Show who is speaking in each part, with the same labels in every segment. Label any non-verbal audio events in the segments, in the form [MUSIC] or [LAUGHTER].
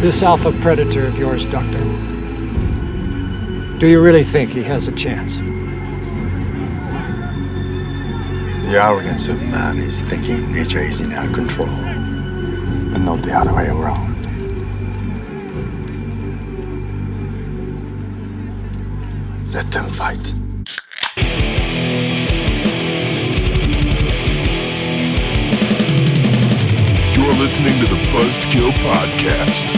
Speaker 1: This alpha predator of yours, Doctor. Do you really think he has a chance?
Speaker 2: The arrogance of man is thinking nature is in our control, and not the other way around. Let them fight.
Speaker 3: You're listening to the Buzzkill Podcast.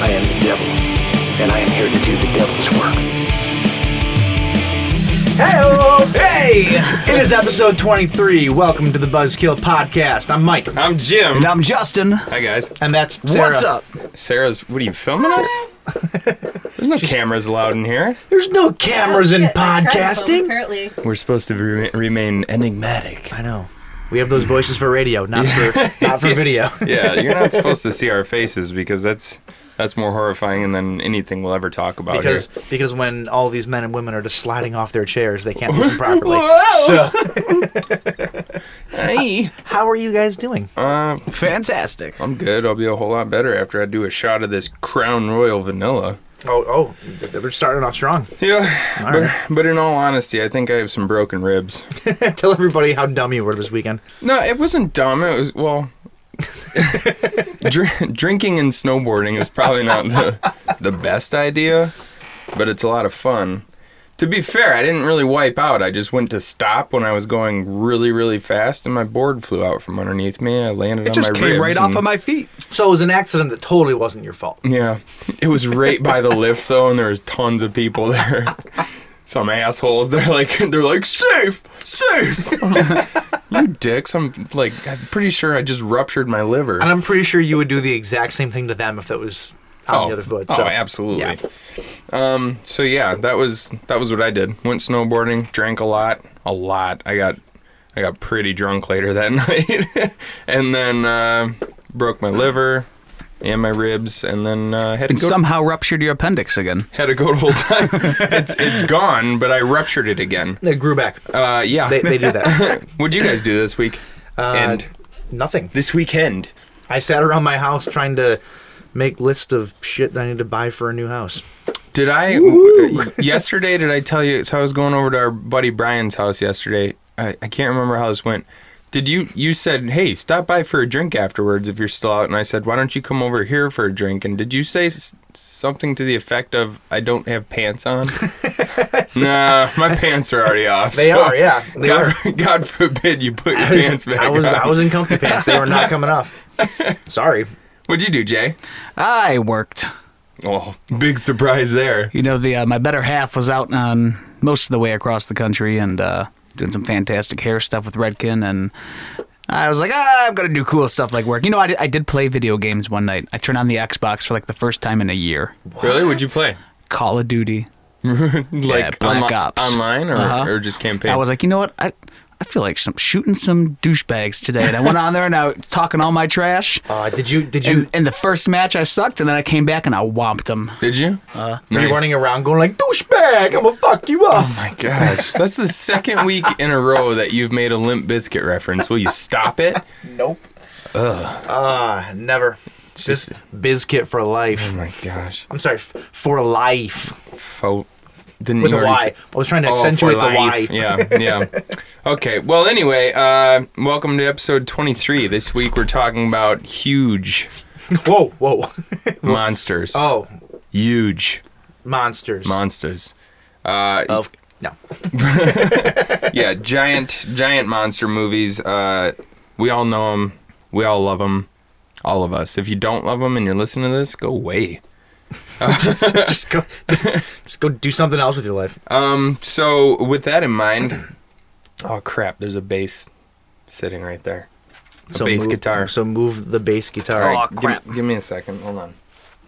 Speaker 4: I am the devil, and I am here to do the devil's work.
Speaker 5: Hey! It is episode 23. Welcome to the Buzzkill Podcast. I'm Mike.
Speaker 6: I'm Jim.
Speaker 7: I'm Justin.
Speaker 6: Hi guys.
Speaker 5: And that's Sarah.
Speaker 7: What's up?
Speaker 6: Sarah's. What are you filming us? There's no cameras allowed in here.
Speaker 5: There's no cameras
Speaker 8: Oh,
Speaker 5: in
Speaker 8: shit, I tried to film,
Speaker 5: podcasting.
Speaker 8: Apparently,
Speaker 6: We're supposed to re- remain enigmatic.
Speaker 5: I know. We have those voices for radio, not for [LAUGHS] not for video.
Speaker 6: Yeah, [LAUGHS] you're not supposed to see our faces because that's that's more horrifying than anything we'll ever talk about.
Speaker 5: Because
Speaker 6: here.
Speaker 5: because when all these men and women are just sliding off their chairs, they can't
Speaker 6: [LAUGHS]
Speaker 5: listen properly. So,
Speaker 6: hey,
Speaker 5: how are you guys doing?
Speaker 6: uh,
Speaker 7: Fantastic.
Speaker 6: I'm good. I'll be a whole lot better after I do a shot of this Crown Royal Vanilla.
Speaker 5: Oh, oh, we're starting off strong. [LAUGHS]
Speaker 6: Yeah, but, but in all honesty, I think I have some broken ribs.
Speaker 5: Tell everybody how dumb you were this weekend.
Speaker 6: No, it wasn't dumb. It was
Speaker 7: [LAUGHS]
Speaker 6: well, dr- drinking and snowboarding is probably not the the best idea, but it's a lot of fun. To be fair, I didn't really wipe out. I just went to stop when I was going really, really fast, and my board flew out from underneath me. I landed
Speaker 7: It
Speaker 6: on
Speaker 7: just
Speaker 6: my
Speaker 7: came
Speaker 6: ribs
Speaker 7: right
Speaker 6: and-
Speaker 7: off of my feet.
Speaker 5: So it was an accident that totally wasn't your fault.
Speaker 6: Yeah, it was right by the lift though, and there was tons of people there. [LAUGHS] Some assholes. They're like, they're like, safe, safe. [LAUGHS] I'm like, you dicks. I'm like, I'm pretty sure I just ruptured my liver.
Speaker 5: And I'm pretty sure you would do the exact same thing to them if that was on the other foot. So
Speaker 6: oh, absolutely. Um, so yeah, that was that was what I did. Went snowboarding, drank a lot, a lot. I got I got pretty drunk later that [LAUGHS] night, and then uh, broke my liver and my ribs, and then uh, had to
Speaker 7: And
Speaker 6: go
Speaker 7: somehow ruptured your appendix again.
Speaker 6: had a good old
Speaker 7: [LAUGHS]
Speaker 6: time. it's it's gone, but I ruptured it again.
Speaker 5: It grew back.
Speaker 6: Uh, yeah.
Speaker 5: They, they do that.
Speaker 6: [LAUGHS] What'd you guys do this week?
Speaker 5: Uh,
Speaker 6: and
Speaker 5: Nothing.
Speaker 6: this weekend.
Speaker 5: I sat around my house trying to make list of shit that I need to buy for a new house.
Speaker 6: Did I yesterday? Did I tell you? So I was going over to our buddy Brian's house yesterday. I, I can't remember how this went. Did you you said hey stop by for a drink afterwards if you're still out and I said why don't you come over here for a drink and did you say s- something to the effect of I don't have pants
Speaker 5: [LAUGHS]
Speaker 6: on? nah, my pants are already off.
Speaker 5: They are, yeah, they
Speaker 6: God, [LAUGHS] God forbid you put your
Speaker 5: I was,
Speaker 6: pants back
Speaker 5: I was,
Speaker 6: on.
Speaker 5: I was in comfy pants. They were not coming
Speaker 6: [LAUGHS]
Speaker 5: off. Sorry.
Speaker 6: What'd you do, Jay?
Speaker 7: I worked.
Speaker 6: Oh, big surprise there.
Speaker 7: You know, the uh, my better half was out on most of the way across the country and uh, doing some fantastic hair stuff with Redken, and I was like, ah, I'm gonna do cool stuff like work. You know, I did, I did play video games one night. I turned on the Xbox for like the first time in a year.
Speaker 6: Really? What'd you play?
Speaker 7: Call of Duty.
Speaker 6: Like
Speaker 7: Black
Speaker 6: onli-
Speaker 7: Ops.
Speaker 6: online or,
Speaker 7: Uh-huh.
Speaker 6: or just campaign?
Speaker 7: I was like, you know what? I I feel like some shooting some douchebags today, and I went on there and I was talking all my trash.
Speaker 5: Uh, did you? Did you?
Speaker 7: And, and the first match I sucked, and then I came back and I whomped them.
Speaker 6: Did you? Uh,
Speaker 5: were you running around going like douchebag? I'm gonna fuck you up.
Speaker 6: My gosh, that's the second week in a row that you've made a Limp Biscuit reference. Will you stop it?
Speaker 5: Nope. Ugh. Uh, never. [LAUGHS] Just bizkit for life.
Speaker 6: Oh my gosh,
Speaker 5: I'm sorry, f- for life
Speaker 6: Fo- didn't
Speaker 5: with
Speaker 6: you
Speaker 5: a
Speaker 6: already
Speaker 5: Y.
Speaker 6: say-
Speaker 5: I was trying to
Speaker 6: Oh, for
Speaker 5: accentuate the Y.
Speaker 6: life. Yeah, yeah. Okay. Well, anyway, uh, welcome to episode 23. This week we're talking about huge
Speaker 5: [LAUGHS] Whoa, whoa. [LAUGHS]
Speaker 6: monsters.
Speaker 5: Oh,
Speaker 6: Huge
Speaker 5: monsters.
Speaker 6: monsters. Uh,
Speaker 5: of no. [LAUGHS]
Speaker 6: yeah, giant, giant monster movies. Uh, we all know them. We all love them. All of us. If you don't love them and you're listening to this, go away.
Speaker 5: just go just, just go do something else with your life.
Speaker 6: Um, so with that in mind, [CLEARS THROAT] oh crap, there's a bass sitting right there. A bass
Speaker 5: move,
Speaker 6: guitar.
Speaker 5: So move the bass guitar.
Speaker 6: [CLEARS THROAT] All right, give- Give, me a second. Hold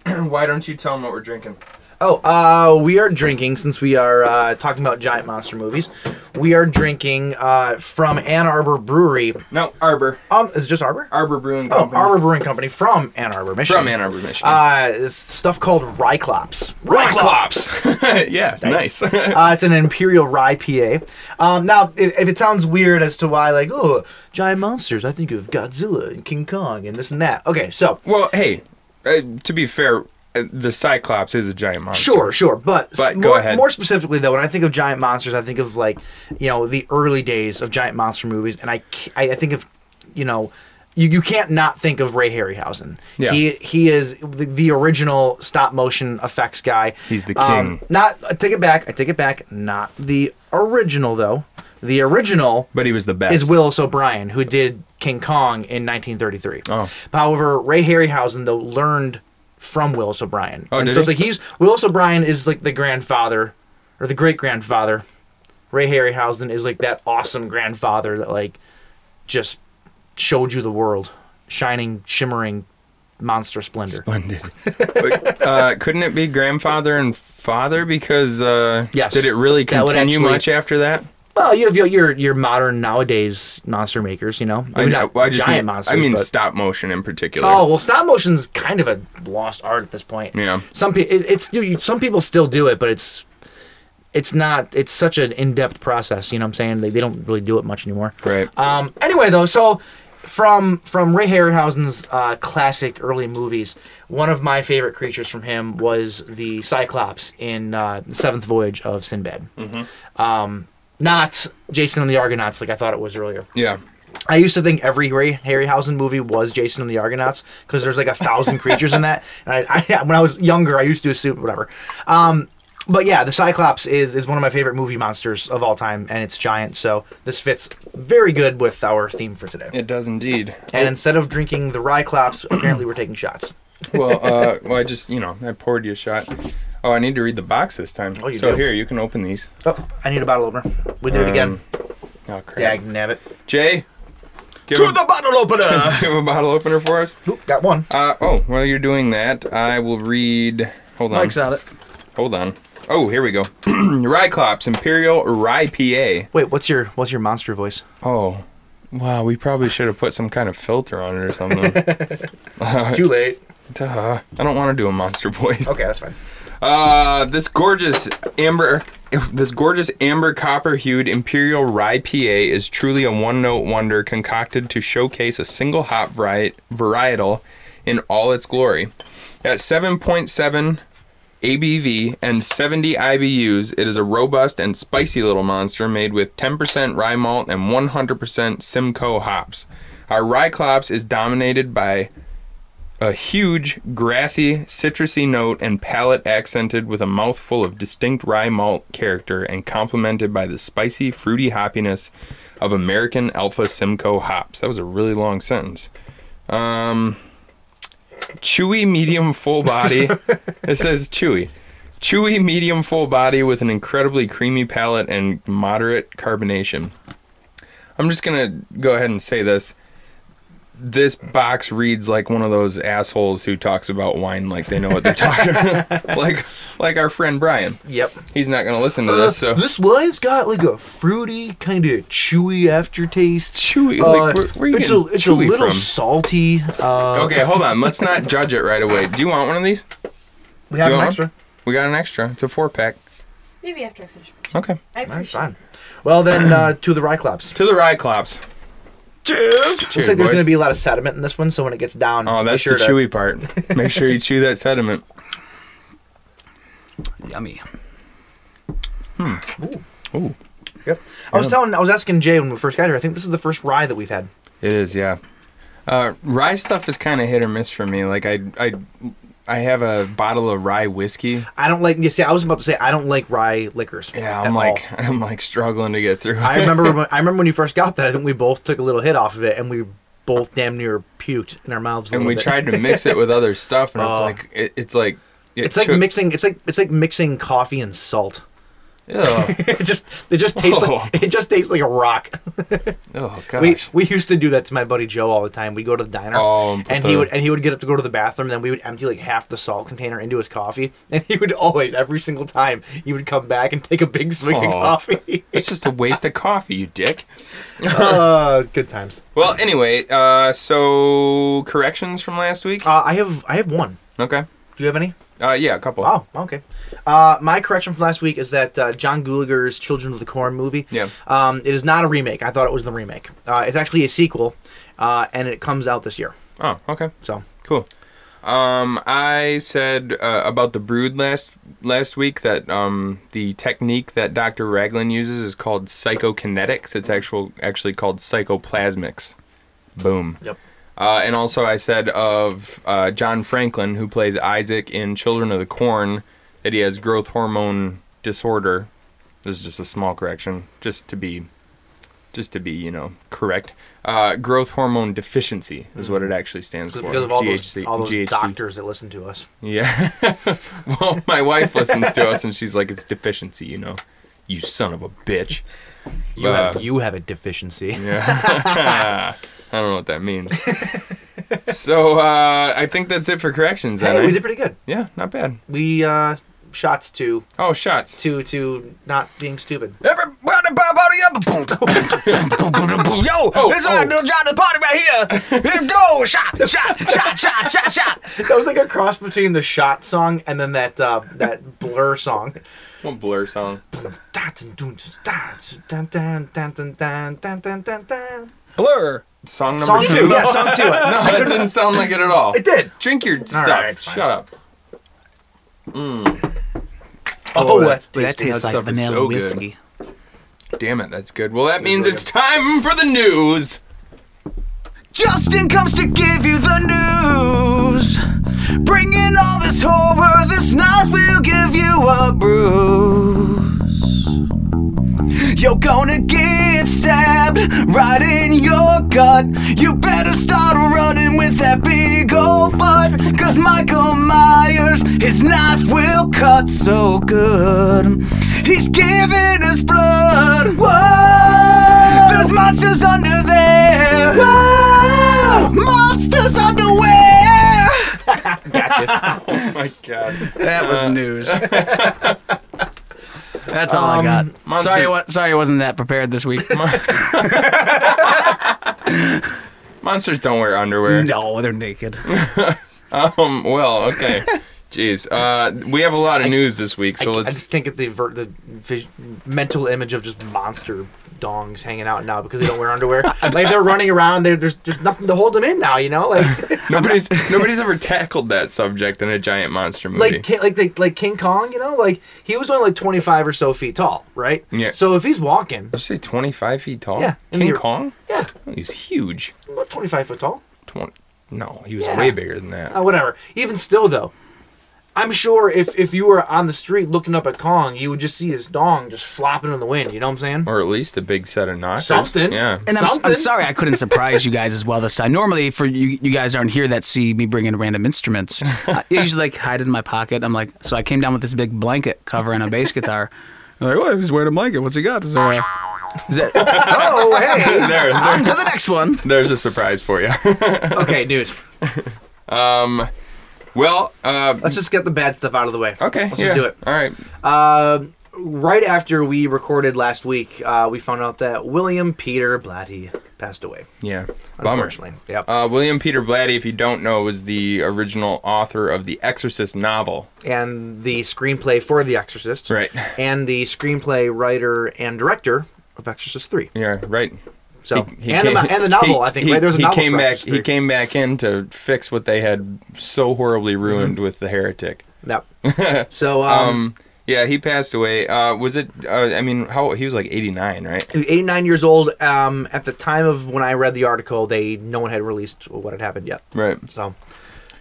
Speaker 6: on. Why don't you tell them what we're drinking?
Speaker 5: Oh, uh, we are drinking since we are uh, talking about giant monster movies. We are drinking uh, from Ann Arbor Brewery.
Speaker 6: No, Arbor.
Speaker 5: Um, is it just Arbor?
Speaker 6: Arbor Brewing
Speaker 5: Oh,
Speaker 6: Company.
Speaker 5: Arbor Brewing Company from Ann Arbor, Michigan.
Speaker 6: From Ann Arbor, Michigan.
Speaker 5: Uh, it's stuff called Ryclops.
Speaker 6: Ryclops. [LAUGHS] yeah, nice.
Speaker 5: uh, it's an imperial rye PA. Um, now, if, if it sounds weird as to why, like, oh, giant monsters, I think of Godzilla and King Kong and this and that. Okay, so
Speaker 6: well, hey, uh, to be fair, uh, the Cyclops is a giant monster.
Speaker 5: Sure, sure, but,
Speaker 6: But
Speaker 5: more,
Speaker 6: go ahead.
Speaker 5: more specifically though, when I think of giant monsters, I think of like you know the early days of giant monster movies, and I ca- I, I think of you know. You, you can't not think of Ray Harryhausen.
Speaker 6: Yeah.
Speaker 5: He he is the, the original stop motion effects guy. Um,
Speaker 6: He's the king.
Speaker 5: not I take it back. I take it back. Not the original though. The original
Speaker 6: But he was the best.
Speaker 5: is Willis O'Brien, who did King Kong in 1933.
Speaker 6: Oh.
Speaker 5: However, Ray Harryhausen though learned from Willis O'Brien,
Speaker 6: Oh,
Speaker 5: and
Speaker 6: did
Speaker 5: so it's
Speaker 6: he?
Speaker 5: like he's Willis O'Brien is like the grandfather or the great grandfather. Ray Harryhausen is like that awesome grandfather that like just showed you the world, shining, shimmering monster splendor.
Speaker 6: Splendid. uh, couldn't it be grandfather and father? Because uh,
Speaker 5: Yes.
Speaker 6: did it really
Speaker 5: That would
Speaker 6: continue
Speaker 5: actually-
Speaker 6: much after that?
Speaker 5: well, you have your, your your modern nowadays monster makers, you know. I mean, not
Speaker 6: I just
Speaker 5: giant
Speaker 6: mean, I
Speaker 5: monsters.
Speaker 6: mean
Speaker 5: but-
Speaker 6: stop motion in particular.
Speaker 5: Oh well, stop motion's kind of a lost art at this point.
Speaker 6: Yeah.
Speaker 5: Some people, it, it's you- some people still do it, but it's it's not. It's such an in-depth process. You know what I'm saying? They, they don't really do it much anymore.
Speaker 6: Right.
Speaker 5: Um. Anyway, though, so from from Ray Harryhausen's uh, classic early movies, one of my favorite creatures from him was the Cyclops in uh, the Seventh Voyage of Sinbad. Um.
Speaker 6: Mm-hmm.
Speaker 5: Not Jason and the Argonauts, like I thought it was earlier.
Speaker 6: yeah.
Speaker 5: I used to think every Ray Harryhausen movie was Jason and the Argonauts because there's like a thousand creatures in that. And I, I, when I was younger, I used to assume whatever. Um, but yeah, the Cyclops is is one of my favorite movie monsters of all time, and it's giant. So this fits very good with our theme for today.
Speaker 6: It does indeed.
Speaker 5: And instead of drinking the Ryclops, apparently we're taking shots.
Speaker 6: well, uh, well, I just you know I poured you a shot. Oh, I need to read the box this time.
Speaker 5: Oh, you
Speaker 6: so
Speaker 5: do.
Speaker 6: here you can open these.
Speaker 5: Oh, I need a bottle opener. We do it again.
Speaker 6: Oh crap!
Speaker 5: Dag nabbit.
Speaker 6: Jay, give
Speaker 5: To
Speaker 6: a,
Speaker 5: the bottle opener.
Speaker 6: do a bottle opener for us.
Speaker 5: [LAUGHS] Oop, got one.
Speaker 6: Uh, oh, while you're doing that, I will read. Hold on.
Speaker 5: Mike's on it.
Speaker 6: Hold on. Oh, here we go. [CLEARS THROAT] Ryclops Imperial Rye PA.
Speaker 5: Wait, what's your what's your monster voice?
Speaker 6: Oh, wow. We probably should have put some kind of filter on it or something.
Speaker 5: Too late.
Speaker 6: Duh. I don't want to do a monster voice.
Speaker 5: Okay, that's fine.
Speaker 6: Uh, this gorgeous amber, this gorgeous amber copper-hued imperial rye PA is truly a one-note wonder concocted to showcase a single hop vari- varietal in all its glory. At 7.7 ABV and 70 IBUs, it is a robust and spicy little monster made with 10% rye malt and 100% Simcoe hops. Our Ryclops is dominated by a huge, grassy, citrusy note and palate accented with a mouthful of distinct rye malt character and complemented by the spicy, fruity hoppiness of American Alpha Simcoe hops. That was a really long sentence. Um, chewy, medium, full body.
Speaker 5: [LAUGHS]
Speaker 6: it says chewy. Chewy, medium, full body with an incredibly creamy palate and moderate carbonation. I'm just going to go ahead and say this this box reads like one of those assholes who talks about wine like they know what they're talking [LAUGHS]
Speaker 5: [LAUGHS]
Speaker 6: about. like like our friend Brian.
Speaker 5: Yep.
Speaker 6: He's not gonna listen to this, so
Speaker 5: Uh, This wine's got like a fruity, kind of chewy aftertaste. Uh,
Speaker 6: Chewy? Like, where- where you
Speaker 5: it's a
Speaker 6: getting
Speaker 5: it's a
Speaker 6: chewy from?
Speaker 5: little
Speaker 6: Oh,
Speaker 5: salty. Uh,
Speaker 6: Okay, hold on. Let's
Speaker 5: [LAUGHS]
Speaker 6: not judge it right away. Do you want one of these?
Speaker 5: we have
Speaker 6: You
Speaker 5: an
Speaker 6: want
Speaker 5: extra.
Speaker 6: one? We got an extra. It's a four pack.
Speaker 8: Maybe after I finish. mine.
Speaker 6: Okay.
Speaker 8: I appreciate
Speaker 5: Fine. Well then,
Speaker 6: [CLEARS THROAT]
Speaker 5: uh, to the Ryclops.
Speaker 6: To the Ryclops. Cheers.
Speaker 5: Looks like there's going to be a lot of sediment in this one, so when it gets down,
Speaker 6: Oh,
Speaker 5: be
Speaker 6: that's
Speaker 5: sure
Speaker 6: the
Speaker 5: to-
Speaker 6: chewy part. Make sure you chew that sediment.
Speaker 7: Yummy.
Speaker 6: Ooh.
Speaker 5: Yep. I was telling, I was asking Jay when we first got here. I think this is the first rye that we've had.
Speaker 6: It is, yeah. Uh, rye stuff is kind of hit or miss for me. Like I, I, I have a bottle of rye whiskey.
Speaker 5: I don't like. You see, I was about to say I don't like rye liquors.
Speaker 6: Yeah,
Speaker 5: at
Speaker 6: I'm
Speaker 5: all.
Speaker 6: like, [LAUGHS] I'm like struggling to get through. it.
Speaker 5: I remember. When, I remember when you first got that. I think we both took a little hit off of it, and we both damn near puked in our mouths. a
Speaker 6: and
Speaker 5: little
Speaker 6: we
Speaker 5: bit.
Speaker 6: tried to mix it with other stuff, and it's
Speaker 5: Oh.
Speaker 6: like it, it's like it
Speaker 5: It's
Speaker 6: [LAUGHS]
Speaker 5: like
Speaker 6: took-
Speaker 5: mixing. It's like it's like mixing coffee and salt. [LAUGHS]
Speaker 6: Ugh.
Speaker 5: It just it just tastes
Speaker 6: Whoa.
Speaker 5: like, it just tastes like a rock. [LAUGHS]
Speaker 6: oh
Speaker 5: We
Speaker 6: gosh.
Speaker 5: we used to do that to my buddy Joe all the time. We would go to the diner,
Speaker 6: Oh, and put
Speaker 5: and he
Speaker 6: the-
Speaker 5: would and he would get up to go to the bathroom. Then we would empty like half the salt container into his coffee, [LAUGHS] and he would always every single time he would come back and take a big swig
Speaker 6: Aw. [LAUGHS]
Speaker 5: of coffee. [LAUGHS]
Speaker 6: It's just a waste of coffee, you dick.
Speaker 5: uh, good times.
Speaker 6: Well, anyway, uh, so corrections from last week.
Speaker 5: Uh, I have I have one.
Speaker 6: Okay.
Speaker 5: Do you have any?
Speaker 6: Uh, yeah, a couple.
Speaker 5: Oh, okay. Uh, my correction from last week is that uh, John Gulager's Children of the Corn movie.
Speaker 6: Yeah.
Speaker 5: Um, it is not a remake. I thought it was the remake. Uh, it's actually a sequel, uh, and it comes out this year.
Speaker 6: Oh, okay.
Speaker 5: So
Speaker 6: Cool. Um, I said uh, about the brood last last week that um, the technique that Dr. Raglan uses is called psychokinetics. It's actual actually called psychoplasmics. Boom.
Speaker 5: Yep.
Speaker 6: Uh, and also, I said of uh, John Franklin, who plays Isaac in Children of the Corn, that he has growth hormone disorder. This is just a small correction, just to be, just to be, you know, correct. Uh, growth hormone deficiency is what it actually stands for.
Speaker 5: Mm-hmm. because of all
Speaker 6: GHC
Speaker 5: those, all those
Speaker 6: GHD.
Speaker 5: doctors that listen to us.
Speaker 6: Yeah. [LAUGHS] well, my wife listens to us and she's like, "It's deficiency, you know, you son of a bitch."
Speaker 5: You
Speaker 6: Uh,
Speaker 5: have you have a [LAUGHS] deficiency.
Speaker 6: I don't know what that
Speaker 5: [LAUGHS]
Speaker 6: means. so uh, I think that's it for corrections. then,
Speaker 5: Hey, we
Speaker 6: eh?
Speaker 5: did pretty good.
Speaker 6: Yeah, not bad.
Speaker 5: We uh, shots to
Speaker 6: Oh, shots.
Speaker 5: to to not being stupid.
Speaker 6: Everybody, body up.
Speaker 7: Yo,
Speaker 6: Oh,
Speaker 7: it's our
Speaker 6: oh.
Speaker 7: little John the party right here. Here go, shot, shot, shot, shot, shot, shot.
Speaker 5: That was like a cross between the shot song and then that uh, that [LAUGHS] blur song.
Speaker 6: One blur song.
Speaker 7: Blur.
Speaker 6: Song number
Speaker 5: Song
Speaker 6: two.
Speaker 5: two, yeah, song two.
Speaker 6: No, that didn't sound like it at all.
Speaker 5: It did.
Speaker 6: Drink your stuff.
Speaker 5: right, fine.
Speaker 6: Shut up.
Speaker 5: Oh, that's
Speaker 7: That
Speaker 5: tasty.
Speaker 7: tastes
Speaker 6: That
Speaker 7: like
Speaker 6: stuff is
Speaker 7: vanilla
Speaker 6: so good.
Speaker 7: whiskey.
Speaker 6: Damn it, that's good. Well, that means it's time for the news.
Speaker 7: Justin comes to give you the news. Bringing all this horror, this night will give you a bruise. You're gonna get stabbed right in your gut. You better start running with that big old butt. Cause Michael Myers, his knife will cut so good. He's giving us blood. Whoa! There's monsters under there. Whoa! Monsters underwear.
Speaker 6: Oh my god.
Speaker 7: That was news. That's all I got.
Speaker 6: Monster-
Speaker 7: Sorry, wa- sorry, I wasn't that prepared this week.
Speaker 6: Monsters don't wear underwear.
Speaker 7: no, they're naked.
Speaker 6: [LAUGHS] Um, well,
Speaker 5: [LAUGHS]
Speaker 6: okay. Jeez. Uh, we have a lot of news this week, so
Speaker 5: I, I
Speaker 6: let's.
Speaker 5: just can't get the ver- the vis- mental image of just monster dongs hanging out now because they don't wear [LAUGHS] underwear. like they're running around, they're, there's there's nothing to hold them in now, you know. [LAUGHS] Like
Speaker 6: nobody's nobody's ever tackled that subject in a giant monster movie.
Speaker 5: like Ki- like they, like King Kong, you know, like he was only like 25 or so feet tall, right?
Speaker 6: Yeah.
Speaker 5: So if he's walking,
Speaker 6: Did you say 25 feet tall?
Speaker 5: Yeah, in
Speaker 6: King
Speaker 5: the-
Speaker 6: Kong?
Speaker 5: yeah,
Speaker 6: Oh, he's huge.
Speaker 5: about 25 foot tall.
Speaker 6: 20, no, he was
Speaker 5: Yeah.
Speaker 6: way bigger than that.
Speaker 5: Uh, whatever. Even still, though, I'm sure if if you were on the street looking up at Kong, you would just see his dong just flopping in the wind. You know what I'm saying?
Speaker 6: Or at least a big set of knockers.
Speaker 5: Something.
Speaker 6: Yeah.
Speaker 5: [LAUGHS]
Speaker 7: And I'm,
Speaker 5: Something.
Speaker 7: I'm sorry I couldn't surprise you guys as well this time. Normally, for you, you guys aren't here that see me bring in random instruments. [LAUGHS] I usually like hide it in my pocket. I'm like, so I came down with this big blanket covering a bass guitar. I'm like, what? He's wearing a blanket. What's he got? Is there a- is that-
Speaker 5: Oh hey.
Speaker 6: there, there,
Speaker 7: on to the next one.
Speaker 6: there's a surprise for you.
Speaker 5: [LAUGHS] okay, news.
Speaker 6: [LAUGHS] well, uh,
Speaker 5: Let's just get the bad stuff out of the way.
Speaker 6: okay.
Speaker 5: Let's
Speaker 6: yeah.
Speaker 5: just do it.
Speaker 6: All right.
Speaker 5: Um, right after we recorded last week, uh, we found out that William Peter Blatty passed away.
Speaker 6: Yeah. Bummer.
Speaker 5: Unfortunately. Yep.
Speaker 6: Uh, William Peter Blatty, if you don't know, was the original author of the Exorcist novel.
Speaker 5: and the screenplay for The Exorcist.
Speaker 6: Right.
Speaker 5: And the screenplay writer and director of Exorcist 3.
Speaker 6: Yeah, right.
Speaker 5: So, and, the, and the novel, I think,
Speaker 6: he-
Speaker 5: right? There was a
Speaker 6: he
Speaker 5: novel
Speaker 6: came
Speaker 5: for
Speaker 6: back.
Speaker 5: Exorcist
Speaker 6: He
Speaker 5: 3.
Speaker 6: came back in to fix what they had so horribly
Speaker 5: Mm-hmm.
Speaker 6: ruined with the heretic. [LAUGHS]
Speaker 5: Yep. so, um,
Speaker 6: Um, yeah, he passed away. Uh, was it? Uh, I mean, how he was like eighty nine, right?
Speaker 5: he was 89 years old. Um, at the time of when I read the article, they no one had released what had happened yet.
Speaker 6: Right.
Speaker 5: So,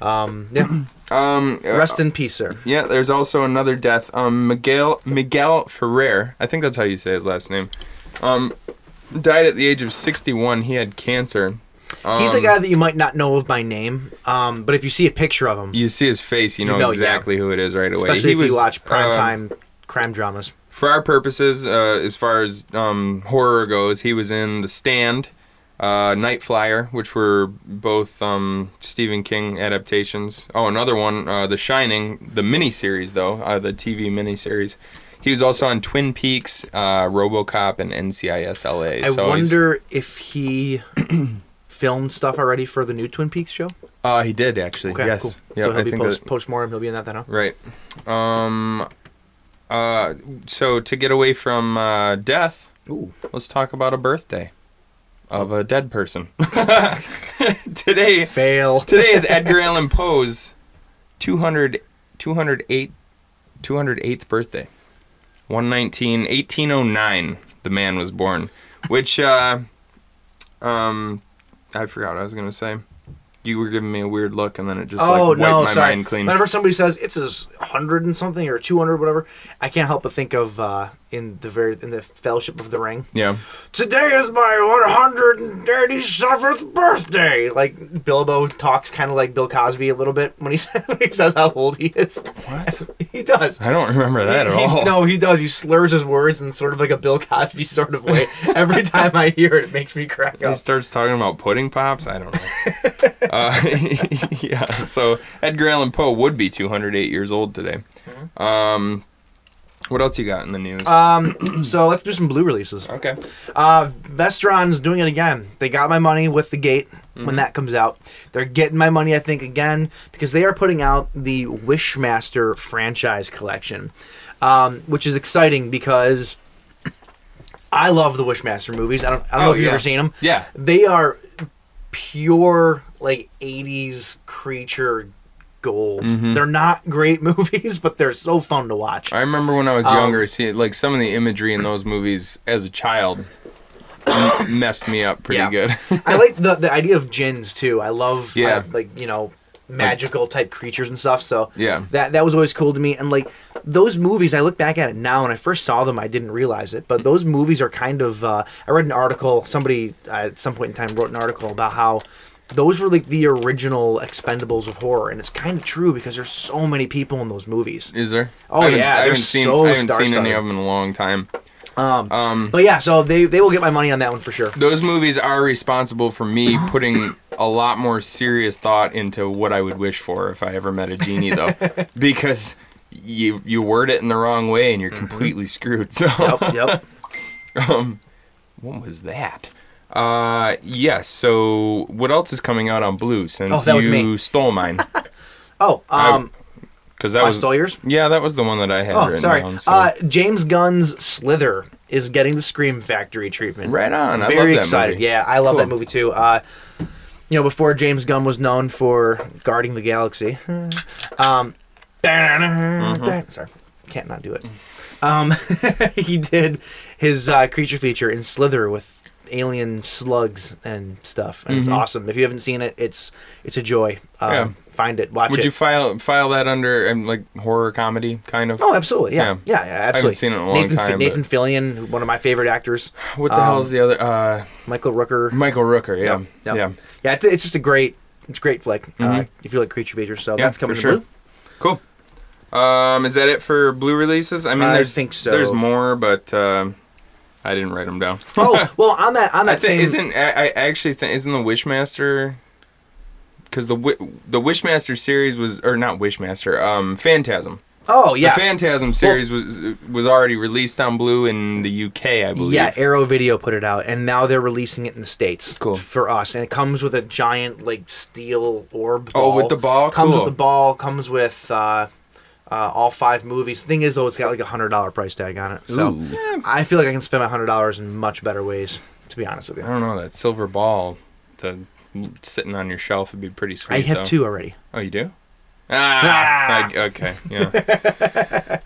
Speaker 5: um, yeah.
Speaker 6: [CLEARS THROAT] Um, uh,
Speaker 5: Rest in peace, sir.
Speaker 6: yeah. There's also another death. Um, Miguel Miguel Ferrer. I think that's how you say his last name. Um, died at the age of sixty one. He had cancer.
Speaker 5: He's a
Speaker 6: Um,
Speaker 5: guy that you might not know of by name, um, but if you see a picture of him,
Speaker 6: You see his face, you know,
Speaker 5: know, yeah.
Speaker 6: exactly who it is right away.
Speaker 5: especially
Speaker 6: he
Speaker 5: if
Speaker 6: was,
Speaker 5: you watch
Speaker 6: um,
Speaker 5: primetime crime dramas.
Speaker 6: for our purposes, uh, as far as um, horror goes, he was in The Stand, uh, Night Flyer, which were both um, Stephen King adaptations. Oh, another one, uh, The Shining, the miniseries, though, uh, the TV miniseries. He was also on Twin Peaks, uh, Robocop, and NCIS LA.
Speaker 5: I
Speaker 6: so he's-
Speaker 5: wonder if he [CLEARS THROAT] filmed stuff already for the new Twin Peaks show.
Speaker 6: Uh, he did, actually. yes.
Speaker 5: cool.
Speaker 6: Yeah,
Speaker 5: so he'll
Speaker 6: I
Speaker 5: be
Speaker 6: think
Speaker 5: post
Speaker 6: that-
Speaker 5: postmortem. He'll be in that then. Huh?
Speaker 6: Right. Um. Uh. So to get away from uh, death, let's talk about a birthday of a dead person. [LAUGHS] today,
Speaker 5: Fail.
Speaker 6: today is Edgar Allan Poe's 200, 208, 208th birthday. 119, 1809, the man was born. Which, uh, um, I forgot what I was going to say. You were giving me a weird look, and then it just
Speaker 5: oh
Speaker 6: like wiped
Speaker 5: no,
Speaker 6: my
Speaker 5: sorry.
Speaker 6: mind clean.
Speaker 5: Whenever somebody says it's a s- hundred and something or two hundred, whatever, I can't help but think of uh, in the very in the Fellowship of the Ring.
Speaker 6: Yeah.
Speaker 5: Today is my one hundred and thirty seventh birthday. Like Bilbo talks kind of like Bill Cosby a little bit when he [LAUGHS] says, when he says how old he is.
Speaker 6: What?
Speaker 5: He does.
Speaker 6: I don't remember that at
Speaker 5: He-
Speaker 6: all.
Speaker 5: [LAUGHS] No, he does. He slurs his words in sort of like a Bill Cosby sort
Speaker 6: [LAUGHS]
Speaker 5: of way. Every time I hear it, it makes me
Speaker 6: [LAUGHS]
Speaker 5: crack
Speaker 6: He
Speaker 5: up.
Speaker 6: starts talking about pudding pops. I don't know.
Speaker 5: [LAUGHS]
Speaker 6: uh, [LAUGHS] yeah. So Edgar Allan Poe would be 208 years old today.
Speaker 5: Mm-hmm.
Speaker 6: Um, what else you got in the news?
Speaker 5: Uh, So let's do some blue releases.
Speaker 6: okay.
Speaker 5: Uh, Vestron's doing it again. They got my money with the gate
Speaker 6: Mm-hmm.
Speaker 5: when that comes out. They're getting my money, I think, again because they are putting out the Wishmaster franchise collection, um, which is exciting because I love the Wishmaster movies. I don't, I don't know
Speaker 6: Oh,
Speaker 5: if you've
Speaker 6: yeah.
Speaker 5: ever seen them.
Speaker 6: Yeah.
Speaker 5: they are pure like 80s creature gold.
Speaker 6: Mm-hmm.
Speaker 5: They're not great [LAUGHS] movies, but they're so fun to watch.
Speaker 6: I remember when I
Speaker 5: um,
Speaker 6: was younger, see, like some of the imagery in those movies as a child m- messed me up pretty
Speaker 5: Yeah.
Speaker 6: good. [LAUGHS]
Speaker 5: I like the the idea of gins too. I love
Speaker 6: Yeah.
Speaker 5: like, like, you know magical type creatures and stuff. So
Speaker 6: Yeah.
Speaker 5: that that was always cool to me. And like those movies, I look back at it now. When I first saw them, I didn't realize it, but those movies are kind of. Uh, I read an article. Somebody uh, at some point in time wrote an article about how. Those were like the original Expendables of horror, and it's kind of true because there's so many people in those movies.
Speaker 6: Is there?
Speaker 5: Oh,
Speaker 6: I haven't,
Speaker 5: yeah,
Speaker 6: I
Speaker 5: they're
Speaker 6: haven't seen.
Speaker 5: so
Speaker 6: I haven't seen any
Speaker 5: star-studded.
Speaker 6: of them in a long time.
Speaker 5: But yeah, so they they will get my money on that one
Speaker 6: [LAUGHS]
Speaker 5: for sure.
Speaker 6: those movies are responsible for
Speaker 5: [LAUGHS]
Speaker 6: me putting a lot more serious thought into what I would wish for if I ever met a genie,
Speaker 5: [LAUGHS]
Speaker 6: though, because you you word it in the wrong way and you're completely screwed. [LAUGHS] So,
Speaker 5: Mm-hmm. Yep, yep.
Speaker 6: what was that? Uh, yes. So, what else is coming out on Blue since
Speaker 5: Oh, that was
Speaker 6: you
Speaker 5: me.
Speaker 6: stole mine?
Speaker 5: Oh, um,
Speaker 6: Because that
Speaker 5: [LAUGHS] I
Speaker 6: was
Speaker 5: stole yours?
Speaker 6: Yeah, that was the one that I had
Speaker 5: Oh,
Speaker 6: written
Speaker 5: sorry.
Speaker 6: down. So.
Speaker 5: Uh, James Gunn's Slither is getting the Scream Factory treatment.
Speaker 6: Right on. I love
Speaker 5: Very
Speaker 6: that
Speaker 5: excited.
Speaker 6: movie.
Speaker 5: Yeah, I love that
Speaker 6: Cool.
Speaker 5: movie too. Uh, you know, before James Gunn was known for guarding the galaxy. [LAUGHS] um,
Speaker 6: Mm-hmm.
Speaker 5: [LAUGHS] Sorry, can't not do it. Um, [LAUGHS] he did his uh, creature feature in Slither with alien slugs and stuff, and it's awesome. If you haven't seen it, it's it's a joy. Um,
Speaker 6: Mm-hmm. Yeah.
Speaker 5: Find it, watch
Speaker 6: would
Speaker 5: it.
Speaker 6: you file file that under um, like horror comedy kind of?
Speaker 5: Oh, absolutely. Yeah.
Speaker 6: Yeah.
Speaker 5: Yeah, yeah, absolutely.
Speaker 6: seen it in a long
Speaker 5: Nathan, Fi-
Speaker 6: time, but-
Speaker 5: Nathan Fillion, who- one of my favorite actors.
Speaker 6: What the
Speaker 5: um,
Speaker 6: hell's the other? Uh,
Speaker 5: Michael Rooker.
Speaker 6: Michael Rooker. Yeah,
Speaker 5: Yep, yep.
Speaker 6: yeah. Mm-hmm.
Speaker 5: Yeah, it's, it's just a great it's a great flick. Uh, if you like creature features, so
Speaker 6: Yeah,
Speaker 5: that's coming
Speaker 6: for
Speaker 5: to
Speaker 6: sure.
Speaker 5: blue.
Speaker 6: Cool. Um, is that it for blue releases? I mean,
Speaker 5: I
Speaker 6: there's,
Speaker 5: think so.
Speaker 6: There's more, but um, I didn't write them down.
Speaker 5: oh, well, on that on
Speaker 6: [LAUGHS] I
Speaker 5: [LAUGHS] that
Speaker 6: think
Speaker 5: same
Speaker 6: isn't I, I actually think isn't the Wishmaster because the Wi- the Wishmaster series was or not Wishmaster um Phantasm.
Speaker 5: Oh, yeah.
Speaker 6: The Phantasm series was was already released on Blue in the UK, I believe.
Speaker 5: Yeah, Arrow Video put it out, and now they're releasing it in the states.
Speaker 6: Cool.
Speaker 5: for us, and it comes with a giant like steel orb.
Speaker 6: Oh,
Speaker 5: ball.
Speaker 6: with the ball?
Speaker 5: Comes
Speaker 6: Cool.
Speaker 5: with the ball. Comes with uh, uh, all five movies. Thing is, though, it's got like a hundred dollar price tag on it. So I feel like I can spend my hundred dollars in much better ways. To be honest with
Speaker 6: I
Speaker 5: you,
Speaker 6: don't know that silver ball to sitting on your shelf would be pretty sweet.
Speaker 5: I have
Speaker 6: though.
Speaker 5: two already.
Speaker 6: Oh, you do? Ah, I- okay,
Speaker 5: [LAUGHS]
Speaker 6: yeah.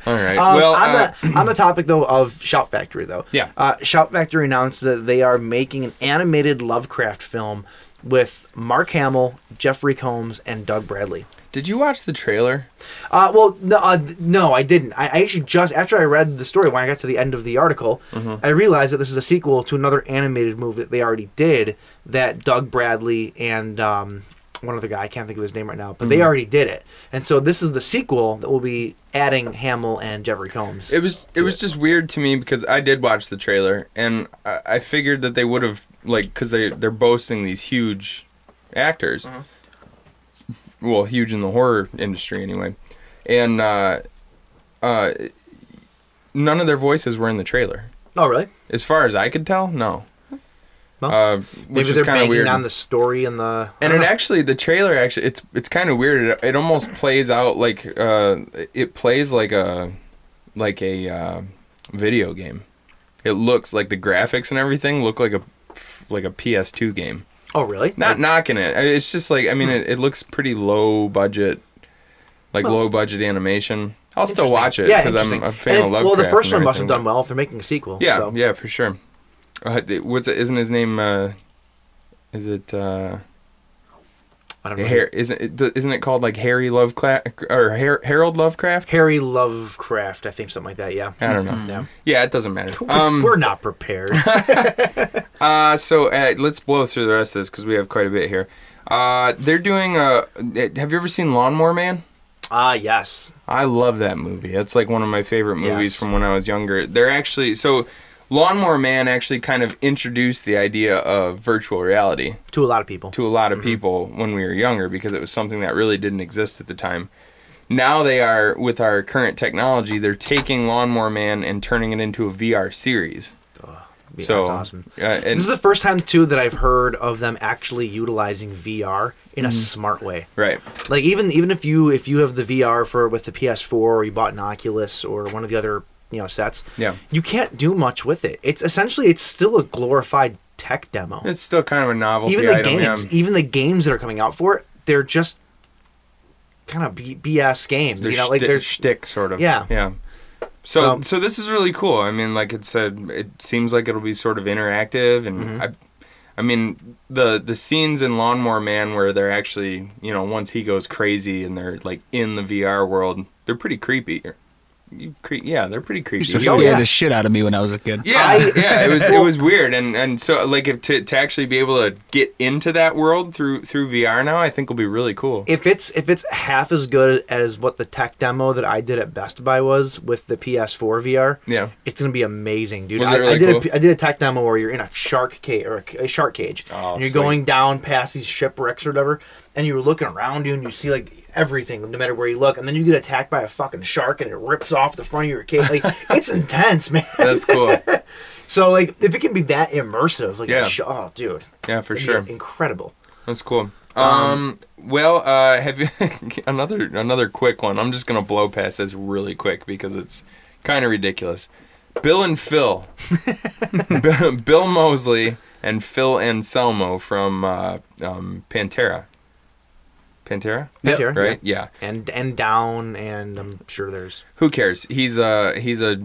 Speaker 6: All right.
Speaker 5: Um,
Speaker 6: well,
Speaker 5: on,
Speaker 6: uh,
Speaker 5: the, on the topic though of Shout Factory though,
Speaker 6: Yeah.
Speaker 5: uh, Shout Factory announced that they are making an animated Lovecraft film with Mark Hamill, Jeffrey Combs, and Doug Bradley.
Speaker 6: did you watch the trailer?
Speaker 5: Uh, well, no, uh, th- no, I didn't. I, I actually just after I read the story, when I got to the end of the article,
Speaker 6: Mm-hmm.
Speaker 5: I realized that this is a sequel to another animated movie that they already did that Doug Bradley and um, one other guy. I can't think of his name right now, but they
Speaker 6: Mm-hmm.
Speaker 5: already did it, and so this is the sequel that will be adding Hamill and Jeffrey Combs.
Speaker 6: It was it
Speaker 5: to
Speaker 6: was just weird to me because I did watch the trailer and I, I figured that they would have like because they they're boasting these huge actors,
Speaker 5: Uh-huh.
Speaker 6: well, huge in the horror industry anyway, and uh, uh, none of their voices were in the trailer
Speaker 5: Oh really?
Speaker 6: as far as I could tell. No,
Speaker 5: Well,
Speaker 6: uh, which
Speaker 5: Maybe
Speaker 6: is
Speaker 5: they're
Speaker 6: kind of
Speaker 5: banking
Speaker 6: weird.
Speaker 5: on the story and the. I
Speaker 6: and
Speaker 5: don't
Speaker 6: it
Speaker 5: know.
Speaker 6: actually the trailer actually it's it's kind of weird it, it almost plays out like uh it plays like a like a uh, video game it looks like the graphics and everything look like a like a ps2 game
Speaker 5: Oh really?
Speaker 6: not knocking it I- it's just like i mean it, it looks pretty low budget like low budget animation i'll still watch it because i'm
Speaker 5: interesting.
Speaker 6: a fan
Speaker 5: And
Speaker 6: of
Speaker 5: it-
Speaker 6: love
Speaker 5: Well, the first one must have done well if they're making a sequel.
Speaker 6: yeah
Speaker 5: so.
Speaker 6: yeah for sure uh, th- what's it, isn't his name uh is it uh
Speaker 5: I don't know.
Speaker 6: Har- isn't it, th- isn't it called like Harry Lovecraft or Har- Harold Lovecraft?
Speaker 5: Harry Lovecraft, I think something like that. Yeah.
Speaker 6: I don't know.
Speaker 5: Yeah.
Speaker 6: Yeah, it doesn't matter.
Speaker 5: We're,
Speaker 6: Um,
Speaker 5: we're
Speaker 6: [LAUGHS]
Speaker 5: not prepared.
Speaker 6: uh, so uh, let's blow through the rest of this because we have quite a bit here. Uh, they're doing a. Have you ever seen Lawnmower Man?
Speaker 5: Ah, yes.
Speaker 6: I love that movie. It's like one of my favorite movies
Speaker 5: Yes.
Speaker 6: from when I was younger. They're actually so. Lawnmower Man actually kind of introduced the idea of virtual reality.
Speaker 5: To a lot of people.
Speaker 6: to a lot
Speaker 5: Mm-hmm.
Speaker 6: of people when we were younger because it was something that really didn't exist at the time. Now they are with our current technology, they're taking Lawnmower Man and turning it into a VR series.
Speaker 5: Yeah,
Speaker 6: so
Speaker 5: that's awesome.
Speaker 6: uh, and,
Speaker 5: This is the first time too that I've heard of them actually utilizing VR in a
Speaker 6: Mm.
Speaker 5: smart way.
Speaker 6: right.
Speaker 5: Like even even if you if you have the VR for with the PS4 or you bought an Oculus or one of the other you know sets,
Speaker 6: Yeah.
Speaker 5: you can't do much with it. It's essentially it's still a glorified tech demo.
Speaker 6: It's still kind of a novelty
Speaker 5: even the
Speaker 6: item. yeah.
Speaker 5: games, even the games that are coming out for it, they're just kind of B- BS games.
Speaker 6: They're
Speaker 5: you know, like
Speaker 6: shti-
Speaker 5: they're
Speaker 6: shtick sort of.
Speaker 5: Yeah.
Speaker 6: Yeah. So, so
Speaker 5: So-
Speaker 6: this is really cool. I mean, like it said, it seems like it'll be sort of interactive, and I, I mean the the scenes in Lawnmower Man where they're actually, you know, once he goes crazy and they're like in the VR world, they're pretty creepy. You cre- yeah, they're pretty creepy.
Speaker 7: Used to
Speaker 5: Oh,
Speaker 7: scare
Speaker 5: yeah.
Speaker 7: the shit out of me when I was a kid.
Speaker 6: Yeah, yeah, it was it was weird, and and so like if to to actually be able to get into that world through through VR now, I think will be really cool.
Speaker 5: if it's if it's half as good as what the tech demo that I did at Best Buy was with the PS4 VR,
Speaker 6: Yeah.
Speaker 5: it's gonna be amazing, dude.
Speaker 6: Was
Speaker 5: I,
Speaker 6: it really
Speaker 5: I did
Speaker 6: cool?
Speaker 5: a, I did a tech demo where you're in a shark cage or a, a shark cage,
Speaker 6: Oh,
Speaker 5: and you're
Speaker 6: sweet.
Speaker 5: going down past these shipwrecks or whatever, and you're looking around you and you see like everything, no matter where you look, and then you get attacked by a fucking shark and it rips off the front of your cage.
Speaker 6: [LAUGHS]
Speaker 5: Like it's intense, man.
Speaker 6: That's [LAUGHS] cool.
Speaker 5: [LAUGHS] So like, if it can be that immersive, like,
Speaker 6: Yeah.
Speaker 5: sh- oh, dude,
Speaker 6: Yeah, for
Speaker 5: It'd be
Speaker 6: sure.
Speaker 5: incredible.
Speaker 6: That's cool. Um, well, uh, have you [LAUGHS] another another quick one? I'm just gonna blow past this really quick because it's kind of ridiculous. Bill and Phil, Bill Bill Mosley and Phil Anselmo from uh, um, Pantera. Pantera,
Speaker 5: Yep. Pantera,
Speaker 6: right? Yeah.
Speaker 5: And and down, and I'm sure there's
Speaker 6: Who cares? He's a he's a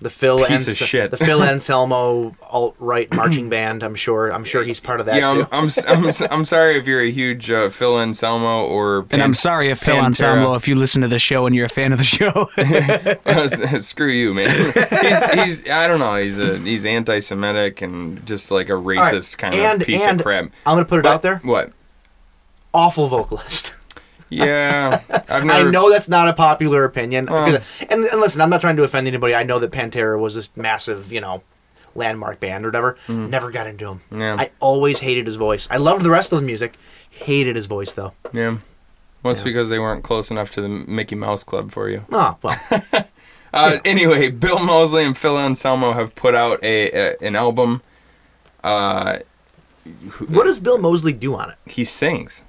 Speaker 5: the Phil
Speaker 6: Piece
Speaker 5: Anse-
Speaker 6: of shit.
Speaker 5: the Phil Anselmo alt
Speaker 6: [CLEARS THROAT]
Speaker 5: right marching band. I'm sure. I'm sure he's part of that
Speaker 6: yeah. I'm
Speaker 5: too.
Speaker 6: I'm, s- I'm s- I'm sorry if you're a huge uh, Phil Anselmo or
Speaker 7: And
Speaker 6: Pan-
Speaker 7: I'm sorry if Phil
Speaker 6: Pantera.
Speaker 7: Ensemble, if you listen to the show and you're a fan of the [LAUGHS]
Speaker 6: [LAUGHS]
Speaker 7: show.
Speaker 6: Screw you, man.
Speaker 5: [LAUGHS]
Speaker 6: he's, he's I don't know. He's a he's anti-Semitic and just like a
Speaker 5: All right,
Speaker 6: racist kind of piece of crap.
Speaker 5: I'm gonna put it out there.
Speaker 6: What?
Speaker 5: Awful vocalist. [LAUGHS]
Speaker 6: Yeah, I've
Speaker 5: I
Speaker 6: never.
Speaker 5: know that's not a popular opinion. because- and, and listen, I'm not trying to offend anybody. I know that Pantera was this massive, you know, landmark band or whatever. Never got into him.
Speaker 6: Mm. Yeah.
Speaker 5: I always hated his voice. I loved the rest of the music. Hated his voice though.
Speaker 6: Yeah. Well, it's because they weren't close enough to the Mickey Mouse Club for
Speaker 5: [LAUGHS]
Speaker 6: you.
Speaker 5: Oh
Speaker 6: [LAUGHS]
Speaker 5: well.
Speaker 6: Uh, Anyway, Bill Mosley and Phil Anselmo have put out a, a an album. Uh,
Speaker 5: what does Bill Mosley do on it?
Speaker 6: he sings.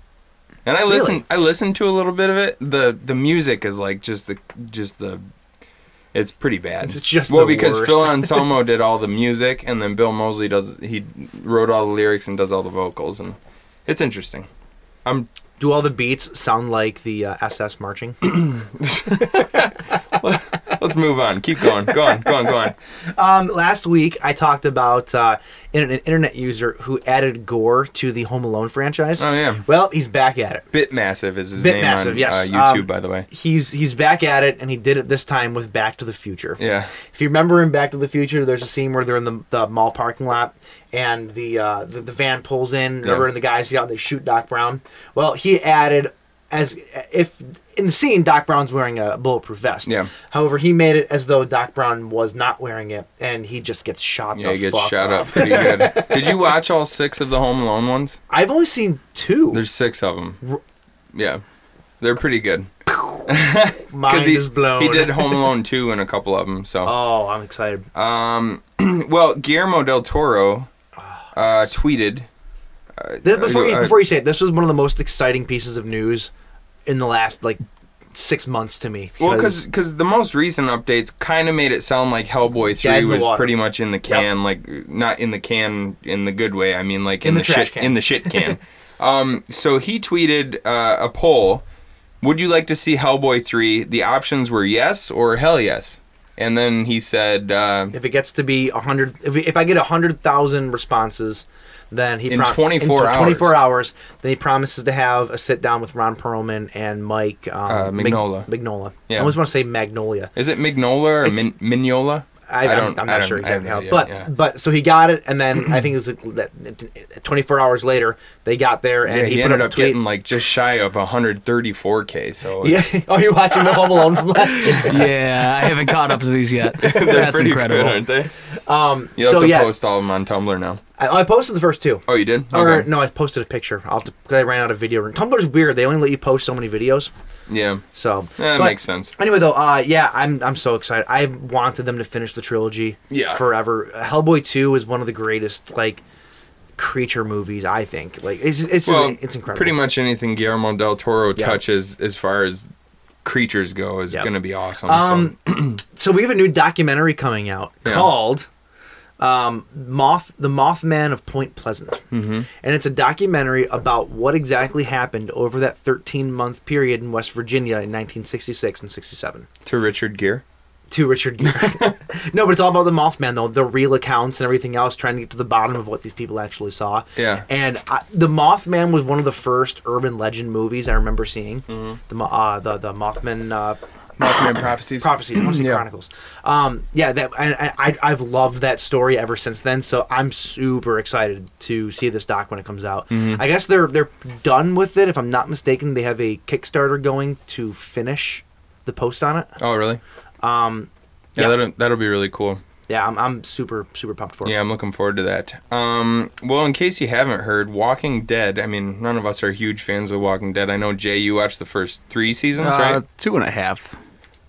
Speaker 6: And I listen I listened to a little bit of it. The the music is like just the just the it's pretty bad.
Speaker 5: It's just
Speaker 6: well
Speaker 5: the
Speaker 6: because
Speaker 5: worst.
Speaker 6: Phil
Speaker 5: [LAUGHS]
Speaker 6: Anselmo did all the music and then Bill Mosley does he wrote all the lyrics and does all the vocals and it's interesting. I'm
Speaker 5: Do all the beats sound like the uh, SS marching?
Speaker 6: Let's move on. Keep going. Go on. Go on. Go
Speaker 5: [LAUGHS]
Speaker 6: on.
Speaker 5: Um, last week I talked about uh, an, an internet user who added gore to the Home Alone franchise.
Speaker 6: Oh, yeah.
Speaker 5: Well, he's back at it.
Speaker 6: Bit massive is his
Speaker 5: Bit
Speaker 6: name
Speaker 5: massive,
Speaker 6: on
Speaker 5: yes.
Speaker 6: uh, YouTube,
Speaker 5: Um,
Speaker 6: by the way.
Speaker 5: He's he's back at it, and he did it this time with Back to the Future.
Speaker 6: Yeah.
Speaker 5: If you remember in Back to the Future, there's a scene where they're in the, the mall parking lot, and the uh, the, the van pulls in. Remember,
Speaker 6: Yeah.
Speaker 5: and the guys get out, and they shoot Doc Brown. Well, he added as if in the scene Doc Brown's wearing a bulletproof vest.
Speaker 6: Yeah.
Speaker 5: However, he made it as though Doc Brown was not wearing it, and he just gets shot.
Speaker 6: Yeah,
Speaker 5: the
Speaker 6: he gets
Speaker 5: fuck
Speaker 6: shot up
Speaker 5: up.
Speaker 6: pretty good.
Speaker 5: [LAUGHS]
Speaker 6: Did you watch all six of the Home Alone ones?
Speaker 5: I've only seen two.
Speaker 6: There's six of them. Yeah, they're pretty good.
Speaker 5: Mind
Speaker 6: he
Speaker 5: is blown.
Speaker 6: he did Home Alone two and a couple of them. So
Speaker 5: Oh, I'm excited.
Speaker 6: well, Guillermo del Toro
Speaker 5: Oh,
Speaker 6: uh, tweeted.
Speaker 5: Th- before, you,
Speaker 6: uh,
Speaker 5: before you say it, this was one of the most exciting pieces of news in the last like six months to me.
Speaker 6: Well, because the most recent updates kind of made it sound like Hellboy
Speaker 5: Dead
Speaker 6: three
Speaker 5: in the
Speaker 6: was
Speaker 5: water.
Speaker 6: pretty much in the can, like not in the can in the good way. I mean, like in,
Speaker 5: In
Speaker 6: the,
Speaker 5: the trash
Speaker 6: shit
Speaker 5: can.
Speaker 6: in the shit
Speaker 5: [LAUGHS]
Speaker 6: can. um, so he tweeted uh, a poll: Would you like to see Hellboy three? The options were yes or hell yes, and then he said. Uh,
Speaker 5: if it gets to be a hundred, if, if I get a hundred thousand responses, then he
Speaker 6: In 24
Speaker 5: in
Speaker 6: hours.
Speaker 5: 24 hours, then he promises to have a sit down with Ron Perlman and Mike um,
Speaker 6: Uh,
Speaker 5: Mag-
Speaker 6: Mignola.
Speaker 5: Mignola.
Speaker 6: Yeah.
Speaker 5: I always want to say Magnolia.
Speaker 6: Is it Mignola or
Speaker 5: It's-
Speaker 6: Min- Mignola?
Speaker 5: I, I am I'm not
Speaker 6: don't-
Speaker 5: sure
Speaker 6: I have
Speaker 5: exactly
Speaker 6: no
Speaker 5: how,
Speaker 6: idea,
Speaker 5: but
Speaker 6: yeah.
Speaker 5: but so he got it, and then I
Speaker 6: [CLEARS THROAT]
Speaker 5: think it was like that, 24 hours later they got there, and
Speaker 6: Yeah,
Speaker 5: he,
Speaker 6: he
Speaker 5: put
Speaker 6: ended
Speaker 5: up
Speaker 6: up
Speaker 5: a tweet.
Speaker 6: getting like just shy of 134k. So
Speaker 5: [LAUGHS] yeah.
Speaker 6: it's-
Speaker 5: Oh, you're watching the Home
Speaker 6: [LAUGHS]
Speaker 5: Alone from last year.
Speaker 7: yeah, I haven't caught up to these [LAUGHS] yet. That's
Speaker 6: pretty
Speaker 7: incredible.
Speaker 6: good, aren't they? Um, you
Speaker 5: so
Speaker 6: have to
Speaker 5: yeah.
Speaker 6: post all of them on Tumblr now.
Speaker 5: I, I posted the first two.
Speaker 6: Oh, you did?
Speaker 5: Or
Speaker 6: Okay.
Speaker 5: no, I posted a picture. I'll have to, 'cause I ran out of video. Tumblr's weird. They only let you post so many videos.
Speaker 6: Yeah.
Speaker 5: So
Speaker 6: That
Speaker 5: but
Speaker 6: makes sense.
Speaker 5: Anyway, though, uh, yeah, I'm I'm so excited. I wanted them to finish the trilogy.
Speaker 6: Yeah.
Speaker 5: Forever. Hellboy Two is one of the greatest like creature movies. I think. Like it's it's
Speaker 6: Well,
Speaker 5: just, it's incredible.
Speaker 6: Pretty much anything Guillermo del Toro
Speaker 5: Yeah.
Speaker 6: touches as far as creatures go is
Speaker 5: Yep.
Speaker 6: going to be awesome.
Speaker 5: Um, So we have a new documentary coming out
Speaker 6: Yeah.
Speaker 5: called um, "Moth: The Mothman of Point Pleasant," mm-hmm. and it's a documentary about what exactly happened over that 13-month period in West Virginia in 1966 and 67
Speaker 6: so, to Richard
Speaker 5: [COUGHS]
Speaker 6: Gere.
Speaker 5: to
Speaker 6: [LAUGHS]
Speaker 5: Richard Gere. no, but it's all about the Mothman, though. The real accounts and everything else, trying to get to the bottom of what these people actually saw.
Speaker 6: Yeah.
Speaker 5: And I, the Mothman was one of the first urban legend movies I remember seeing.
Speaker 6: Mm-hmm.
Speaker 5: The mo- uh, the the Mothman. Uh,
Speaker 6: Mothman Prophecies.
Speaker 5: Prophecies, I want to
Speaker 6: [CLEARS THROAT]
Speaker 5: say
Speaker 6: Yeah.
Speaker 5: Chronicles. Um, yeah, that and, and I, I've loved that story ever since then. So I'm super excited to see this doc when it comes out.
Speaker 6: Mm-hmm.
Speaker 5: I guess they're they're done with it, if I'm not mistaken. They have a Kickstarter going to finish the post on it.
Speaker 6: Oh, really? Um, yeah,
Speaker 5: yeah.
Speaker 6: That'll, that'll be really cool.
Speaker 5: Yeah, I'm, I'm super super pumped for it.
Speaker 6: Yeah, I'm looking forward to that. Um, well, in case you haven't heard, Walking Dead. I mean, none of us are huge fans of Walking Dead. I know Jay, you watched the first three seasons,
Speaker 7: Uh,
Speaker 6: right?
Speaker 7: two and a half.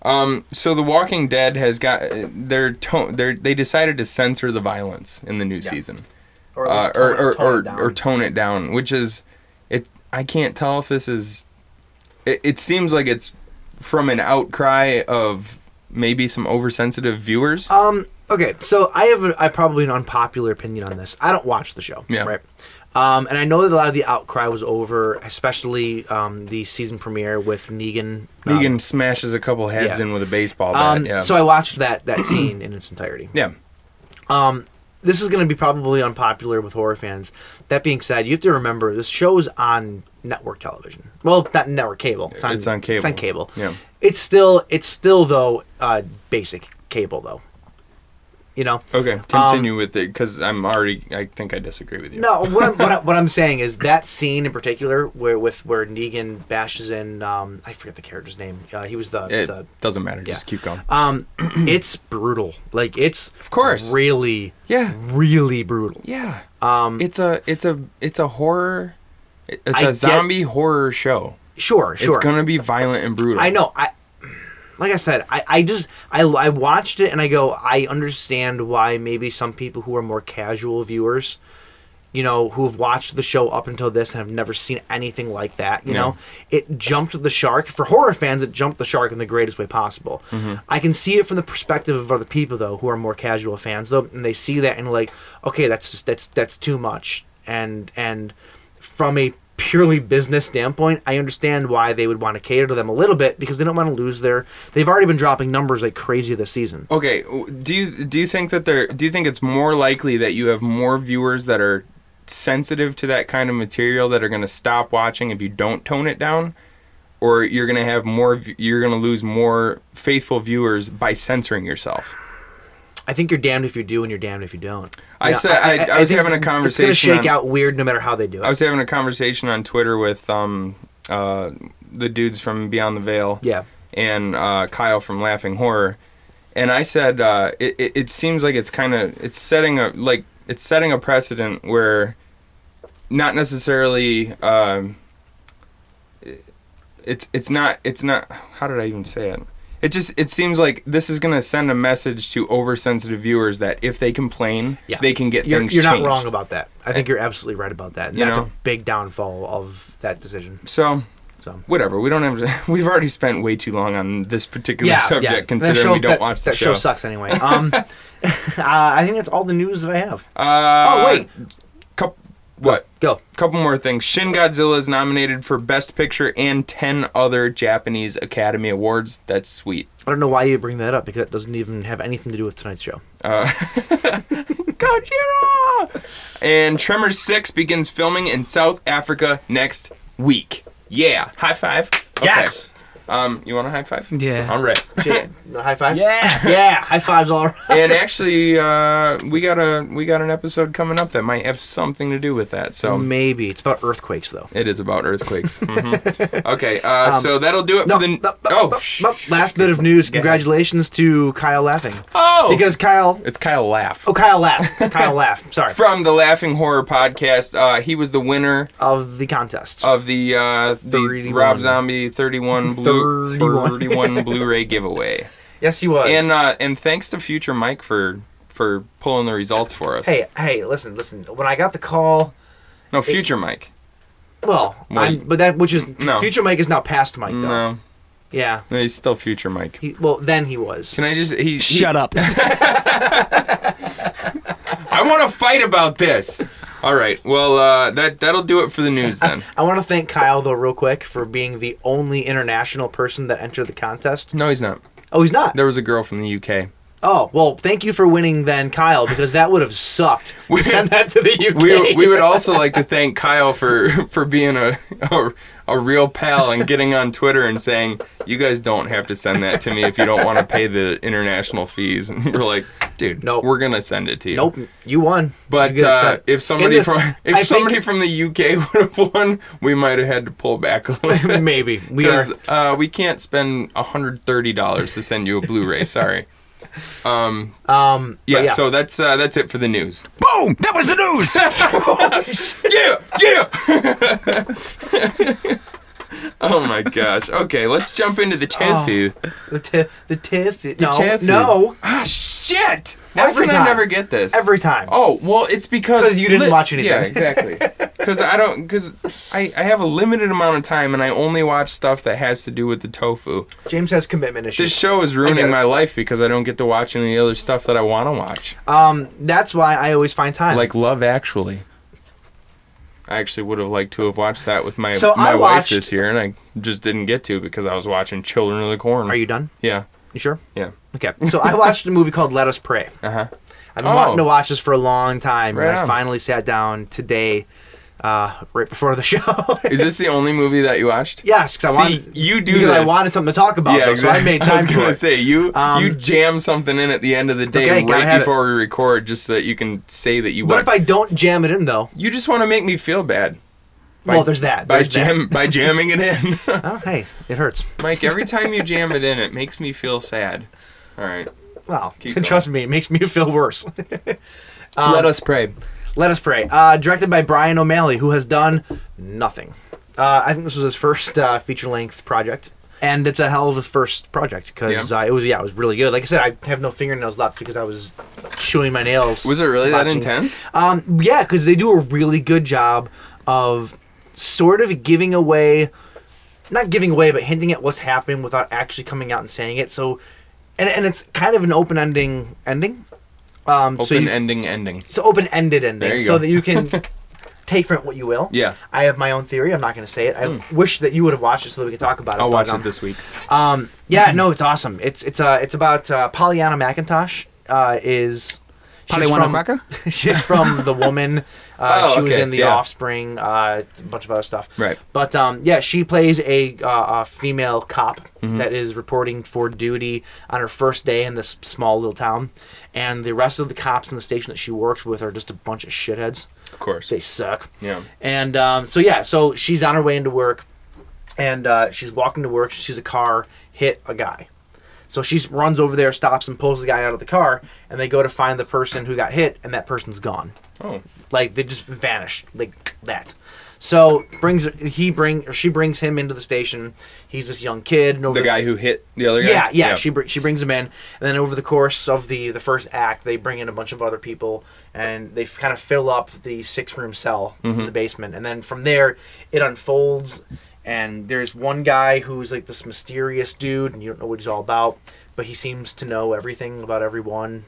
Speaker 6: Um, so The Walking Dead has got uh, their tone. Their, they decided to censor the violence in the new season,
Speaker 5: Or,
Speaker 6: uh, or or or,
Speaker 5: down.
Speaker 6: or tone it down, which is, it. I can't tell if this is. It, it seems like it's from an outcry of maybe some oversensitive viewers.
Speaker 5: um okay, so I have a, I probably an unpopular opinion on this. I don't watch the show.
Speaker 6: Yeah.
Speaker 5: Right. Um, and I know that a lot of the outcry was over, especially um, the season premiere with Negan. um,
Speaker 6: Negan smashes a couple heads
Speaker 5: yeah.
Speaker 6: in with a baseball bat.
Speaker 5: Um,
Speaker 6: yeah.
Speaker 5: So I watched that that [CLEARS THROAT] scene in its entirety.
Speaker 6: yeah.
Speaker 5: This is going to be probably unpopular with horror fans. That being said, you have to remember this show is on network television. Well, not network cable.
Speaker 6: It's on
Speaker 5: It's on
Speaker 6: cable.
Speaker 5: cable.
Speaker 6: Yeah.
Speaker 5: It's still it's still though uh, basic cable though. You know.
Speaker 6: Okay, continue with it because I'm already. I think I disagree with you.
Speaker 5: No, what I'm, what, I, what I'm saying is that scene in particular, where with where Negan bashes in, um, I forget the character's name. Uh, he was the,
Speaker 6: it
Speaker 5: the
Speaker 6: doesn't matter. Just keep going.
Speaker 5: um, it's brutal. Like it's of
Speaker 6: course.
Speaker 5: really
Speaker 6: Yeah.
Speaker 5: really brutal.
Speaker 6: yeah. Um. It's a. It's a. It's a horror. it- It's
Speaker 5: I
Speaker 6: a
Speaker 5: get-
Speaker 6: zombie horror show.
Speaker 5: Sure, sure.
Speaker 6: It's gonna be violent and brutal.
Speaker 5: I know. I like I said, I, I just I, I watched it and I go, I understand why maybe some people who are more casual viewers, you know, who have watched the show up until this and have never seen anything like that, you
Speaker 6: Yeah.
Speaker 5: know, it jumped the shark. For horror fans, it jumped the shark in the greatest way possible. I can see it from the perspective of other people though, who are more casual fans though, and they see that and like, okay, that's just that's that's too much, and and from a purely business standpoint, I understand why they would want to cater to them a little bit because they don't want to lose their. They've already been dropping numbers like crazy this season.
Speaker 6: Okay, w- do you do you think that there do you think it's more likely that you have more viewers that are sensitive to that kind of material that are going to stop watching if you don't tone it down or you're going to have more v- you're going to lose more faithful viewers by censoring yourself?
Speaker 5: I think you're damned if you do and you're damned if you don't.
Speaker 6: I
Speaker 5: Yeah,
Speaker 6: said I, I, was
Speaker 5: think
Speaker 6: having a conversation
Speaker 5: It's gonna shake
Speaker 6: on-
Speaker 5: out weird no matter how they do it.
Speaker 6: I was having a conversation on Twitter with um, uh, the dudes from Beyond the Veil.
Speaker 5: Yeah.
Speaker 6: And uh, Kyle from Laughing Horror, and I said uh, it, it. It seems like it's kind of it's setting a like it's setting a precedent where not necessarily um, it- it's it's not it's not how did I even say it. It just it seems like this is gonna send a message to oversensitive viewers that if they complain,
Speaker 5: yeah.
Speaker 6: they can get
Speaker 5: you're,
Speaker 6: things
Speaker 5: You're
Speaker 6: changed.
Speaker 5: not wrong about that. I think you're absolutely right about that. And
Speaker 6: You
Speaker 5: that's
Speaker 6: know?
Speaker 5: a big downfall of that decision.
Speaker 6: So
Speaker 5: So
Speaker 6: whatever. We don't have. [LAUGHS] We've already spent way too long on this particular subject,
Speaker 5: That
Speaker 6: considering
Speaker 5: show-
Speaker 6: we don't
Speaker 5: that-
Speaker 6: watch the
Speaker 5: that show.
Speaker 6: [LAUGHS]
Speaker 5: sucks anyway. Um, [LAUGHS] uh, I think that's all the news that I have.
Speaker 6: Uh,
Speaker 5: oh wait,
Speaker 6: Cup, what?
Speaker 5: go.
Speaker 6: Couple more things. Shin Godzilla is nominated for Best Picture and ten other Japanese Academy Awards. That's sweet.
Speaker 5: I don't know why you bring that up because it doesn't even have anything to do with tonight's show.
Speaker 6: Gojira. And Tremors Six begins filming in South Africa next week. Yeah. High five. Okay.
Speaker 5: Yes.
Speaker 6: Um, you want a high five?
Speaker 7: Yeah.
Speaker 6: All right.
Speaker 5: high five. Yeah, yeah. High fives all around.
Speaker 6: [LAUGHS] and actually, uh, we got a we got an episode coming up that might have something to do with that. So
Speaker 5: Maybe it's about earthquakes though.
Speaker 6: It is about earthquakes.
Speaker 5: [LAUGHS]
Speaker 6: Mhm. Okay, uh, so that'll do it
Speaker 5: Um, No,
Speaker 6: for the.
Speaker 5: no, no,
Speaker 6: oh,
Speaker 5: no,
Speaker 6: sh-
Speaker 5: no. last bit of news. Congratulations to Kyle laughing
Speaker 6: oh,
Speaker 5: because Kyle.
Speaker 6: it's Kyle Laugh
Speaker 5: Oh, Kyle
Speaker 6: [LAUGHS]
Speaker 5: laughed. Kyle laughed. Sorry.
Speaker 6: from the Laughing Horror Podcast. Uh, he was the winner
Speaker 5: of the contest.
Speaker 6: of the uh, the
Speaker 5: 31.
Speaker 6: Rob Zombie 31 Blu-
Speaker 5: 31.
Speaker 6: 31 Blu-ray giveaway.
Speaker 5: yes, he was.
Speaker 6: And uh, and thanks to Future Mike for for pulling the results for us.
Speaker 5: hey, hey, listen, listen. When I got the call,
Speaker 6: no, Future Mike.
Speaker 5: well,
Speaker 6: Well,
Speaker 5: I'm, but that which is
Speaker 6: no.
Speaker 5: future Mike is now past Mike though.
Speaker 6: No,
Speaker 5: Yeah.
Speaker 6: no, he's still Future Mike.
Speaker 5: He, well, then he was.
Speaker 6: Can I just he?
Speaker 7: Shut up.
Speaker 6: I want to fight about this. All right. Well, uh, that that'll do it for the news then.
Speaker 5: I want to thank Kyle though, real quick, for being the only international person that entered the contest.
Speaker 6: No, he's not.
Speaker 5: Oh, he's not.
Speaker 6: There was a girl from the UK.
Speaker 5: Oh, well, thank you for winning then, Kyle, because that would have sucked.
Speaker 6: [LAUGHS]
Speaker 5: We send that to the UK.
Speaker 6: We, we would also like to thank Kyle for for being a, a a real pal and getting on Twitter and saying you guys don't have to send that to me if you don't want to pay the international fees. And we're like, dude, no,
Speaker 5: Nope.
Speaker 6: we're gonna send it to you.
Speaker 5: nope, you won. You
Speaker 6: But
Speaker 5: get
Speaker 6: uh,
Speaker 5: upset.
Speaker 6: if somebody
Speaker 5: In the- [LAUGHS]
Speaker 6: from if
Speaker 5: I think-
Speaker 6: somebody from the UK [LAUGHS] would have won, we might have had to pull back a little bit.
Speaker 5: maybe [LAUGHS] we are.
Speaker 6: [LAUGHS] Because uh, we can't spend hundred thirty dollars to send you a Blu-ray. Sorry.
Speaker 5: Um, [LAUGHS] but
Speaker 6: Yeah,
Speaker 5: yeah.
Speaker 6: So that's uh, that's it for the news.
Speaker 7: Boom! That was the [LAUGHS] news.
Speaker 6: yeah, yeah. [LAUGHS] oh my gosh. Okay, let's jump into the tofu.
Speaker 5: the t- the tiff. Oh, no,
Speaker 6: tofu.
Speaker 5: no,
Speaker 6: Ah, shit. Why
Speaker 5: Every
Speaker 6: can I
Speaker 5: time.
Speaker 6: never get this?
Speaker 5: every time.
Speaker 6: Oh well, it's because
Speaker 5: 'Cause you didn't watch anything.
Speaker 6: Yeah,
Speaker 5: [LAUGHS]
Speaker 6: exactly. Because I don't. Because I, I have a limited amount of time, and I only watch stuff that has to do with the tofu.
Speaker 5: James has commitment
Speaker 6: This
Speaker 5: issues.
Speaker 6: show is
Speaker 5: I get
Speaker 6: ruining
Speaker 5: it.
Speaker 6: my life because I don't get to watch any other stuff that I want to watch,
Speaker 5: um, that's why I always find
Speaker 6: [LAUGHS]
Speaker 5: time.
Speaker 6: like Love Actually. I actually would have liked to have watched that with my
Speaker 5: So I
Speaker 6: my wife
Speaker 5: watched-
Speaker 6: this year, and I just didn't get to because I was watching Children of the Corn.
Speaker 5: are you done?
Speaker 6: Yeah,
Speaker 5: You sure?
Speaker 6: yeah.
Speaker 5: Okay. So I
Speaker 6: [LAUGHS]
Speaker 5: watched a movie called Let Us Pray.
Speaker 6: Uh huh.
Speaker 5: I've been
Speaker 6: Oh.
Speaker 5: wanting to watch this for a long time,
Speaker 6: Right
Speaker 5: and I
Speaker 6: on.
Speaker 5: finally sat down today, uh, right before the [LAUGHS] show.
Speaker 6: Is this the only movie that you watched?
Speaker 5: yes, because I
Speaker 6: See,
Speaker 5: wanted
Speaker 6: you do
Speaker 5: because I
Speaker 6: this.
Speaker 5: wanted something to talk about. though, So I
Speaker 6: [LAUGHS]
Speaker 5: made time
Speaker 6: was
Speaker 5: for
Speaker 6: gonna
Speaker 5: it.
Speaker 6: say you
Speaker 5: Um,
Speaker 6: you jam something in at the end of the day
Speaker 5: okay, gotta
Speaker 6: right
Speaker 5: have it.
Speaker 6: before we record, just so that you can say that you.
Speaker 5: but
Speaker 6: want-
Speaker 5: if I don't jam it in though,
Speaker 6: you just want to make me feel bad. By-
Speaker 5: well, there's that.
Speaker 6: by
Speaker 5: there's that.
Speaker 6: jam
Speaker 5: [LAUGHS]
Speaker 6: by jamming it in, [LAUGHS]
Speaker 5: Oh, hey, it hurts.
Speaker 6: Mike. Every time you jam it in, it makes me feel sad. All right,
Speaker 5: Wow.
Speaker 6: Keep going.
Speaker 5: [LAUGHS] Trust me, it makes me feel worse.
Speaker 6: let us pray.
Speaker 5: Let us pray. Uh, directed by Brian O'Malley, who has done nothing. Uh, I think this was his first uh, feature-length project, and it's a hell of a first project because
Speaker 6: Yeah.
Speaker 5: uh, it was yeah, it was really good. Like I said, I have no fingernails left because I was chewing my nails.
Speaker 6: Was it really that
Speaker 5: watching-
Speaker 6: intense?
Speaker 5: Um, yeah, because they do a really good job of sort of giving away, not giving away, but hinting at what's happening without actually coming out and saying it. So, and and it's kind of an open-ending ending. Um, so
Speaker 6: Open
Speaker 5: you-
Speaker 6: ending ending.
Speaker 5: it's an open-ended ending
Speaker 6: There you [LAUGHS]
Speaker 5: so
Speaker 6: go.
Speaker 5: that you can take from it what you will.
Speaker 6: Yeah. Hmm.
Speaker 5: I have my own theory. I'm not going to say it. I wish that you would have watched it so that we could talk about it.
Speaker 6: I'll
Speaker 5: but,
Speaker 6: watch
Speaker 5: um,
Speaker 6: it this week.
Speaker 5: Um, yeah, no, it's awesome. It's it's uh it's about uh, Pollyanna McIntosh. Uh, is she's
Speaker 7: Pollyanna
Speaker 5: from
Speaker 7: Cracker?
Speaker 5: [LAUGHS] she's from the woman. Uh,
Speaker 6: [LAUGHS] Oh,
Speaker 5: she was
Speaker 6: okay,
Speaker 5: in The
Speaker 6: yeah.
Speaker 5: Offspring. Uh, a bunch of other stuff.
Speaker 6: Right.
Speaker 5: But um, yeah, she plays a, uh, a female cop
Speaker 6: Mm-hmm.
Speaker 5: that is reporting for duty on her first day in this small little town, and the rest of the cops in the station that she works with are just a bunch of shitheads.
Speaker 6: Of course.
Speaker 5: They suck.
Speaker 6: Yeah.
Speaker 5: And um, so yeah, so she's on her way into work, and uh, she's walking to work. She sees a car hit a guy, so she runs over there, stops, and pulls the guy out of the car. And they go to find the person who got hit, and that person's gone.
Speaker 6: Oh.
Speaker 5: Like they just vanished like that. So brings he bring or she brings him into the station. He's this young kid. and over
Speaker 6: The guy who hit the other guy?
Speaker 5: yeah, yeah. She br- she brings him in, and then over the course of the the first act, they bring in a bunch of other people, and they kind of fill up the six room cell
Speaker 6: Mm-hmm.
Speaker 5: in the basement, and then from there it unfolds, and there's one guy who's like this mysterious dude, and you don't know what he's all about, but he seems to know everything about everyone,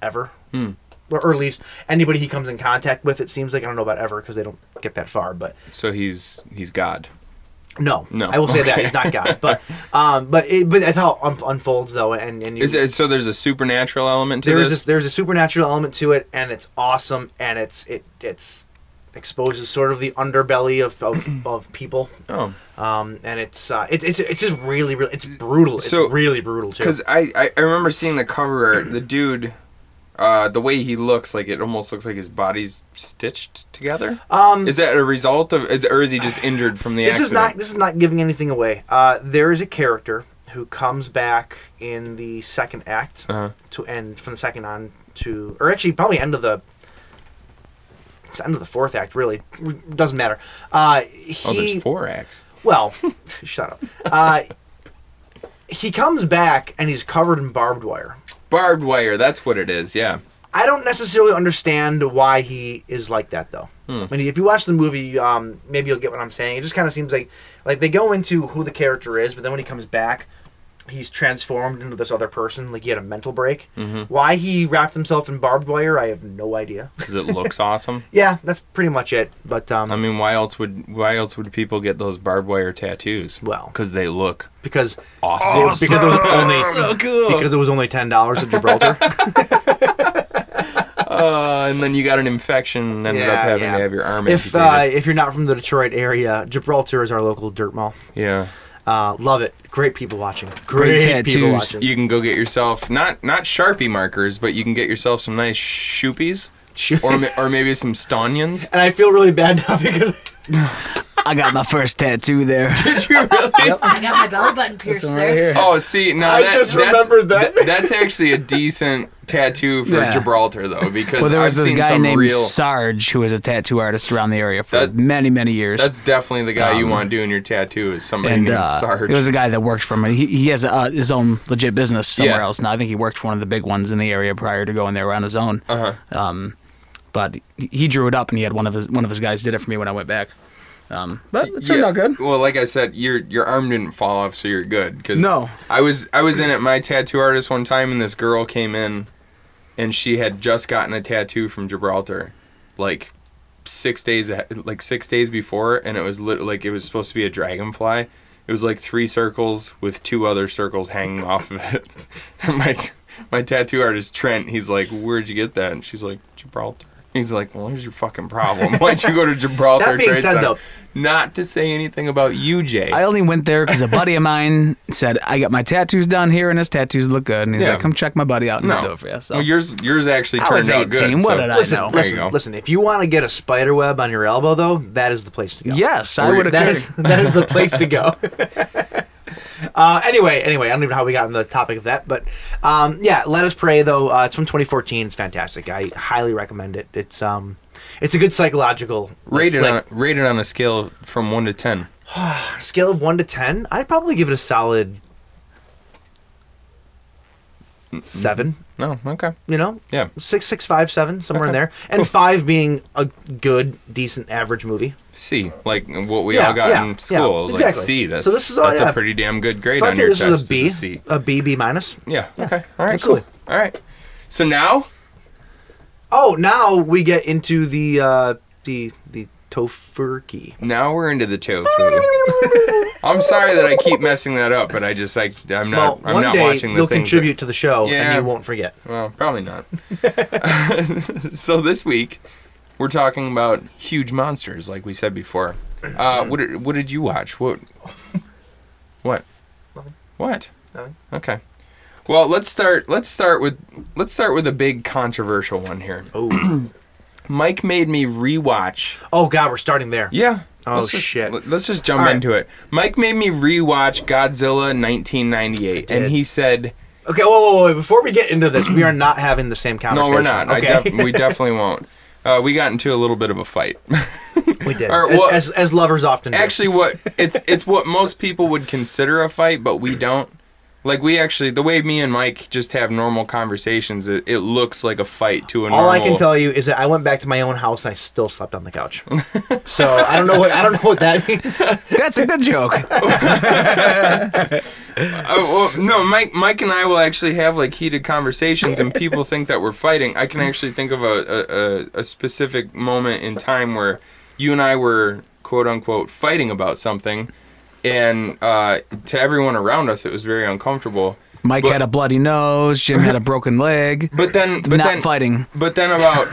Speaker 5: ever.
Speaker 6: Hmm.
Speaker 5: Or, or at least anybody he comes in contact with, it seems like I don't know about ever because they don't get that far. But
Speaker 6: So he's he's God.
Speaker 5: no,
Speaker 6: No.
Speaker 5: I will say that
Speaker 6: Okay.
Speaker 5: he's not God, but um, but it, but that's how it un- unfolds though, and and you,
Speaker 6: Is it, so there's a supernatural element to
Speaker 5: there's
Speaker 6: this?
Speaker 5: this there's a supernatural element to it, and it's awesome, and it's it it's exposes sort of the underbelly of
Speaker 6: [CLEARS THROAT]
Speaker 5: of, of people,
Speaker 6: Oh.
Speaker 5: um, and it's uh, it, it's it's just really really it's brutal, it's
Speaker 6: So-
Speaker 5: really brutal too.
Speaker 6: Because I, I, I remember seeing the cover art, the dude, uh, the way he looks, like it almost looks like his body's stitched together. Um, is that a result of, is, or is he just injured from the
Speaker 5: this
Speaker 6: accident?
Speaker 5: is not this is not giving anything away. Uh, there is a character who comes back in the second act
Speaker 6: Uh-huh.
Speaker 5: to end from the second on to, or actually probably end of the. It's end of the fourth act, really. Doesn't matter. Uh, he,
Speaker 6: Oh, there's four acts.
Speaker 5: Well,
Speaker 6: [LAUGHS]
Speaker 5: shut up. Uh, he comes back and he's covered in barbed wire.
Speaker 6: Barbed wire, that's what it is, yeah.
Speaker 5: I don't necessarily understand why he is like that though.
Speaker 6: Hmm.
Speaker 5: I mean, if you watch the movie, um, maybe you'll get what I'm saying. It just kind of seems like like they go into who the character is, but then when he comes back, he's transformed into this other person. Like he had a mental break.
Speaker 6: Mm-hmm.
Speaker 5: Why he wrapped himself in barbed wire, I have no idea. [LAUGHS]
Speaker 6: Because it looks awesome.
Speaker 5: Yeah, that's pretty much it. But um,
Speaker 6: I mean, why else would why else would people get those barbed wire tattoos?
Speaker 5: Well.
Speaker 6: because they look
Speaker 5: because
Speaker 6: awesome.
Speaker 5: because it was only
Speaker 6: cool.
Speaker 5: because it was only ten dollars at Gibraltar.
Speaker 6: uh, and then you got an infection and [LAUGHS] ended up
Speaker 5: Yeah,
Speaker 6: having
Speaker 5: yeah.
Speaker 6: to have your arm
Speaker 5: if uh,
Speaker 6: amputated.
Speaker 5: if you're not from the Detroit area, Gibraltar is our local dirt mall.
Speaker 6: yeah.
Speaker 5: Uh, love it. Great people watching.
Speaker 7: Great
Speaker 5: Great, people
Speaker 7: tattoos.
Speaker 5: watching.
Speaker 6: You can go get yourself not not Sharpie markers, but you can get yourself some nice shoopies,
Speaker 5: Shoo-
Speaker 6: or ma- or maybe some
Speaker 7: [LAUGHS]
Speaker 6: Stonions.
Speaker 5: and I feel really bad [LAUGHS] now because
Speaker 7: I got my first
Speaker 6: [LAUGHS]
Speaker 7: tattoo there.
Speaker 8: I got my belly button pierced there.
Speaker 6: Oh, see, now
Speaker 5: I
Speaker 6: that,
Speaker 5: just
Speaker 6: that's,
Speaker 5: remembered that.
Speaker 6: th- that's actually a decent tattoo for
Speaker 7: Yeah.
Speaker 6: Gibraltar, though, because
Speaker 7: Well, there was
Speaker 6: I've
Speaker 7: this
Speaker 6: seen
Speaker 7: guy
Speaker 6: some
Speaker 7: named
Speaker 6: real.
Speaker 7: Sarge who was a tattoo artist around the area for
Speaker 6: That-
Speaker 7: many, many years.
Speaker 6: that's definitely the guy you
Speaker 7: Um,
Speaker 6: want doing your tattoo is somebody
Speaker 7: and
Speaker 6: named
Speaker 7: uh,
Speaker 6: Sarge.
Speaker 7: it was a guy that works for him. He, he has uh, his own legit business somewhere
Speaker 6: Yeah.
Speaker 7: else now. I think he worked for one of the big ones in the area prior to going there on his own.
Speaker 6: Uh-huh.
Speaker 7: Um, but he- he drew it up, and he had one of his one of his guys did it for me when I went back. Um, but it turned
Speaker 6: Yeah.
Speaker 7: out good.
Speaker 6: Well, like I said, your your arm didn't fall off, so you're good. 'cause
Speaker 7: No.
Speaker 6: I was I was in at my tattoo artist one time, and this girl came in, and she had just gotten a tattoo from Gibraltar, like six days ahe- like six days before, and it was lit, like it was supposed to be a dragonfly. It was like three circles with two other circles hanging off of it. [LAUGHS] And my my tattoo artist Trent, he's like, "Where'd you get that?" And she's like, "Gibraltar." He's like, "Well, here's your fucking problem. Why'd you
Speaker 7: [LAUGHS]
Speaker 6: go to Gibraltar?"
Speaker 5: That being
Speaker 6: Trade
Speaker 5: said,
Speaker 6: Center?"
Speaker 5: though-
Speaker 6: not to say anything about you, Jay.
Speaker 7: I only went there because a buddy of mine said I got my tattoos done here, and his tattoos look good. And he's
Speaker 6: Yeah.
Speaker 7: like, "Come check my buddy out and
Speaker 6: no,
Speaker 7: no. do it for you." So
Speaker 6: well, yours yours actually
Speaker 7: I
Speaker 6: turned
Speaker 7: was
Speaker 6: out good.
Speaker 7: 18, what did I
Speaker 5: listen,
Speaker 7: know.
Speaker 6: Oh, There you
Speaker 5: listen,
Speaker 6: go.
Speaker 5: listen. If you want to get a spider web on your elbow, though, that is the place to go.
Speaker 7: yes, I
Speaker 6: Were-
Speaker 7: would
Speaker 5: that
Speaker 7: have. [LAUGHS]
Speaker 5: is [LAUGHS] that is the place to go. [LAUGHS] Uh, anyway, anyway, I don't even know how we got on the topic of that, but um, yeah, let us pray though. Uh, it's from 2014. It's fantastic. I highly recommend it. It's um, it's a good psychological like,
Speaker 6: Rated
Speaker 5: flick.
Speaker 6: on rated on a scale from one to ten.
Speaker 5: scale of one to ten, I'd probably give it a solid seven.
Speaker 6: No, okay,
Speaker 5: You know,
Speaker 6: yeah.
Speaker 5: six, six, five, seven, somewhere in
Speaker 6: Okay.
Speaker 5: there, and five being a good, decent, average movie.
Speaker 6: C, like what we
Speaker 5: Yeah,
Speaker 6: all got
Speaker 5: yeah,
Speaker 6: in school.
Speaker 5: yeah,
Speaker 6: I was like
Speaker 5: exactly.
Speaker 6: C. That's
Speaker 5: So this is all-
Speaker 6: that's
Speaker 5: yeah.
Speaker 6: a pretty damn good grade
Speaker 5: so I'd
Speaker 6: on
Speaker 5: say
Speaker 6: your
Speaker 5: this
Speaker 6: chest.
Speaker 5: is a B,
Speaker 6: It's C.
Speaker 5: a B, B minus.
Speaker 6: Yeah. Okay. All right.
Speaker 5: absolutely.
Speaker 6: Cool. All right. So now
Speaker 5: Oh, now we get into the uh, the the tofurkey.
Speaker 6: Now we're into the tofu. [LAUGHS] I'm sorry that I keep messing that up, but I just like I'm
Speaker 5: Well,
Speaker 6: not I'm
Speaker 5: one
Speaker 6: not
Speaker 5: day
Speaker 6: watching the
Speaker 5: you'll
Speaker 6: things
Speaker 5: contribute to the show
Speaker 6: Yeah.
Speaker 5: and you won't forget.
Speaker 6: That, well, probably not. [LAUGHS] so this week we're talking about huge monsters, like we said before.
Speaker 5: Mm-hmm.
Speaker 6: Uh, what did, what did you watch? What? What? What?
Speaker 5: Nothing.
Speaker 6: Okay. Well, let's start. Let's start with let's start with a big controversial one here.
Speaker 5: Oh,
Speaker 6: [CLEARS THROAT] Mike made me rewatch
Speaker 5: oh God, we're starting there.
Speaker 6: Yeah.
Speaker 5: Oh,
Speaker 6: let's just,
Speaker 5: shit.
Speaker 6: let- Let's just jump
Speaker 5: All right.
Speaker 6: into it. Mike made me rewatch Godzilla 1998, and
Speaker 5: did.
Speaker 6: he said,
Speaker 5: Okay, whoa, whoa, whoa! Before we get into this, we are not having the same
Speaker 6: "No,
Speaker 5: conversation.
Speaker 6: we're not. I
Speaker 5: Okay, [LAUGHS]
Speaker 6: def- we definitely won't." Uh, we got into a little bit of a fight. [LAUGHS]
Speaker 5: we did.
Speaker 6: All right, well-
Speaker 5: as, as lovers often do.
Speaker 6: actually, what it's it's what most people would consider a fight, but we don't. Like we actually, the way me and Mike just have normal conversations, it, it looks like a fight to a normal.
Speaker 5: All I can tell you is that I went back to my own house and I still slept on the couch. so I don't know what I don't know what that [LAUGHS] means.
Speaker 7: That's a good joke.
Speaker 6: Oh, well, no, Mike. Mike and I will actually have like heated conversations, and people think that we're fighting. I can actually think of a a, a, a specific moment in time where you and I were quote unquote fighting about something, and uh, to everyone around us, it was very uncomfortable.
Speaker 7: Mike had a bloody nose. Jim had a broken leg.
Speaker 6: But then, but
Speaker 7: not
Speaker 6: then,
Speaker 7: fighting.
Speaker 6: But then, about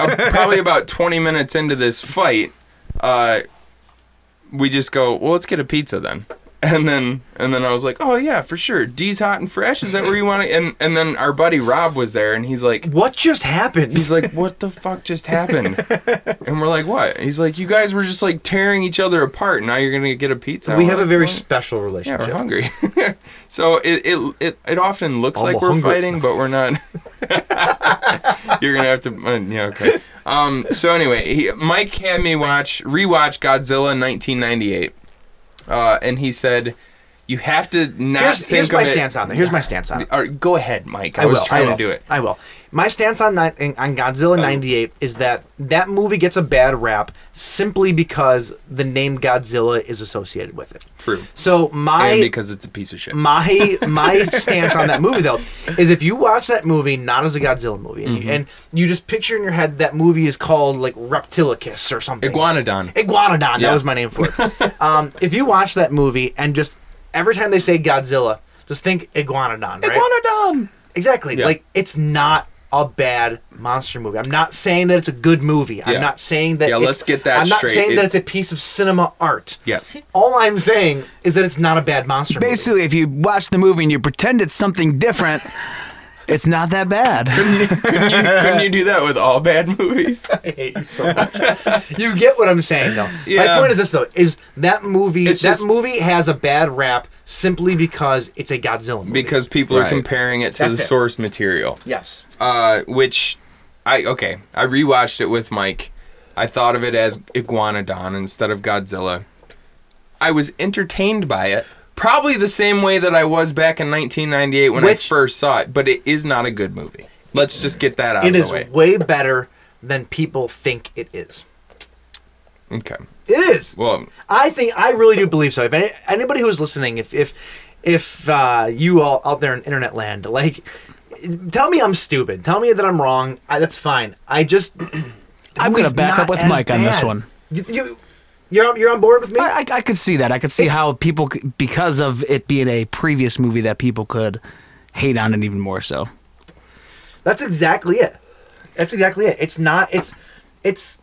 Speaker 6: uh, probably about twenty minutes into this fight, uh, we just go, "Well, let's get a pizza then." [LAUGHS] And then, and then I was like, "Oh yeah, for sure. D's hot and fresh. Is that where you want to?" [LAUGHS] And and then our buddy Rob was there, and he's like,
Speaker 5: What just happened?
Speaker 6: he's like, "What the fuck just
Speaker 5: [LAUGHS]
Speaker 6: happened?" And we're like, "What?" He's like, "You guys were just like tearing each other apart. Now you're gonna get a pizza."
Speaker 5: we
Speaker 6: I'm
Speaker 5: have a
Speaker 6: like,
Speaker 5: very
Speaker 6: "Well,
Speaker 5: special
Speaker 6: yeah,
Speaker 5: relationship.
Speaker 6: we're hungry. [LAUGHS] so it, it it it often looks
Speaker 5: I'm
Speaker 6: like we're
Speaker 5: hungry.
Speaker 6: fighting, but we're not. [LAUGHS] You're gonna have to. Uh, yeah, okay. Um. So anyway, he, Mike had me watch rewatch Godzilla 1998, uh, and he said, "You have to not
Speaker 5: Here's,
Speaker 6: think
Speaker 5: here's
Speaker 6: of
Speaker 5: my
Speaker 6: it."
Speaker 5: stance on that. Here's my stance on it.
Speaker 6: All right, go ahead, Mike. I, was trying
Speaker 5: will,
Speaker 6: to do it.
Speaker 5: I will. My stance on that on Godzilla '98 is that that movie gets a bad rap simply because the name Godzilla is associated with it.
Speaker 6: True.
Speaker 5: So my
Speaker 6: and because it's a piece of shit.
Speaker 5: my my stance on that movie though is if you watch that movie not as a Godzilla movie and,
Speaker 6: Mm-hmm.
Speaker 5: you, and you just picture in your head that movie is called like Reptilicus or something.
Speaker 6: Iguanodon.
Speaker 5: Iguanodon.
Speaker 6: Yeah.
Speaker 5: That was my name for
Speaker 6: [LAUGHS]
Speaker 5: it. um, if you watch that movie and just every time they say Godzilla, just think Iguanodon. Right?
Speaker 6: Iguanodon.
Speaker 5: Exactly.
Speaker 6: Yeah.
Speaker 5: Like it's not a bad monster movie. I'm not saying that it's a good movie. I'm
Speaker 6: Yeah.
Speaker 5: not saying that.
Speaker 6: Yeah,
Speaker 5: it's-
Speaker 6: let's get that
Speaker 5: I'm not
Speaker 6: straight.
Speaker 5: saying that
Speaker 6: It-
Speaker 5: it's a piece of cinema art. [LAUGHS]
Speaker 6: Yes.
Speaker 5: All I'm saying is that it's not a bad monster. movie.
Speaker 7: Basically, if you watch the movie and you pretend it's something different, it's not that bad.
Speaker 6: couldn't, you, couldn't you do that with all bad movies?
Speaker 5: [LAUGHS] I hate you so much. [LAUGHS] you get what I'm saying, though.
Speaker 6: Yeah.
Speaker 5: My point is this, though: is that movie?
Speaker 6: It's
Speaker 5: that
Speaker 6: just-
Speaker 5: movie has a bad rap simply because it's a Godzilla movie.
Speaker 6: Because people are
Speaker 9: Right.
Speaker 6: comparing it to
Speaker 5: That's
Speaker 6: the
Speaker 5: it.
Speaker 6: source material.
Speaker 5: yes,
Speaker 6: uh, which I okay. I rewatched it with Mike. I thought of it as Iguanodon instead of Godzilla. I was entertained by it, probably the same way that I was back in 1998 when I
Speaker 5: Which-
Speaker 6: first saw it. But it is not a good movie. Let's just get that out
Speaker 5: it
Speaker 6: of
Speaker 5: is
Speaker 6: the way.
Speaker 5: way better than people think it is.
Speaker 6: Okay.
Speaker 5: It is.
Speaker 6: Well,
Speaker 5: I think I really do believe so. If any, anybody who's listening, if if if uh, you all out there in internet land, like, tell me I'm stupid. Tell me that I'm wrong. I, that's fine. I just
Speaker 7: I'm gonna back up with Mike on this one.
Speaker 5: You, you you're on, you're on board with me.
Speaker 7: I, I, I could see that. I could see
Speaker 5: It's-
Speaker 7: how people, c- because of it being a previous movie, that people could hate on it even more so.
Speaker 5: That's exactly it. That's exactly it. It's not. It's it's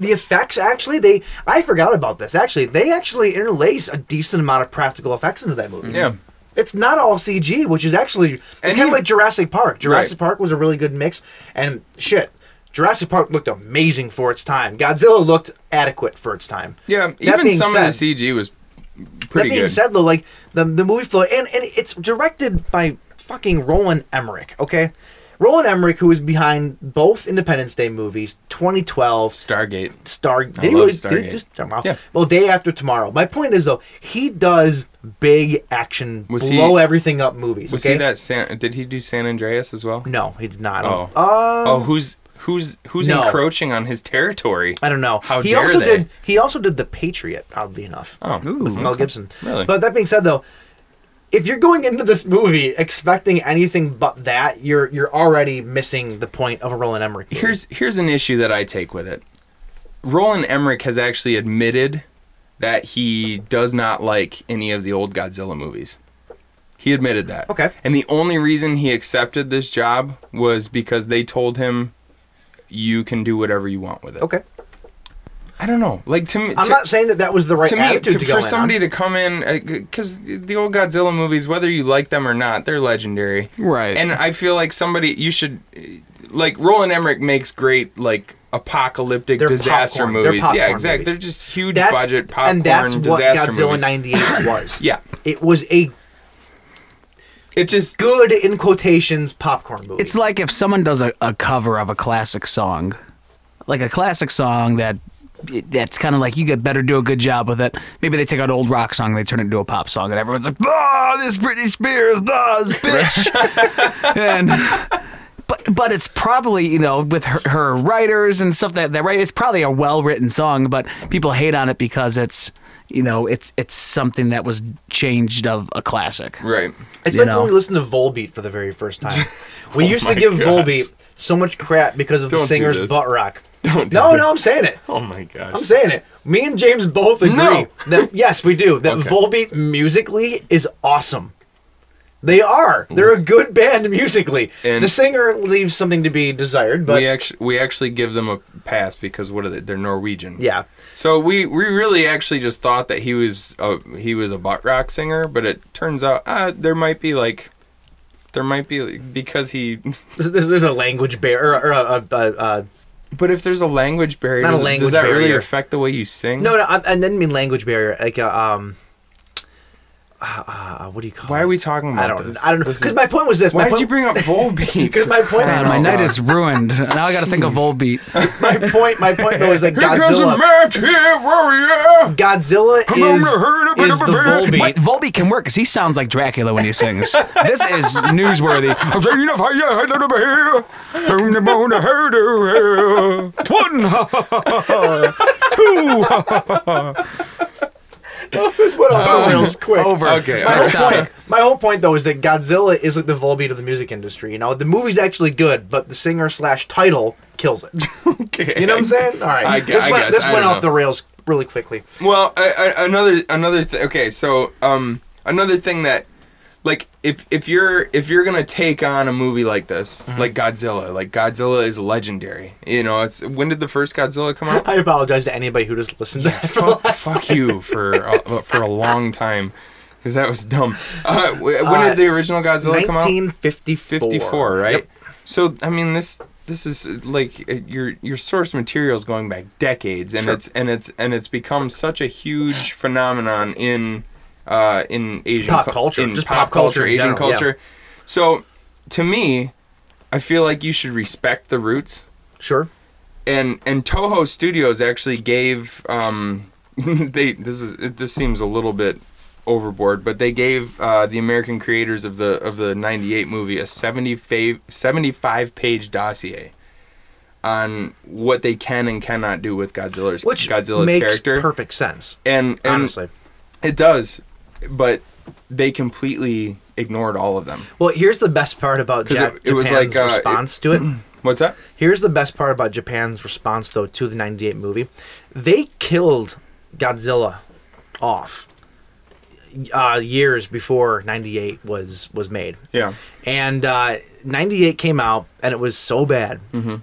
Speaker 5: the effects. Actually, they I forgot about this. Actually, they actually interlace a decent amount of practical effects into that movie.
Speaker 6: yeah.
Speaker 5: It's not all CG, which is actually it's
Speaker 6: And
Speaker 5: kind of
Speaker 6: he-
Speaker 5: like Jurassic Park. Jurassic
Speaker 6: Right.
Speaker 5: Park was a really good mix, and shit, Jurassic Park looked amazing for its time. Godzilla looked adequate for its time.
Speaker 6: Yeah.
Speaker 5: That
Speaker 6: Even
Speaker 5: being
Speaker 6: some
Speaker 5: said-
Speaker 6: of the CG was
Speaker 5: that
Speaker 6: pretty
Speaker 5: being
Speaker 6: good.
Speaker 5: said, though, like the the movie flow, and and it's directed by fucking Roland Emmerich. Okay, Roland Emmerich, who is behind both Independence Day movies, 2012,
Speaker 6: Stargate.
Speaker 5: Star. Did he
Speaker 6: love
Speaker 5: always, Did he
Speaker 6: Stargate.
Speaker 5: just, oh, wow.
Speaker 6: Yeah.
Speaker 5: Well, day after tomorrow. My point is though, he does big action,
Speaker 6: Was he-
Speaker 5: blow everything up movies.
Speaker 6: Was
Speaker 5: okay?
Speaker 6: he that? San, did he do San Andreas as well?
Speaker 5: No, he did not.
Speaker 6: Oh.
Speaker 5: Uh,
Speaker 6: oh, who's who's who's
Speaker 5: No.
Speaker 6: encroaching on his territory?
Speaker 5: I don't know.
Speaker 6: How
Speaker 5: he
Speaker 6: dare
Speaker 5: also
Speaker 6: they?
Speaker 5: did. He also did the Patriot, oddly enough,
Speaker 6: Oh,
Speaker 5: with Mel Gibson.
Speaker 6: Really?
Speaker 5: But that being said, though, if you're going into this movie expecting anything but that, you're you're already missing the point of a Roland Emmerich. movie.
Speaker 6: here's here's an issue that I take with it. Roland Emmerich has actually admitted that he does not like any of the old Godzilla movies. He admitted that.
Speaker 5: Okay.
Speaker 6: And the only reason he accepted this job was because they told him, "You can do whatever you want with it."
Speaker 5: Okay.
Speaker 6: I don't know. Like to me,
Speaker 5: I'm
Speaker 6: to,
Speaker 5: not saying that that was the right
Speaker 6: to me,
Speaker 5: attitude
Speaker 6: to,
Speaker 5: to go
Speaker 6: for
Speaker 5: in
Speaker 6: somebody
Speaker 5: on.
Speaker 6: to come in, because the old Godzilla movies, whether you like them or not, they're legendary.
Speaker 7: Right.
Speaker 6: And I feel like somebody you should, uh, like Roland Emmerich makes great like apocalyptic
Speaker 5: They're
Speaker 6: disaster
Speaker 5: popcorn- they're
Speaker 6: movies. yeah,
Speaker 5: popcorn
Speaker 6: exactly.
Speaker 5: movies.
Speaker 6: They're just huge
Speaker 5: That's-
Speaker 6: budget popcorn
Speaker 5: and that's what
Speaker 6: disaster
Speaker 5: Godzilla
Speaker 6: movies. [COUGHS]
Speaker 5: '98 was.
Speaker 6: Yeah.
Speaker 5: it was a
Speaker 6: It just
Speaker 5: good in quotations popcorn movie.
Speaker 7: It's like if someone does a, a cover of a classic song, like a classic song that that's kind of like you could better do a good job with it. Maybe they take out an old rock song, and they turn it into a pop song, and everyone's like, "Oh, this Britney Spears, oh, this bitch," and. But, but it's probably you know with her, her writers and stuff that that right it's probably a well written song but people hate on it because it's you know it's it's something that was changed of a classic
Speaker 6: right.
Speaker 5: It's
Speaker 7: you
Speaker 5: like
Speaker 7: know?
Speaker 5: when we listened to Volbeat for the very
Speaker 6: [LAUGHS]
Speaker 5: first time. We used to
Speaker 6: Oh my
Speaker 5: give
Speaker 6: God.
Speaker 5: Volbeat so much crap because of the
Speaker 6: Don't do
Speaker 5: singer's
Speaker 6: this.
Speaker 5: butt rock.
Speaker 6: [LAUGHS] Don't do
Speaker 5: no,
Speaker 6: this.
Speaker 5: no, I'm saying it.
Speaker 6: Oh my gosh.
Speaker 5: I'm saying it. Me and James both agree
Speaker 6: No. [LAUGHS]
Speaker 5: that yes, we do. That
Speaker 6: Okay.
Speaker 5: Volbeat musically is awesome. They are. They're a good band musically.
Speaker 6: And-
Speaker 5: the singer leaves something to be desired, but
Speaker 6: we actually we actually give them a pass because what are they? They're Norwegian.
Speaker 5: yeah.
Speaker 6: So we we really actually just thought that he was a, he was a butt rock singer, but it turns out uh, there might be like there might be like, because he. [LAUGHS]
Speaker 5: There's, there's- there's a language barrier or, a, a, a, a
Speaker 6: But if there's a language barrier,
Speaker 5: Not a
Speaker 6: does- does
Speaker 5: language
Speaker 6: that really
Speaker 5: barrier.
Speaker 6: affect the way you sing?
Speaker 5: No, no, I, I didn't mean language barrier. Like, uh, um, uh, uh, what do you call?
Speaker 6: Why
Speaker 5: it?
Speaker 6: are we talking about
Speaker 5: I don't.
Speaker 6: this?
Speaker 5: I don't know.
Speaker 6: This is-
Speaker 5: Because my point was this.
Speaker 6: Why did
Speaker 5: my point,
Speaker 6: you
Speaker 5: [LAUGHS]
Speaker 6: bring up Volbeat? [LAUGHS]
Speaker 5: Because my point.
Speaker 7: God, Uh, my
Speaker 6: Oh,
Speaker 7: night
Speaker 6: God.
Speaker 7: is ruined now I got to think of Volbeat
Speaker 5: [LAUGHS] my point. My point though is that
Speaker 6: Here comes a
Speaker 5: Godzilla.
Speaker 6: match here, warrior.
Speaker 5: Godzilla is,
Speaker 6: Come on, we're hurt up
Speaker 5: is
Speaker 6: in
Speaker 5: the
Speaker 6: a bed.
Speaker 5: [LAUGHS] Volbeat.
Speaker 7: Wait, Volbeat can work because he sounds like Dracula when he sings. this is newsworthy. I'm saying enough, I- I don't know here. I'm the bone of her to her. One, ha, ha, ha, ha. two. ha, ha.
Speaker 5: This went off the rails quick.
Speaker 7: Over.
Speaker 6: Okay,
Speaker 5: My
Speaker 6: all
Speaker 5: whole,
Speaker 6: right.
Speaker 7: Next
Speaker 5: point,
Speaker 7: topic.
Speaker 5: my whole point though is that Godzilla is like the Volbeat of the music industry. You know, the movie's actually good, but the singer slash title kills it.
Speaker 6: Okay.
Speaker 5: You know what I'm saying? All
Speaker 6: [LAUGHS]
Speaker 5: right.
Speaker 6: I gu-
Speaker 5: this
Speaker 6: I
Speaker 5: went,
Speaker 6: guess.
Speaker 5: this
Speaker 6: I
Speaker 5: went
Speaker 6: don't
Speaker 5: off
Speaker 6: know.
Speaker 5: the rails really quickly.
Speaker 6: Well, I, I, another another th- okay. So um, another thing that like if if you're if you're gonna take on a movie like this,
Speaker 5: Mm-hmm.
Speaker 6: like Godzilla, like Godzilla is legendary. You know, it's when did the first Godzilla come out?
Speaker 5: [LAUGHS] I apologize to anybody who just listened to that. For
Speaker 6: fuck, fuck you for a, for a long time, because that was dumb. Uh, wh- when
Speaker 5: Uh,
Speaker 6: did the original Godzilla come out?
Speaker 5: 1954.
Speaker 6: 54, right?
Speaker 5: Yep.
Speaker 6: So I mean this this is uh, like uh, your your source material is going back decades and it's and it's and it's become such a huge phenomenon in uh in Asian
Speaker 5: Pop
Speaker 6: cul-
Speaker 5: culture,
Speaker 6: in
Speaker 5: just
Speaker 6: pop,
Speaker 5: pop
Speaker 6: culture,
Speaker 5: culture in
Speaker 6: Asian
Speaker 5: general, yeah.
Speaker 6: culture. So to me, I feel like you should respect the roots
Speaker 5: Sure.
Speaker 6: and and Toho Studios actually gave um [LAUGHS] they this is it, this seems a little bit overboard, but they gave uh, the American creators of the of the '98 movie a 70 fa- 75 page dossier on what they can and cannot do with Godzilla's
Speaker 5: Which
Speaker 6: Godzilla's
Speaker 5: makes
Speaker 6: character
Speaker 5: perfect sense.
Speaker 6: and and
Speaker 5: Honestly.
Speaker 6: it does, but they completely ignored all of them.
Speaker 5: Well, here's the best part about
Speaker 6: 'Cause
Speaker 5: Jap-
Speaker 6: it- it was
Speaker 5: Japan's
Speaker 6: like, uh,
Speaker 5: response to it. [CLEARS THROAT]
Speaker 6: What's that?
Speaker 5: Here's the best part about Japan's response, though, to the '98 movie. They killed Godzilla off uh, years before '98 was was made.
Speaker 6: Yeah.
Speaker 5: And uh, '98 came out, and it was so bad
Speaker 6: Mm-hmm.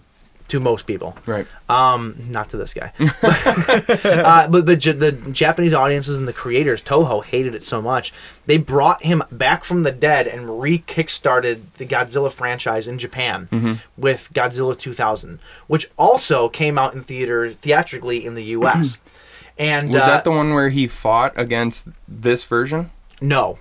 Speaker 5: to most people.
Speaker 6: Right.
Speaker 5: Um, not to this guy. [LAUGHS] uh, but the, J- the Japanese audiences and the creators, Toho, hated it so much. They brought him back from the dead and re kickstarted the Godzilla franchise in Japan
Speaker 6: Mm-hmm.
Speaker 5: with Godzilla 2000, which also came out in theater theatrically in the
Speaker 6: [CLEARS THROAT]
Speaker 5: U.S. and
Speaker 6: Was
Speaker 5: uh,
Speaker 6: that the one where he fought against this version?
Speaker 5: no,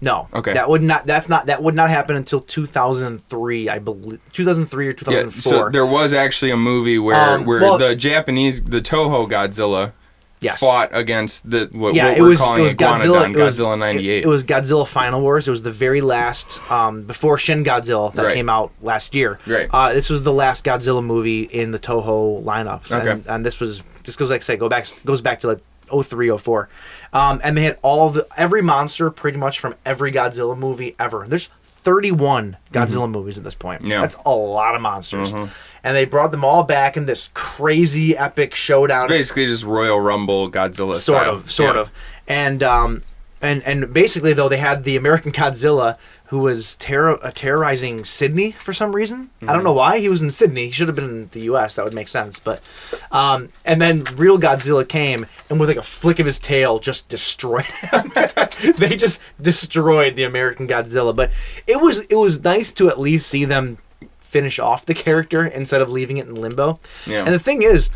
Speaker 5: no.
Speaker 6: Okay.
Speaker 5: That would not. That's not. That would not happen until 2003, I believe. 2003 or 2004.
Speaker 6: so there was actually a movie where
Speaker 5: Um,
Speaker 6: where
Speaker 5: well-
Speaker 6: the Japanese the Toho Godzilla
Speaker 5: Yes.
Speaker 6: fought against the what,
Speaker 5: yeah,
Speaker 6: what
Speaker 5: it
Speaker 6: we're
Speaker 5: was,
Speaker 6: calling
Speaker 5: it was Godzilla.
Speaker 6: Iguanodon
Speaker 5: It was,
Speaker 6: Godzilla
Speaker 5: it,
Speaker 6: '98.
Speaker 5: it was Godzilla Final Wars. It was the very last um, before Shin Godzilla that
Speaker 6: Right.
Speaker 5: came out last year.
Speaker 6: Right.
Speaker 5: Uh, this was the last Godzilla movie in the Toho lineup.
Speaker 6: Okay.
Speaker 5: And, and this was just goes like I say, go back goes back to like 03, 04. Um, and they had all the every monster pretty much from every Godzilla movie ever. There's 31 Godzilla movies at this point.
Speaker 6: Mm-hmm. Yeah. Mm-hmm.
Speaker 5: That's a lot of monsters. And they brought them all back in this crazy epic showdown.
Speaker 6: It's basically just Royal Rumble Godzilla
Speaker 5: sort
Speaker 6: style.
Speaker 5: of sort
Speaker 6: Yeah.
Speaker 5: of and um and and basically though they had the american godzilla who was terror- uh, terrorizing sydney for some reason i
Speaker 6: Mm-hmm.
Speaker 5: don't know why he was in sydney he should have been in the us that would make sense but um and then real godzilla came and with like a flick of his tail just destroyed him. [LAUGHS] they just destroyed the american godzilla but it was it was nice to at least see them finish off the character instead of leaving it in limbo
Speaker 6: Yeah.
Speaker 5: and the thing is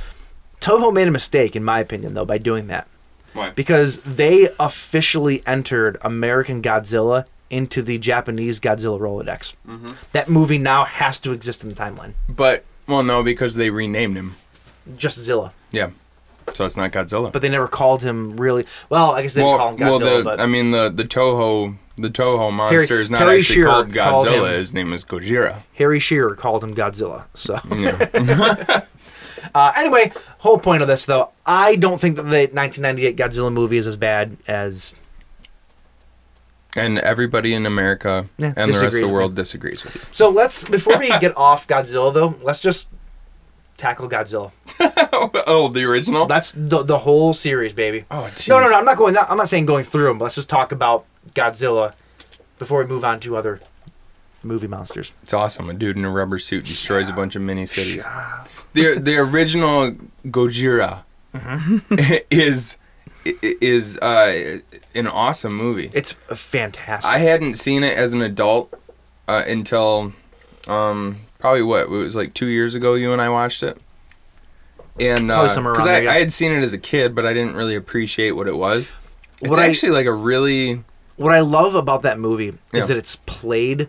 Speaker 5: toho made a mistake in my opinion though by doing that
Speaker 6: Why?
Speaker 5: because they officially entered American Godzilla into the Japanese Godzilla Rolodex.
Speaker 6: Mm-hmm.
Speaker 5: That movie now has to exist in the timeline.
Speaker 6: But well, no, because they renamed him.
Speaker 5: Just Zilla,
Speaker 6: Yeah, so it's not Godzilla.
Speaker 5: but they never called him really. Well, I guess they didn't call him Godzilla,
Speaker 6: the,
Speaker 5: but
Speaker 6: I mean the the Toho the Toho monster is not
Speaker 5: Harry
Speaker 6: actually
Speaker 5: Shearer
Speaker 6: called
Speaker 5: called
Speaker 6: Godzilla.
Speaker 5: him-
Speaker 6: His name is Gojira.
Speaker 5: Harry Shearer called him Godzilla.
Speaker 6: [LAUGHS]
Speaker 5: So [LAUGHS] uh, anyway, whole point of this though, I don't think that the 1998 Godzilla movie is as bad as
Speaker 6: And everybody in America
Speaker 5: Yeah,
Speaker 6: and the rest of
Speaker 5: disagrees
Speaker 6: the
Speaker 5: with
Speaker 6: world disagrees with you. [LAUGHS]
Speaker 5: So let's before we get off Godzilla though, let's just tackle Godzilla.
Speaker 6: oh, the original.
Speaker 5: That's the the whole series, baby.
Speaker 6: Oh,
Speaker 5: no, no,
Speaker 6: jeez.
Speaker 5: no. I'm not going. I'm not saying going through them. But let's just talk about Godzilla before we move on to other movie monsters.
Speaker 6: It's awesome. A dude in a rubber suit destroys a bunch of mini cities. The the original Gojira
Speaker 5: Mm-hmm.
Speaker 6: [LAUGHS] is i- is uh, an awesome movie.
Speaker 5: It's a fantastic.
Speaker 6: I hadn't seen it as an adult uh, until um, probably what it was like two years ago. You and I watched it, and
Speaker 5: Probably somewhere
Speaker 6: because
Speaker 5: around
Speaker 6: I,
Speaker 5: there, yeah.
Speaker 6: I had seen it as a kid, but I didn't really appreciate what it was. It's
Speaker 5: What I-
Speaker 6: actually like a really
Speaker 5: what I love about that movie is
Speaker 6: Yeah.
Speaker 5: that it's played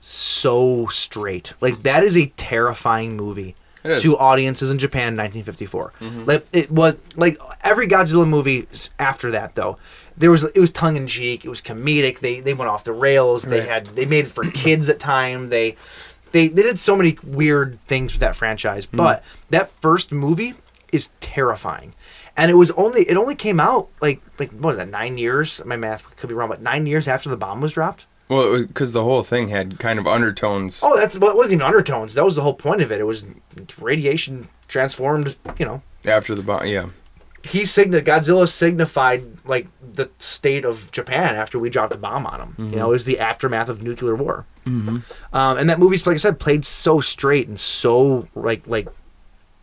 Speaker 5: so straight. Like that is a terrifying movie
Speaker 6: It is. Mm-hmm.
Speaker 5: to audiences in Japan in 1954. Like it was like every Godzilla movie s- after that though. There was it was tongue in cheek, it was comedic. They they went off the rails. They had they made it for [COUGHS] kids at time. They they they did so many weird things with that franchise.
Speaker 6: Mm-hmm.
Speaker 5: But that first movie is terrifying. And it was only it only came out like like what is that nine years? My math could be wrong, but nine years after the bomb was dropped.
Speaker 6: well because the whole thing had kind of undertones.
Speaker 5: Oh, that's well, it wasn't even undertones. That was the whole point of it. It was radiation transformed. You know,
Speaker 6: after the bomb. Yeah,
Speaker 5: he signi Godzilla signified like the state of Japan after we dropped a bomb on him. You
Speaker 6: Mm-hmm.
Speaker 5: know, it was the aftermath of nuclear war. Mm-hmm. Um, and that movie's like I said, played so straight and so like like,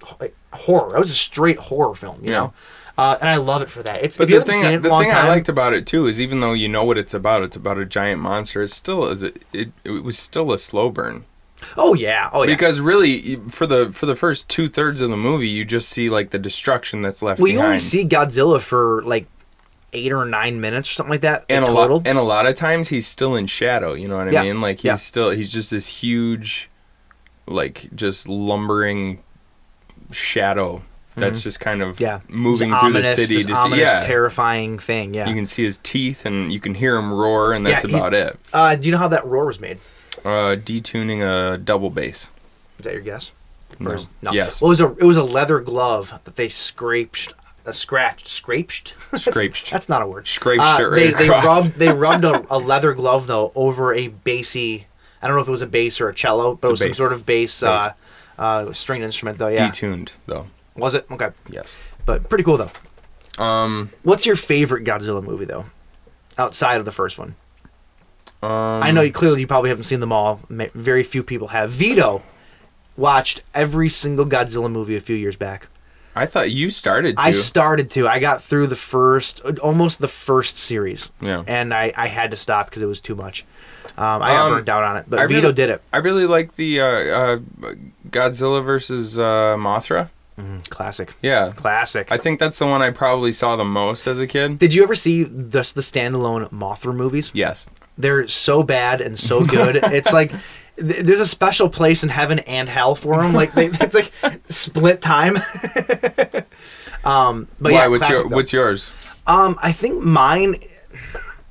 Speaker 5: h- like horror. That was a straight horror film. You
Speaker 6: Yeah.
Speaker 5: know. Uh, and I love it for that. It's
Speaker 6: but
Speaker 5: if you
Speaker 6: the
Speaker 5: haven't
Speaker 6: thing
Speaker 5: seen it in
Speaker 6: the
Speaker 5: a long
Speaker 6: thing
Speaker 5: time,
Speaker 6: I liked about it too is even though you know what it's about, it's about a giant monster. It still is a, it it was still a slow burn.
Speaker 5: oh yeah, oh yeah.
Speaker 6: Because really, for the for the first two thirds of the movie, you just see like the destruction that's left
Speaker 5: well, you
Speaker 6: behind.
Speaker 5: only see Godzilla for like eight or nine minutes or something like that.
Speaker 6: and
Speaker 5: in
Speaker 6: a
Speaker 5: total.
Speaker 6: lot and a lot of times he's still in shadow. You know what I
Speaker 5: Yeah,
Speaker 6: mean? Like he's
Speaker 5: yeah.
Speaker 6: still he's just this huge, like just lumbering shadow that's just kind of
Speaker 5: Mm-hmm. yeah
Speaker 6: moving
Speaker 5: This
Speaker 6: through
Speaker 5: ominous-
Speaker 6: the city.
Speaker 5: this
Speaker 6: To see,
Speaker 5: ominous
Speaker 6: yeah,
Speaker 5: terrifying thing yeah
Speaker 6: you can see his teeth and you can hear him roar, and
Speaker 5: Yeah,
Speaker 6: that's
Speaker 5: he-
Speaker 6: about it.
Speaker 5: uh do you know how that roar was made
Speaker 6: Uh, detuning a double bass.
Speaker 5: is that your guess
Speaker 6: No.
Speaker 5: no
Speaker 6: Yes.
Speaker 5: well, it was a it was a leather glove that they scraped uh, scratched scraped [LAUGHS]
Speaker 6: Scraped.
Speaker 5: that's not a word
Speaker 6: Scraped
Speaker 5: Uh,
Speaker 6: it right
Speaker 5: they, they
Speaker 6: across.
Speaker 5: rubbed
Speaker 6: [LAUGHS]
Speaker 5: they rubbed a, a leather glove though over a bassy i don't know if it was a bass or a cello but it was
Speaker 6: a
Speaker 5: some
Speaker 6: bass.
Speaker 5: sort of bass,
Speaker 6: Bass.
Speaker 5: Uh, uh string instrument though yeah
Speaker 6: Detuned though.
Speaker 5: was it okay
Speaker 6: Yes.
Speaker 5: but pretty cool though
Speaker 6: Um.
Speaker 5: what's your favorite godzilla movie though outside of the first one
Speaker 6: um,
Speaker 5: I know you clearly you probably haven't seen them all. Ma- Very few people have. Vito watched every single Godzilla movie a few years back.
Speaker 6: I thought you started to.
Speaker 5: I started to. I got through the first, almost the first series.
Speaker 6: Yeah.
Speaker 5: And I, I had to stop because it was too much. Um, I got
Speaker 6: Um,
Speaker 5: burnt out on it. But
Speaker 6: I
Speaker 5: Vito
Speaker 6: really-
Speaker 5: did it.
Speaker 6: I really like the uh, uh, Godzilla versus uh, Mothra.
Speaker 5: Classic.
Speaker 6: Yeah,
Speaker 5: Classic.
Speaker 6: I think that's the one I probably saw the most as a kid.
Speaker 5: did you ever see just the standalone Mothra movies?
Speaker 6: Yes,
Speaker 5: they're so bad and so good.
Speaker 6: [LAUGHS]
Speaker 5: it's like th- there's a special place in heaven and hell for them. Like they, it's like split time. [LAUGHS] um, but
Speaker 6: Why?
Speaker 5: yeah,
Speaker 6: what's your
Speaker 5: classic though.
Speaker 6: What's yours?
Speaker 5: um? I think mine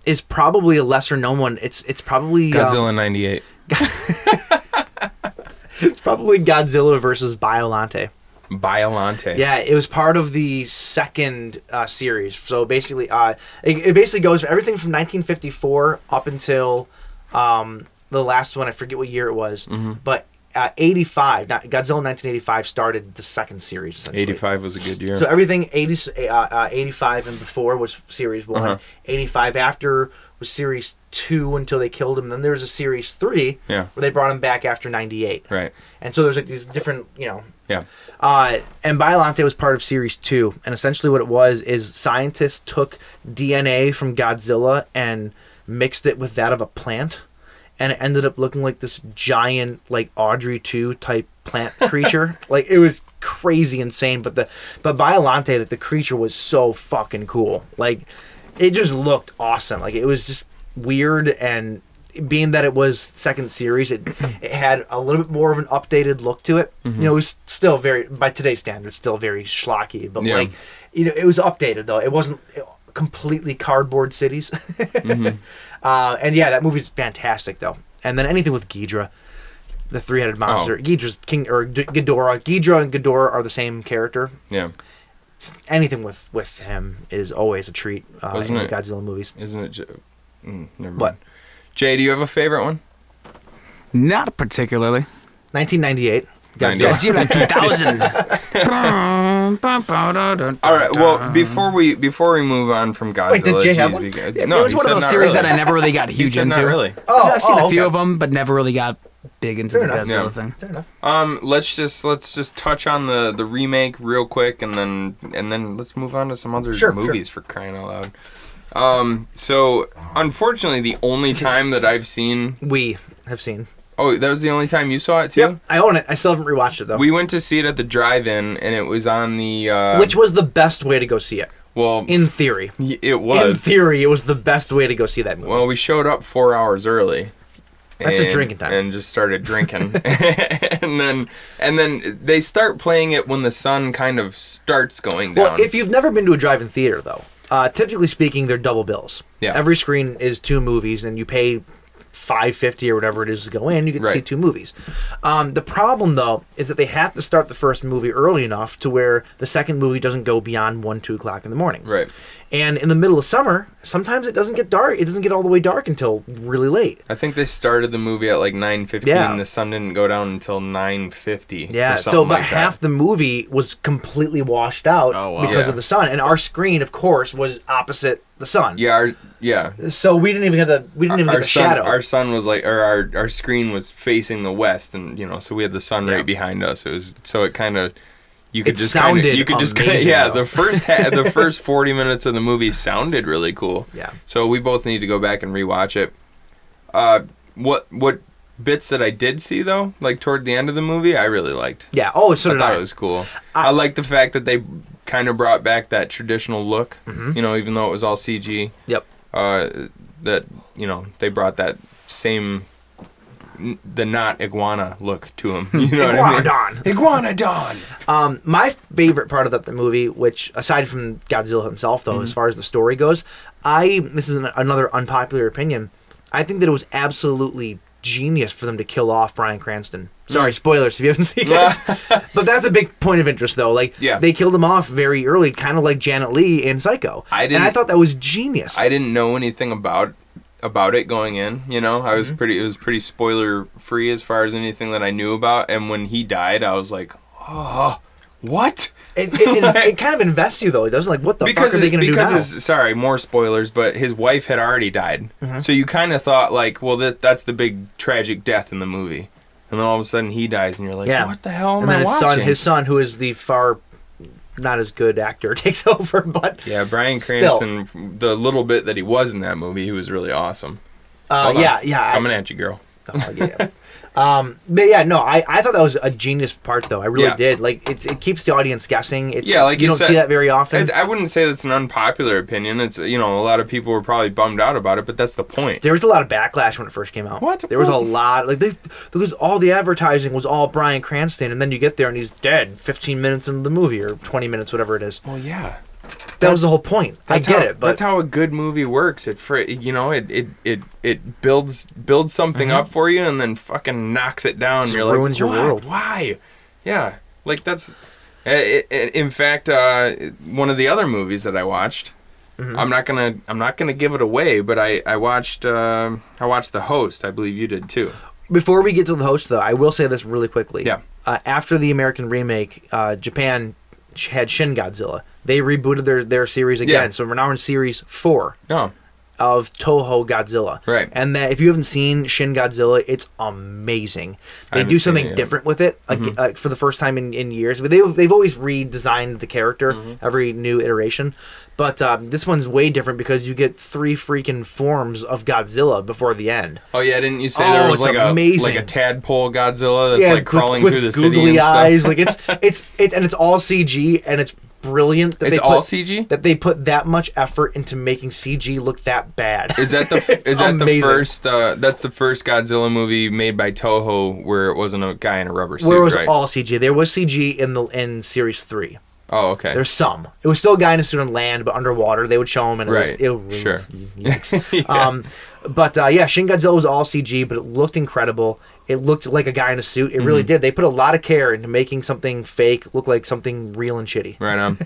Speaker 5: is probably a lesser known one. It's it's probably um,
Speaker 6: Godzilla '98.
Speaker 5: it's probably Godzilla versus Biolante.
Speaker 6: Biolante.
Speaker 5: Yeah, it was part of the second uh, series. So basically, uh, it, it basically goes from everything from 1954 up until um, the last one. I forget what year it was,
Speaker 6: Mm-hmm.
Speaker 5: but uh, 85, not, Godzilla 1985 started the second series. Essentially.
Speaker 6: 85 was a good year.
Speaker 5: So everything 80, uh, uh, 85 and before was series one.
Speaker 6: Uh-huh.
Speaker 5: 85 after was series two until they killed him. Then there was a series three
Speaker 6: Yeah.
Speaker 5: where they brought him back after 98.
Speaker 6: right.
Speaker 5: And so there's like these different, you know.
Speaker 6: Yeah.
Speaker 5: Uh, and Biolante was part of series two. And essentially what it was is scientists took DNA from Godzilla and mixed it with that of a plant. And it ended up looking like this giant, like Audrey 2 type plant creature. like it was crazy insane. But the, but Biolante, that the creature was so fucking cool. Like it just looked awesome. Like it was just weird and being that it was second series, it it had a little bit more of an updated look to it. You know, it was still very by today's standards, still very schlocky, but
Speaker 6: Yeah.
Speaker 5: like you know, it was updated though. It wasn't uh, completely cardboard cities. [LAUGHS]
Speaker 6: Mm-hmm.
Speaker 5: uh, and yeah, that movie's fantastic though. And then anything with Ghidra, the three-headed
Speaker 6: Oh.
Speaker 5: monster, Ghidra's king or G- Ghidorah. Ghidra and Ghidorah are the same character.
Speaker 6: Yeah.
Speaker 5: Anything with with him is always a treat uh,
Speaker 6: Wasn't
Speaker 5: in
Speaker 6: it-
Speaker 5: the Godzilla movies.
Speaker 6: Isn't it? J- mm, never
Speaker 5: What?
Speaker 6: mind. Jay, do you have a favorite one?
Speaker 7: [LAUGHS] Not particularly.
Speaker 5: 1998. Godzilla.
Speaker 6: 98.
Speaker 7: Godzilla
Speaker 6: [LAUGHS]
Speaker 7: 2000.
Speaker 6: All right. Well, before we before we move on from Godzilla,
Speaker 5: Wait, did Jay have
Speaker 6: geez,
Speaker 5: one?
Speaker 6: we got-
Speaker 5: Yeah,
Speaker 6: no,
Speaker 7: it was
Speaker 6: he
Speaker 7: one of
Speaker 6: said
Speaker 7: those
Speaker 6: not
Speaker 7: series
Speaker 6: really.
Speaker 7: that I never really got
Speaker 6: He
Speaker 7: huge
Speaker 6: said
Speaker 7: into.
Speaker 6: not really.
Speaker 5: Oh,
Speaker 7: I've seen
Speaker 5: oh,
Speaker 7: a few
Speaker 5: okay.
Speaker 7: of them, but never really got big into
Speaker 5: Fair
Speaker 7: the
Speaker 5: enough.
Speaker 7: Godzilla
Speaker 6: Yeah.
Speaker 7: thing.
Speaker 5: Fair enough.
Speaker 6: Um, let's just let's just touch on the the remake real quick, and then and then let's move on to some other
Speaker 5: Sure, sure.
Speaker 6: movies for crying out loud. Um, so unfortunately, the
Speaker 5: [LAUGHS]
Speaker 6: only time that I've seen
Speaker 5: We have seen.
Speaker 6: oh, that was the only time you saw it too.
Speaker 5: Yep, I own it. I still haven't rewatched it though.
Speaker 6: We went to see it at the drive-in, and it was on the uh,
Speaker 5: Which was the best way to go see it,
Speaker 6: well,
Speaker 5: in theory.
Speaker 6: y- it
Speaker 5: In
Speaker 6: was.
Speaker 5: theory, it was the best way to go see that movie.
Speaker 6: Well, we showed up four hours early.
Speaker 5: That's just drinking time.
Speaker 6: And just started drinking,
Speaker 5: [LAUGHS]
Speaker 6: [LAUGHS] and then and then they start playing it when the sun kind of starts going down.
Speaker 5: Well, if you've never been to a drive-in theater, though, uh, typically speaking, they're double bills.
Speaker 6: Yeah.
Speaker 5: Every screen is two movies, and you pay five fifty or whatever it is to go in. You get to see
Speaker 6: Right.
Speaker 5: two movies. Um, the problem, though, is that they have to start the first movie early enough to where the second movie doesn't go beyond one, two o'clock in the morning.
Speaker 6: Right.
Speaker 5: And in the middle of summer, sometimes it doesn't get dark. It doesn't get all the way dark until really late.
Speaker 6: I think they started the movie at like 9:15.
Speaker 5: Yeah.
Speaker 6: The sun didn't go down until 9:50.
Speaker 5: Yeah,
Speaker 6: or
Speaker 5: so
Speaker 6: something
Speaker 5: about
Speaker 6: like that.
Speaker 5: half the movie was completely washed out
Speaker 9: Oh, wow.
Speaker 5: because
Speaker 6: Yeah.
Speaker 5: of the sun, and our screen, of course, was opposite the sun.
Speaker 6: Yeah, our, yeah.
Speaker 5: So we didn't even have the we didn't even
Speaker 6: Our
Speaker 5: have the
Speaker 6: sun,
Speaker 5: shadow.
Speaker 6: our sun was like, or our our screen was facing the west, and you know, so we had the sun right behind us. It was so it kind of. You could
Speaker 5: It
Speaker 6: just kind of
Speaker 5: sounded
Speaker 6: you could just kinda,
Speaker 5: amazing,
Speaker 6: yeah
Speaker 5: though.
Speaker 6: the first ha-
Speaker 5: [LAUGHS]
Speaker 6: the first 40 minutes of the movie sounded really cool.
Speaker 5: Yeah.
Speaker 6: So we both need to go back and rewatch it. Uh what what bits that I did see though, like toward the end of the movie, I really liked.
Speaker 5: yeah. Oh, so
Speaker 6: I
Speaker 5: did
Speaker 6: thought
Speaker 5: I.
Speaker 6: it was cool. I, like the fact that they kind of brought back that traditional look.
Speaker 5: Mm-hmm.
Speaker 6: You know, even though it was all CG,
Speaker 5: Yep.
Speaker 6: uh, that you know they brought that same n- the not iguana look to him. [LAUGHS] You know what I
Speaker 5: Iguanodon.
Speaker 6: mean? Iguanodon.
Speaker 5: Um, my favorite part of that the movie, which aside from Godzilla himself, though,
Speaker 6: Mm-hmm.
Speaker 5: as far as the story goes, I this is an, another unpopular opinion. I think that it was absolutely genius for them to kill off Brian Cranston.
Speaker 6: Mm.
Speaker 5: Sorry, spoilers if you haven't [LAUGHS] seen
Speaker 6: [LAUGHS]
Speaker 5: it. but that's a big point of interest, though. Like,
Speaker 6: Yeah.
Speaker 5: they killed him off very early, kind of like Janet Lee in Psycho.
Speaker 6: I
Speaker 5: And I
Speaker 6: didn't-
Speaker 5: thought that was genius.
Speaker 6: I didn't know anything about about it going in. You know, I
Speaker 5: Mm-hmm.
Speaker 6: was pretty it was pretty spoiler free as far as anything that I knew about. And when he died, I was like, oh, what?
Speaker 5: It, it, it, it kind of invests you, though. It doesn't like what the
Speaker 6: [LAUGHS] because
Speaker 5: fuck are they
Speaker 6: it-
Speaker 5: going to do
Speaker 6: because
Speaker 5: now?
Speaker 6: his sorry more spoilers but his wife had already died
Speaker 5: Mm-hmm.
Speaker 6: so you kind of thought like well that that's the big tragic death in the movie and then all of a sudden he dies and you're like
Speaker 5: Yeah.
Speaker 6: what the hell am
Speaker 5: and then
Speaker 6: I
Speaker 5: his
Speaker 6: watching
Speaker 5: son, his son, who is the far not as good actor, [LAUGHS] takes over. But
Speaker 6: yeah Brian
Speaker 5: Still.
Speaker 6: Cranston the little bit that he was in that movie he was really awesome
Speaker 5: uh,
Speaker 6: Hold on.
Speaker 5: yeah, yeah, I-
Speaker 6: coming at you girl
Speaker 5: [LAUGHS] oh, yeah. um, but yeah, no, I, I thought that was a genius part though. I really
Speaker 6: Yeah.
Speaker 5: did. Like it, it keeps the audience guessing. It's,
Speaker 6: Yeah, like
Speaker 5: you,
Speaker 6: you
Speaker 5: don't
Speaker 6: said-
Speaker 5: see that very often.
Speaker 6: I, I wouldn't say that's an unpopular opinion it's you know a lot of people were probably bummed out about it but that's the point
Speaker 5: there was a lot of backlash when it first came out.
Speaker 6: What?
Speaker 5: There was a
Speaker 6: What?
Speaker 5: lot, like they, because all the advertising was all Brian Cranston, and then you get there and he's dead, fifteen minutes into the movie or twenty minutes, whatever it is.
Speaker 6: well yeah
Speaker 5: That was the whole point. I
Speaker 6: That's
Speaker 5: get
Speaker 6: how,
Speaker 5: it, but
Speaker 6: that's how a good movie works. It fr- you know it it it it builds builds something up for you and then fucking knocks it down.
Speaker 5: Mm-hmm. Just
Speaker 6: You're like,
Speaker 5: ruins your
Speaker 6: "What?
Speaker 5: world."
Speaker 6: Why? Yeah, eh, like that's. i- i- i- In fact, uh, one of the other movies that I watched
Speaker 5: Mm-hmm.
Speaker 6: I'm not gonna I'm not gonna give it away, but I I watched um I watched the host. I believe you did too.
Speaker 5: Before we get to the host, though, I will say this really quickly.
Speaker 6: Yeah.
Speaker 5: Uh, after the American remake, uh, Japan sh- had Shin Godzilla. They rebooted their, their series again,
Speaker 6: Yeah.
Speaker 5: so we're now in series four
Speaker 6: No,
Speaker 5: of Toho Godzilla.
Speaker 6: Right.
Speaker 5: And that if you haven't seen Shin Godzilla, it's amazing. They
Speaker 6: haven't
Speaker 5: do
Speaker 6: seen
Speaker 5: something
Speaker 6: it yet. Mm-hmm.
Speaker 5: different with it, like, uh, for the first time in, in years. But they've they've always redesigned the character
Speaker 6: Mm-hmm.
Speaker 5: every new iteration. But um, this one's way different because you get three freaking forms of Godzilla before the end.
Speaker 6: oh yeah, didn't you say
Speaker 5: Oh,
Speaker 6: there was
Speaker 5: it's
Speaker 6: like
Speaker 5: amazing.
Speaker 6: a like a tadpole Godzilla that's like crawling through the
Speaker 5: googly
Speaker 6: city and stuff?
Speaker 5: eyes. Like it's [LAUGHS] it's it, and it's all CG and it's brilliant. That
Speaker 6: It's
Speaker 5: they
Speaker 6: all
Speaker 5: put-
Speaker 6: CG?
Speaker 5: That they put that much effort into making CG look that bad.
Speaker 6: Is that the
Speaker 5: It's
Speaker 6: is that the
Speaker 5: amazing.
Speaker 6: first? Uh, that's the first Godzilla movie made by Toho where it wasn't a guy in a rubber suit,
Speaker 5: Where it was
Speaker 6: right?
Speaker 5: all CG. There was CG in the in series three.
Speaker 6: oh, okay.
Speaker 5: There's some. It was still a guy in a suit on land, but underwater they would show him, and it
Speaker 6: Right.
Speaker 5: was it,
Speaker 6: Sure. [LAUGHS]
Speaker 5: Yikes. um, but uh, yeah, Shin Godzilla was all CG, but it looked incredible. It looked like a guy in a suit. It
Speaker 6: Mm-hmm.
Speaker 5: really did. They put a lot of care into making something fake look like something real and shitty.
Speaker 6: right
Speaker 5: [LAUGHS]
Speaker 6: on.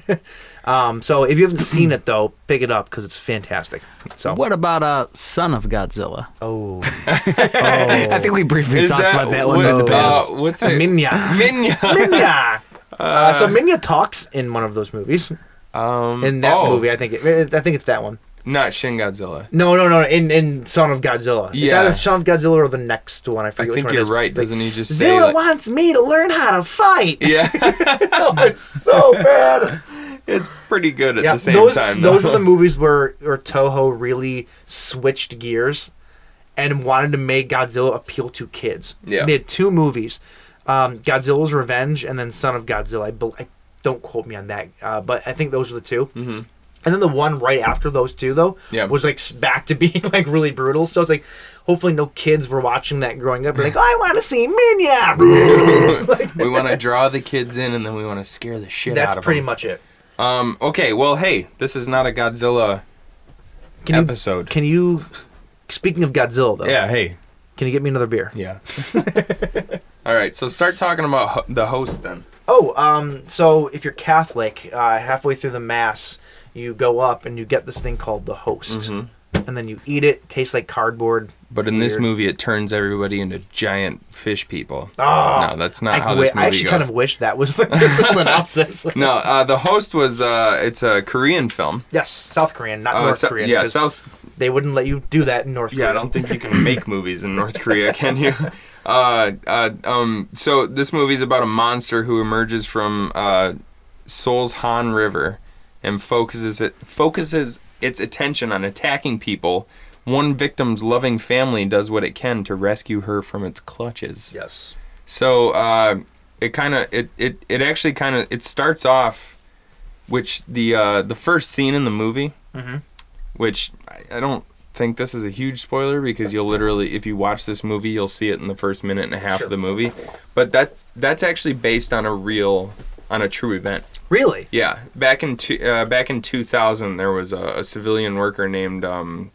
Speaker 5: Um, so if you haven't seen it though, pick it up because it's fantastic. So
Speaker 7: What about uh, Son of Godzilla?
Speaker 5: Oh,
Speaker 7: [LAUGHS] I think we briefly
Speaker 6: Is
Speaker 7: talked
Speaker 6: that
Speaker 7: about that one
Speaker 6: what-
Speaker 7: in the past.
Speaker 6: uh, what's it?
Speaker 5: Minya,
Speaker 6: Minya. [LAUGHS]
Speaker 5: Minya. Uh, so Minya talks in one of those movies.
Speaker 6: Um,
Speaker 5: In that
Speaker 6: oh,
Speaker 5: movie, I think it, I think it's that one.
Speaker 6: not Shin Godzilla.
Speaker 5: No, no, no. In in Son of Godzilla. It's
Speaker 6: Yeah.
Speaker 5: either Son of Godzilla or the next one. I
Speaker 6: I
Speaker 5: forget. which
Speaker 6: think
Speaker 5: one it
Speaker 6: you're
Speaker 5: is.
Speaker 6: right.
Speaker 5: Like,
Speaker 6: Doesn't he just say?
Speaker 5: Zilla
Speaker 6: like-
Speaker 5: wants me to learn how to fight.
Speaker 6: [LAUGHS]
Speaker 5: [LAUGHS]
Speaker 6: yeah,
Speaker 5: Oh, it's
Speaker 6: [LAUGHS]
Speaker 5: so bad.
Speaker 6: it's pretty good at
Speaker 5: Yeah,
Speaker 6: the same
Speaker 5: those
Speaker 6: time.
Speaker 5: those were
Speaker 6: though.
Speaker 5: the movies where where Toho really switched gears and wanted to make Godzilla appeal to kids.
Speaker 6: Yeah.
Speaker 5: they had two movies, um, Godzilla's Revenge and then Son of Godzilla. I, bel I don't quote me on that, uh, but I think those were the 2 Mm-hmm. And then the one right after those two though
Speaker 6: Yeah.
Speaker 5: was like s- back to [LAUGHS] being like really brutal. So it's like hopefully no kids were watching that growing up. They're like, oh, I want to see
Speaker 6: [LAUGHS]
Speaker 5: Minya.
Speaker 6: we want to draw the kids in, and then we want to scare the shit out
Speaker 5: That's
Speaker 6: of
Speaker 5: pretty
Speaker 6: them.
Speaker 5: much it.
Speaker 6: Um, okay, well, hey, this is not a Godzilla
Speaker 5: Can you-
Speaker 6: episode.
Speaker 5: Can you? Speaking of Godzilla, though,
Speaker 6: yeah, hey,
Speaker 5: can you get me another beer? [LAUGHS]
Speaker 6: yeah. All right, so start talking about ho- the host then.
Speaker 5: Oh, um, so if you're Catholic, uh, halfway through the Mass, you go up and you get this thing called the host. And then you eat it. Tastes like cardboard.
Speaker 6: Mm-hmm. But in this
Speaker 5: Weird.
Speaker 6: movie, it turns everybody into giant fish people.
Speaker 5: Oh,
Speaker 6: no, that's not
Speaker 5: I,
Speaker 6: how
Speaker 5: wi-
Speaker 6: this
Speaker 5: I
Speaker 6: movie
Speaker 5: actually
Speaker 6: goes.
Speaker 5: kind of wish that was [LAUGHS] like the synopsis.
Speaker 6: [LAUGHS] No, uh, the host was uh, it's a Korean film.
Speaker 5: yes, South Korean, not
Speaker 6: Uh,
Speaker 5: North
Speaker 6: so-
Speaker 5: Korean.
Speaker 6: Yeah,
Speaker 5: 'cause
Speaker 6: South.
Speaker 5: They wouldn't let you do that in North
Speaker 6: Yeah, I
Speaker 5: Korea.
Speaker 6: don't think you
Speaker 5: [COUGHS] [LAUGHS]
Speaker 6: can make movies in North Korea, can you? Uh, uh, um, so this movie is about a monster who emerges from uh, Seoul's Han River and focuses it focuses its attention on attacking people. One victim's loving family does what it can to rescue her from its clutches.
Speaker 5: Yes.
Speaker 6: So uh, it kind of it, it it actually kind of it starts off, which the uh, the first scene in the movie, which I, I don't think this is a huge spoiler because you'll literally if you watch this movie you'll see it in the first minute and a half
Speaker 5: Sure.
Speaker 6: of the movie, but that that's actually based on a real on a true event.
Speaker 5: Really?
Speaker 6: Yeah, back in two, uh, back in 2000, there was a, a civilian worker named um,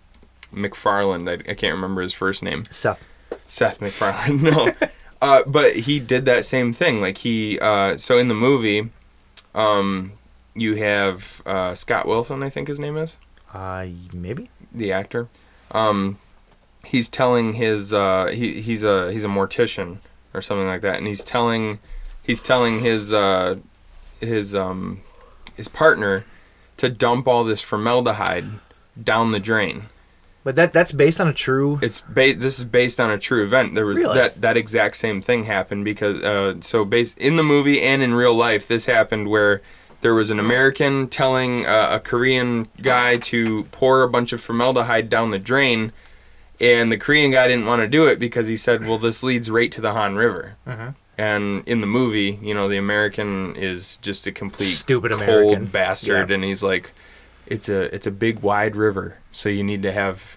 Speaker 6: McFarland. I, I can't remember his first name.
Speaker 5: Stuff.
Speaker 6: Seth MacFarlane. [LAUGHS] No, uh, but he did that same thing. Like he, uh, so in the movie, um, you have uh, Scott Wilson, I think his name is
Speaker 5: Uh, maybe.
Speaker 6: the actor. Um, he's telling his uh, he he's a he's a mortician or something like that, and he's telling he's telling his uh, his um, his partner to dump all this formaldehyde down the drain.
Speaker 5: But that that's based on a true.
Speaker 6: It's ba- this is based on a true event. There was
Speaker 5: Really?
Speaker 6: that that exact same thing happened because uh, so based in the movie and in real life, this happened where there was an American telling uh, a Korean guy to pour a bunch of formaldehyde down the drain, and the Korean guy didn't want to do it because he said, "Well, this leads right to the Han River."
Speaker 5: Mm-hmm.
Speaker 6: And in the movie, you know, the American is just a complete
Speaker 5: Stupid
Speaker 6: cold
Speaker 5: American.
Speaker 6: bastard,
Speaker 5: Yeah.
Speaker 6: and he's like, "It's a it's a big wide river, so you need to have."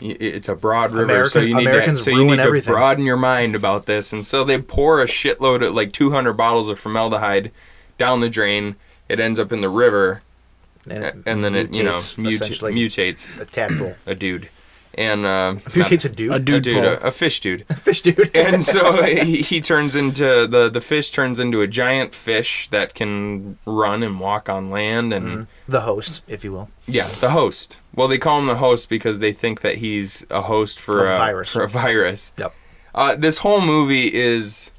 Speaker 6: y- It's a broad river, so
Speaker 5: American-
Speaker 6: you need
Speaker 5: Americans
Speaker 6: to so you
Speaker 5: ruin
Speaker 6: need
Speaker 5: everything.
Speaker 6: to broaden your mind about this. And so they pour a shitload of like 200 bottles of formaldehyde down the drain. It ends up in the river,
Speaker 5: And,
Speaker 6: and then it you know
Speaker 5: mutates,
Speaker 6: muta-
Speaker 5: essentially
Speaker 6: mutates
Speaker 5: a tadpole. [COUGHS]
Speaker 6: a dude. and uh,
Speaker 5: Who
Speaker 6: not-
Speaker 5: takes a dude?
Speaker 7: A
Speaker 6: a
Speaker 7: dude,
Speaker 6: dude,
Speaker 7: pole.
Speaker 6: a, a fish dude.
Speaker 5: fish dude.
Speaker 6: [COUGHS] and
Speaker 5: [LAUGHS]
Speaker 6: so he, he turns into the the fish turns into a giant fish that can run and walk on land and
Speaker 5: the host, if you will.
Speaker 6: yeah the host well they call him the host because they think that he's a host for
Speaker 5: A
Speaker 6: a,
Speaker 5: virus.
Speaker 6: for a virus
Speaker 5: Yep.
Speaker 6: uh, this whole movie is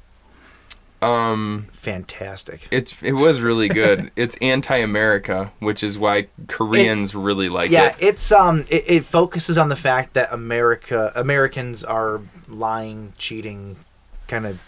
Speaker 5: Fantastic.
Speaker 6: it's it was really
Speaker 5: [LAUGHS]
Speaker 6: good it's anti-america which is why koreans really like
Speaker 5: Yeah,
Speaker 6: it
Speaker 5: it's um, it, it focuses on the fact that America Americans are lying, cheating, kind of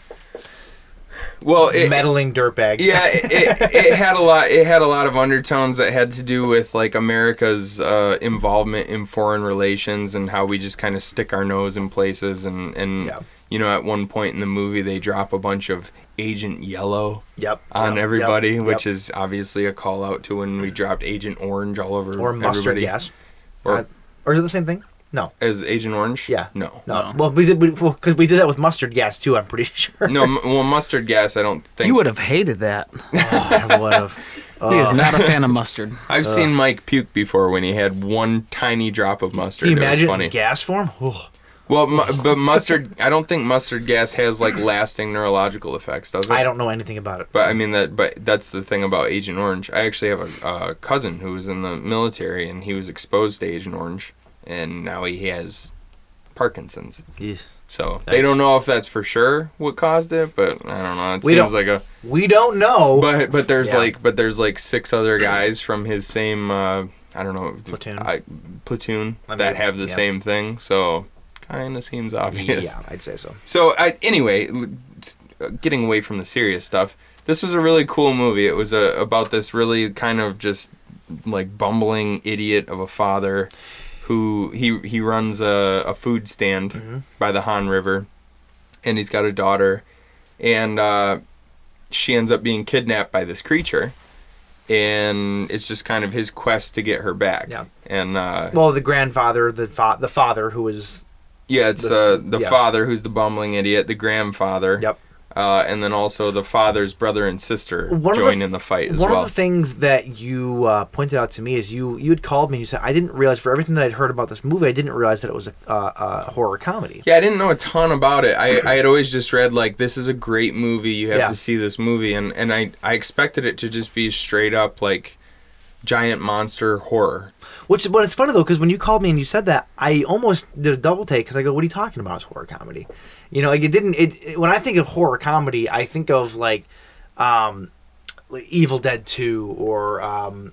Speaker 6: well it,
Speaker 5: meddling dirtbags.
Speaker 6: yeah it, it,
Speaker 5: [LAUGHS]
Speaker 6: it had a lot it had a lot of undertones that had to do with like america's uh, involvement in foreign relations and how we just kind of stick our nose in places and and
Speaker 5: Yeah.
Speaker 6: you know at one point in the movie they drop a bunch of agent yellow
Speaker 5: Yep.
Speaker 6: on
Speaker 5: Yep.
Speaker 6: everybody
Speaker 5: Yep.
Speaker 6: which
Speaker 5: Yep.
Speaker 6: is obviously a call out to when we dropped agent orange all over
Speaker 5: or mustard
Speaker 6: everybody.
Speaker 5: gas.
Speaker 6: or
Speaker 5: Uh, or is it the same thing? No.
Speaker 6: as agent orange
Speaker 5: Yeah.
Speaker 6: no
Speaker 5: No. Well, we did because we, well, 'cause we did that with mustard gas too. I'm pretty [LAUGHS]
Speaker 6: [LAUGHS]
Speaker 5: sure.
Speaker 6: no m- well mustard gas i don't think
Speaker 7: You would have hated that.
Speaker 5: I would have. Oh,
Speaker 7: he is [LAUGHS] not a fan of mustard.
Speaker 6: i've
Speaker 5: uh,
Speaker 6: seen mike puke before when he had one tiny drop of mustard
Speaker 5: Can you
Speaker 6: It was
Speaker 5: imagine
Speaker 6: funny.
Speaker 5: in gas form? Oh,
Speaker 6: Well, mu- but mustard. [LAUGHS] I don't think mustard gas has
Speaker 5: [CLEARS THROAT]
Speaker 6: like lasting neurological effects, does it?
Speaker 5: I don't know anything about it.
Speaker 6: But I mean that. But that's the thing about Agent Orange. I actually have a uh, cousin who was in the military, and he was exposed to Agent Orange, and now he has Parkinson's.
Speaker 5: Yes.
Speaker 6: So they don't know if that's for sure what caused it, but I don't know. It
Speaker 5: We
Speaker 6: seems
Speaker 5: don't-
Speaker 6: like a.
Speaker 5: we don't know.
Speaker 6: But but there's
Speaker 5: Yeah.
Speaker 6: like but there's like six other guys from his same. Uh, I don't know
Speaker 5: Platoon.
Speaker 6: I, platoon
Speaker 5: I mean,
Speaker 6: that have the
Speaker 5: yeah.
Speaker 6: same thing. So kind of seems obvious.
Speaker 5: Yeah, I'd say so.
Speaker 6: So I, anyway, l- s- uh, getting away from the serious stuff, this was a really cool movie. It was a, about this really kind of just like bumbling idiot of a father who he he runs a, a food stand by the Han River, and he's got a daughter, and uh, she ends up being kidnapped by this creature. And it's just kind of his quest to get her back.
Speaker 5: Yeah.
Speaker 6: And uh,
Speaker 5: Well, the grandfather, the fa- the father who was
Speaker 6: yeah, it's
Speaker 5: the
Speaker 6: uh,
Speaker 5: s-
Speaker 6: the
Speaker 5: yeah.
Speaker 6: father who's the bumbling idiot, the grandfather.
Speaker 5: Yep.
Speaker 6: Uh, and then also the father's brother and sister
Speaker 5: one of
Speaker 6: join
Speaker 5: th-
Speaker 6: in the fight as
Speaker 5: one
Speaker 6: well.
Speaker 5: of the things that you uh, pointed out to me is you you had called me. and You said I didn't realize for everything that I'd heard about this movie, I didn't realize that it was a, uh, a horror comedy.
Speaker 6: yeah, I didn't know a ton about it. I, I had always just read like this is a great movie. You have
Speaker 5: Yeah.
Speaker 6: to see this movie, and and I I expected it to just be straight up like giant monster horror.
Speaker 5: Which, but it's funny though, because when you called me and you said that, I almost did a double take because I go, "What are you talking about? It's horror comedy." You know, like it didn't. It, it- when I think of horror comedy, I think of like, um, like Evil Dead Two or um,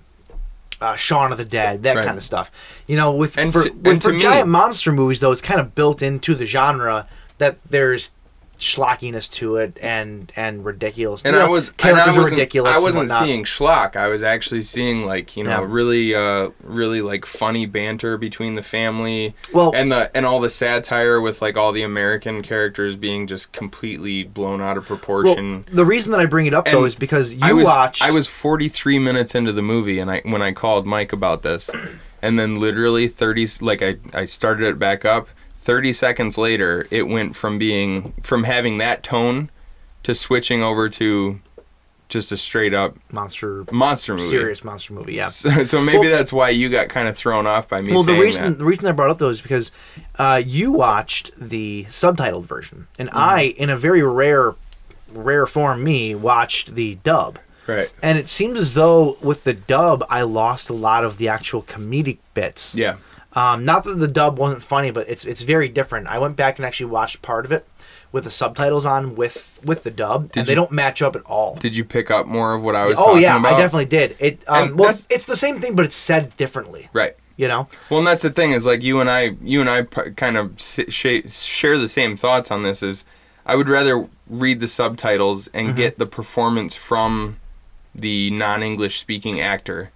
Speaker 5: uh, Shaun of the Dead, that
Speaker 6: Right.
Speaker 5: kind of stuff. You know, with
Speaker 6: And
Speaker 5: for,
Speaker 6: to-
Speaker 5: with,
Speaker 6: and
Speaker 5: for
Speaker 6: to me-
Speaker 5: giant monster movies though, it's kind of built into the genre that there's schlockiness to it and and ridiculous.
Speaker 6: And
Speaker 5: you
Speaker 6: I
Speaker 5: know,
Speaker 6: was and
Speaker 5: characters
Speaker 6: I
Speaker 5: are
Speaker 6: wasn't
Speaker 5: ridiculous.
Speaker 6: I
Speaker 5: and
Speaker 6: wasn't
Speaker 5: whatnot.
Speaker 6: seeing schlock. I was actually seeing like you know
Speaker 5: Yeah.
Speaker 6: really uh really like funny banter between the family.
Speaker 5: Well-
Speaker 6: and the and all the satire with like all the American characters being just completely blown out of proportion.
Speaker 5: Well, the reason that I bring it up though
Speaker 6: And
Speaker 5: is because you
Speaker 6: I was,
Speaker 5: watched.
Speaker 6: I was 43 minutes into the movie, and I when I called Mike about this, [CLEARS THROAT] and then literally 30 like I I started it back up. 30 seconds later, it went from being from having that tone to switching over to just a straight up
Speaker 5: monster
Speaker 6: monster movie.
Speaker 5: serious monster movie.
Speaker 6: [LAUGHS]
Speaker 5: Yeah.
Speaker 6: So, so maybe
Speaker 5: Well-
Speaker 6: that's why you got kind of thrown off by me
Speaker 5: Well, the
Speaker 6: saying
Speaker 5: reason
Speaker 6: that.
Speaker 5: the reason I brought up those is because uh, you watched the subtitled version, and
Speaker 6: Mm-hmm.
Speaker 5: I, in a very rare, rare form, me watched the dub.
Speaker 6: Right.
Speaker 5: And it seems as though with the dub, I lost a lot of the actual comedic bits.
Speaker 6: Yeah.
Speaker 5: Um, not that the dub wasn't funny, but it's it's very different. I went back and actually watched part of it with the subtitles on with with the dub, and they
Speaker 6: you-
Speaker 5: don't match up at all.
Speaker 6: Did you pick up more of what I was
Speaker 5: oh
Speaker 6: talking
Speaker 5: yeah,
Speaker 6: about?
Speaker 5: I definitely did. It um,
Speaker 6: And
Speaker 5: well,
Speaker 6: that's-
Speaker 5: it's the same thing, but it's said differently.
Speaker 6: Right.
Speaker 5: You know.
Speaker 6: Well, and that's the thing is like you and I, you and I p- kind of s- sh- share the same thoughts on this. Is I would rather read the subtitles and
Speaker 5: Mm-hmm.
Speaker 6: get the performance from the non-English speaking actor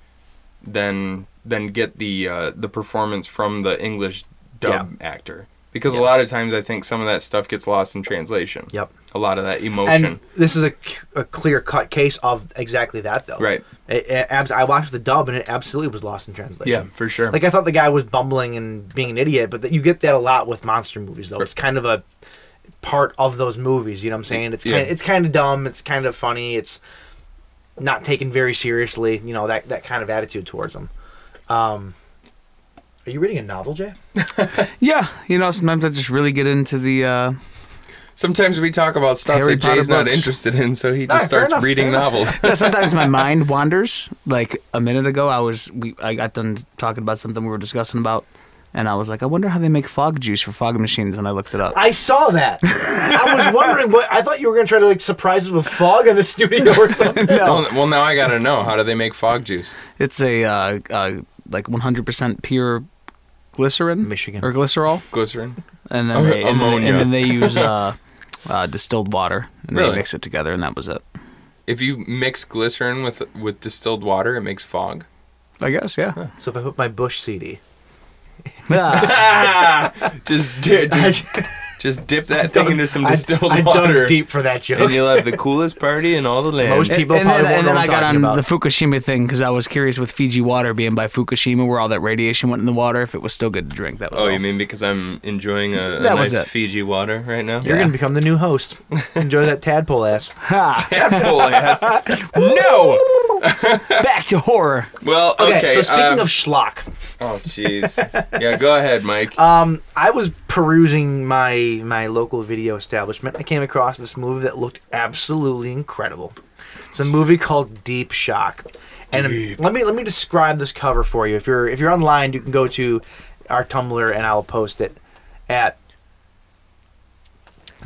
Speaker 6: than than get the uh, the performance from the English dub actor because a lot of times I think some of that stuff gets lost in translation.
Speaker 5: Yep.
Speaker 6: A lot of that emotion.
Speaker 5: And this is a, clear cut case of exactly that, though.
Speaker 6: Right.
Speaker 5: It, it abs- I watched the dub and it absolutely was lost in translation.
Speaker 6: yeah, for sure.
Speaker 5: Like I thought the guy was bumbling and being an idiot, but that you get that a lot with monster movies, though. It's kind of a part of those movies. You know what I'm saying? It's
Speaker 6: Yeah.
Speaker 5: kind of, it's kind of dumb. It's kind of funny. It's not taken very seriously. You know that that kind of attitude towards them. Um, Are you reading a novel, Jay?
Speaker 7: Yeah, you know, sometimes I just really get into the. Uh,
Speaker 6: Sometimes we talk about stuff
Speaker 7: Harry
Speaker 6: that Jay's
Speaker 7: Potter
Speaker 6: not
Speaker 7: books.
Speaker 6: interested in, so he
Speaker 5: Nah,
Speaker 6: just
Speaker 5: fair
Speaker 6: starts
Speaker 5: enough,
Speaker 6: reading
Speaker 5: fair enough.
Speaker 6: novels.
Speaker 7: yeah, sometimes my mind wanders. Like a minute ago, I was we I got done talking about something we were discussing about, and I was like, I wonder how they make fog juice for fog machines, and I looked it up.
Speaker 5: I saw that.
Speaker 6: [LAUGHS]
Speaker 5: I was wondering what. I thought you were going to try to like surprise us with fog in the studio or [LAUGHS] something.
Speaker 6: Well, well, now I gotta know how do they make fog juice?
Speaker 7: It's a uh, uh, like 100% pure glycerin,
Speaker 5: Michigan.
Speaker 7: or glycerol,
Speaker 6: Glycerin.
Speaker 7: and then
Speaker 6: Oh,
Speaker 7: they, and, then,
Speaker 6: ammonia.
Speaker 7: and [LAUGHS] then they use uh, uh, distilled water and
Speaker 6: Really?
Speaker 7: they mix it together, and that was it.
Speaker 6: If you mix glycerin with with distilled water, it makes fog.
Speaker 7: I guess, yeah.
Speaker 5: So if I put my Bush CD,
Speaker 7: yeah.
Speaker 6: Just
Speaker 5: [LAUGHS]
Speaker 6: di- just, just dip that thing into some
Speaker 5: I-
Speaker 6: distilled
Speaker 5: I
Speaker 6: water,
Speaker 5: dug deep for that joke.
Speaker 6: and you'll have the coolest party in all the land.
Speaker 5: Most people
Speaker 7: and
Speaker 5: probably
Speaker 7: then,
Speaker 5: won't
Speaker 7: and
Speaker 5: know what
Speaker 7: then I
Speaker 5: I'm
Speaker 7: got
Speaker 5: talking
Speaker 7: on
Speaker 5: about.
Speaker 7: the Fukushima thing because I was curious with Fiji water being by Fukushima, where all that radiation went in the water, if it was still good to drink. That was
Speaker 6: oh,
Speaker 7: all.
Speaker 6: you mean because I'm enjoying a, a
Speaker 7: That was
Speaker 6: nice
Speaker 7: it.
Speaker 6: Fiji water right now?
Speaker 5: You're
Speaker 7: Yeah.
Speaker 5: going to become the new host. Enjoy that tadpole
Speaker 6: [LAUGHS]
Speaker 5: ass.
Speaker 7: Ha!
Speaker 6: Tadpole [LAUGHS] ass. No.
Speaker 7: Back to horror.
Speaker 6: Well, okay.
Speaker 5: Okay, so speaking
Speaker 6: um,
Speaker 5: of schlock,
Speaker 6: Oh, jeez. Yeah, go ahead, Mike.
Speaker 5: um, I was perusing my my local video establishment. I came across this movie that looked absolutely incredible. It's a movie called Deep Shock, and um, let me let me describe this cover for you. If you're if you're online, you can go to our Tumblr and I'll post it at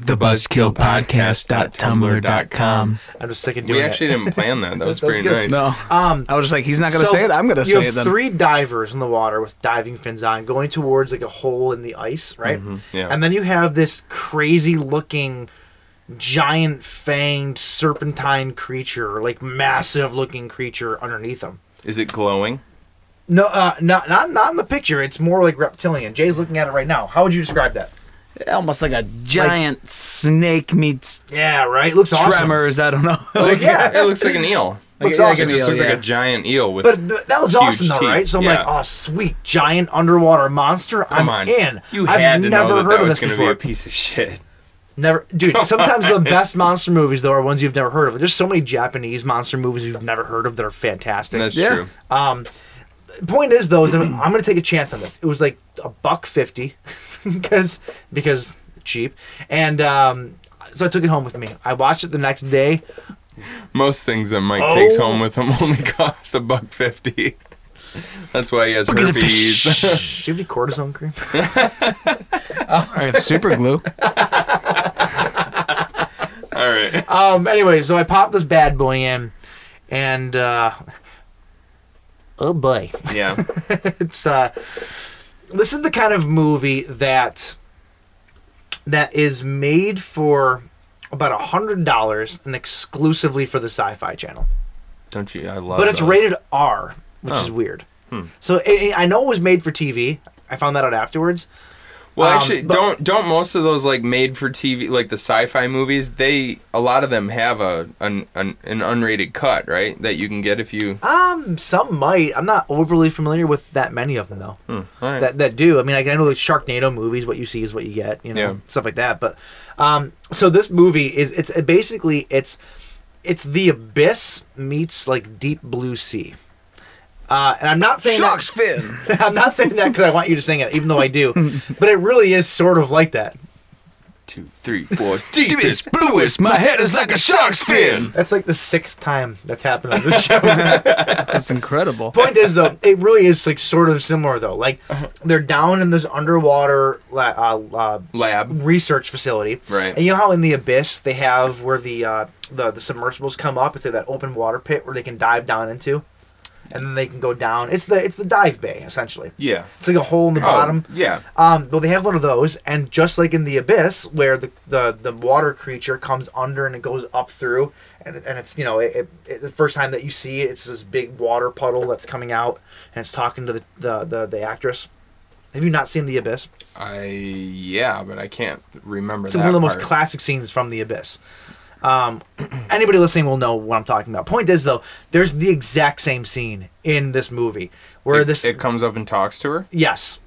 Speaker 7: The
Speaker 6: buzzkillpodcast.tumblr.com.
Speaker 5: I'm just sick of doing
Speaker 6: we
Speaker 5: it.
Speaker 6: actually didn't plan that.
Speaker 5: [LAUGHS]
Speaker 6: That was
Speaker 5: That was
Speaker 6: pretty nice.
Speaker 5: good.
Speaker 7: No.
Speaker 5: Um,
Speaker 7: I was just like, he's not going to
Speaker 5: So,
Speaker 7: say it. I'm going to
Speaker 5: you
Speaker 7: say it
Speaker 5: have
Speaker 7: then.
Speaker 5: three divers in the water with diving fins on, going towards like a hole in the ice, right?
Speaker 6: Mm-hmm, yeah.
Speaker 5: And then you have this crazy looking giant fanged serpentine creature, like massive looking creature underneath them.
Speaker 6: Is it glowing?
Speaker 5: No, uh, not not not in the picture. It's more like reptilian. Jay's looking at it right now. How would you describe that?
Speaker 7: Almost like a giant snake meets
Speaker 5: Yeah, right. It looks awesome.
Speaker 7: tremors. I don't know.
Speaker 6: [LAUGHS]
Speaker 7: [LAUGHS]
Speaker 6: It looks,
Speaker 5: Yeah.
Speaker 6: it looks like an eel.
Speaker 5: Looks
Speaker 7: Yeah, I
Speaker 5: awesome.
Speaker 6: It just
Speaker 7: Eel,
Speaker 6: looks like
Speaker 7: yeah.
Speaker 6: a giant eel with.
Speaker 5: But th- that looks
Speaker 6: Huge
Speaker 5: awesome, though,
Speaker 6: teeth,
Speaker 5: right? So I'm like,
Speaker 6: yeah.
Speaker 5: oh, sweet, giant underwater monster.
Speaker 6: come
Speaker 5: I'm
Speaker 6: on,
Speaker 5: in.
Speaker 6: You
Speaker 5: I've
Speaker 6: had to know
Speaker 5: never
Speaker 6: that
Speaker 5: heard
Speaker 6: that
Speaker 5: of
Speaker 6: was
Speaker 5: this
Speaker 6: going to
Speaker 5: before.
Speaker 6: be a piece of shit.
Speaker 5: Never,
Speaker 6: [LAUGHS]
Speaker 5: dude. Sometimes the best monster movies though are ones you've never heard of. There's so many Japanese monster movies you've never heard of that are fantastic.
Speaker 6: That's
Speaker 7: Yeah.
Speaker 6: true.
Speaker 5: Point is though, is I'm, I'm gonna take a chance on this. It was like a buck fifty, [LAUGHS] because because cheap, and um, so I took it home with me. I watched it the next day.
Speaker 6: Most things that Mike takes
Speaker 5: Oh.
Speaker 6: home with him [LAUGHS] only cost a buck fifty. That's why he has herpes.
Speaker 5: Do you have any cortisone cream?
Speaker 7: I have super glue.
Speaker 6: [LAUGHS] [LAUGHS] All right.
Speaker 5: Um, anyway, so I popped this bad boy in, and uh, oh boy. [LAUGHS]
Speaker 6: Yeah.
Speaker 5: it's uh this is the kind of movie that that is made for about a hundred dollars and exclusively for the sci-fi channel
Speaker 6: Don't you? I love.
Speaker 5: but it's
Speaker 6: those.
Speaker 5: rated r which is
Speaker 6: Oh.
Speaker 5: weird so i i i know it was made for tv i found that out afterwards
Speaker 6: Well,
Speaker 5: Um,
Speaker 6: actually,
Speaker 5: but-
Speaker 6: don't don't most of those like made for TV, like the sci-fi movies, they a lot of them have a an an, an unrated cut, right? That you can get if you.
Speaker 5: um some might i'm not overly familiar with that many of them though
Speaker 6: Hmm, All right.
Speaker 5: that that do. I mean, like, I know the Sharknado movies, what you see is what you get, you know,
Speaker 6: Yeah.
Speaker 5: stuff like that. But um, so this movie is it's it basically it's it's the abyss meets like deep blue sea. Uh, and I'm not saying that-
Speaker 7: Shark's fin.
Speaker 5: [LAUGHS] I'm not saying that because I want you to sing it, even though
Speaker 6: [LAUGHS]
Speaker 5: I do. but it really is sort of like that.
Speaker 6: Two, three,
Speaker 5: [LAUGHS]
Speaker 6: four.
Speaker 7: Deep is
Speaker 6: Deepest,
Speaker 7: bluest. My head is like a shark's fin.
Speaker 5: That's like the sixth time that's happened on
Speaker 6: [LAUGHS]
Speaker 5: this show.
Speaker 7: That's incredible.
Speaker 5: point is though, it really is like sort of similar though. Like
Speaker 6: Uh-huh.
Speaker 5: they're down in this underwater la- uh, uh,
Speaker 6: lab.
Speaker 5: research facility.
Speaker 6: Right.
Speaker 5: And you know how in the abyss they have where the uh, the the submersibles come up. It's like that open water pit where they can dive down into, and then they can go down. It's the it's the dive bay essentially.
Speaker 6: Yeah.
Speaker 5: It's like a hole in the
Speaker 6: Oh,
Speaker 5: bottom.
Speaker 6: yeah.
Speaker 5: Um, well, they have one of those, and just like in the abyss, where the, the, the water creature comes under and it goes up through, and it- and it's you know it, it, it- the first time that you see it, it's this big water puddle that's coming out, and it's talking to the the, the, the actress. Have you not seen the abyss?
Speaker 6: I yeah, but I can't remember
Speaker 5: It's
Speaker 6: that
Speaker 5: one of the most
Speaker 6: part.
Speaker 5: classic scenes from The Abyss. Um, [CLEARS THROAT] anybody listening will know what I'm talking about. Point is though, there's the exact same scene in this movie where
Speaker 6: it,
Speaker 5: this
Speaker 6: it comes up and talks to her.
Speaker 5: yes,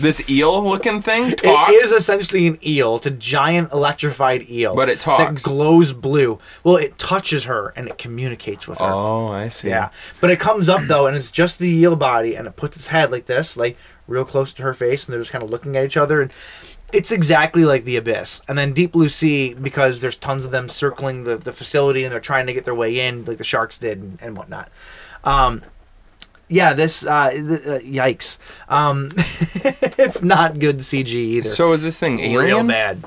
Speaker 6: This eel-looking thing talks.
Speaker 5: It is essentially an eel. It's a giant electrified eel.
Speaker 6: But it
Speaker 5: That
Speaker 6: talks.
Speaker 5: glows blue. Well, it touches her and it communicates with her.
Speaker 6: oh, I see.
Speaker 5: Yeah. But it comes up though and it's just the eel body and it puts its head like this, like real close to her face, and they're just kinda looking at each other and it's exactly like the abyss. And then Deep Blue Sea, because there's tons of them circling the, the facility and they're trying to get their way in, like the sharks did and, and whatnot. Um yeah, this uh, th- uh yikes. Um [LAUGHS] it's not good CG either
Speaker 6: So is this thing alien?
Speaker 5: real bad.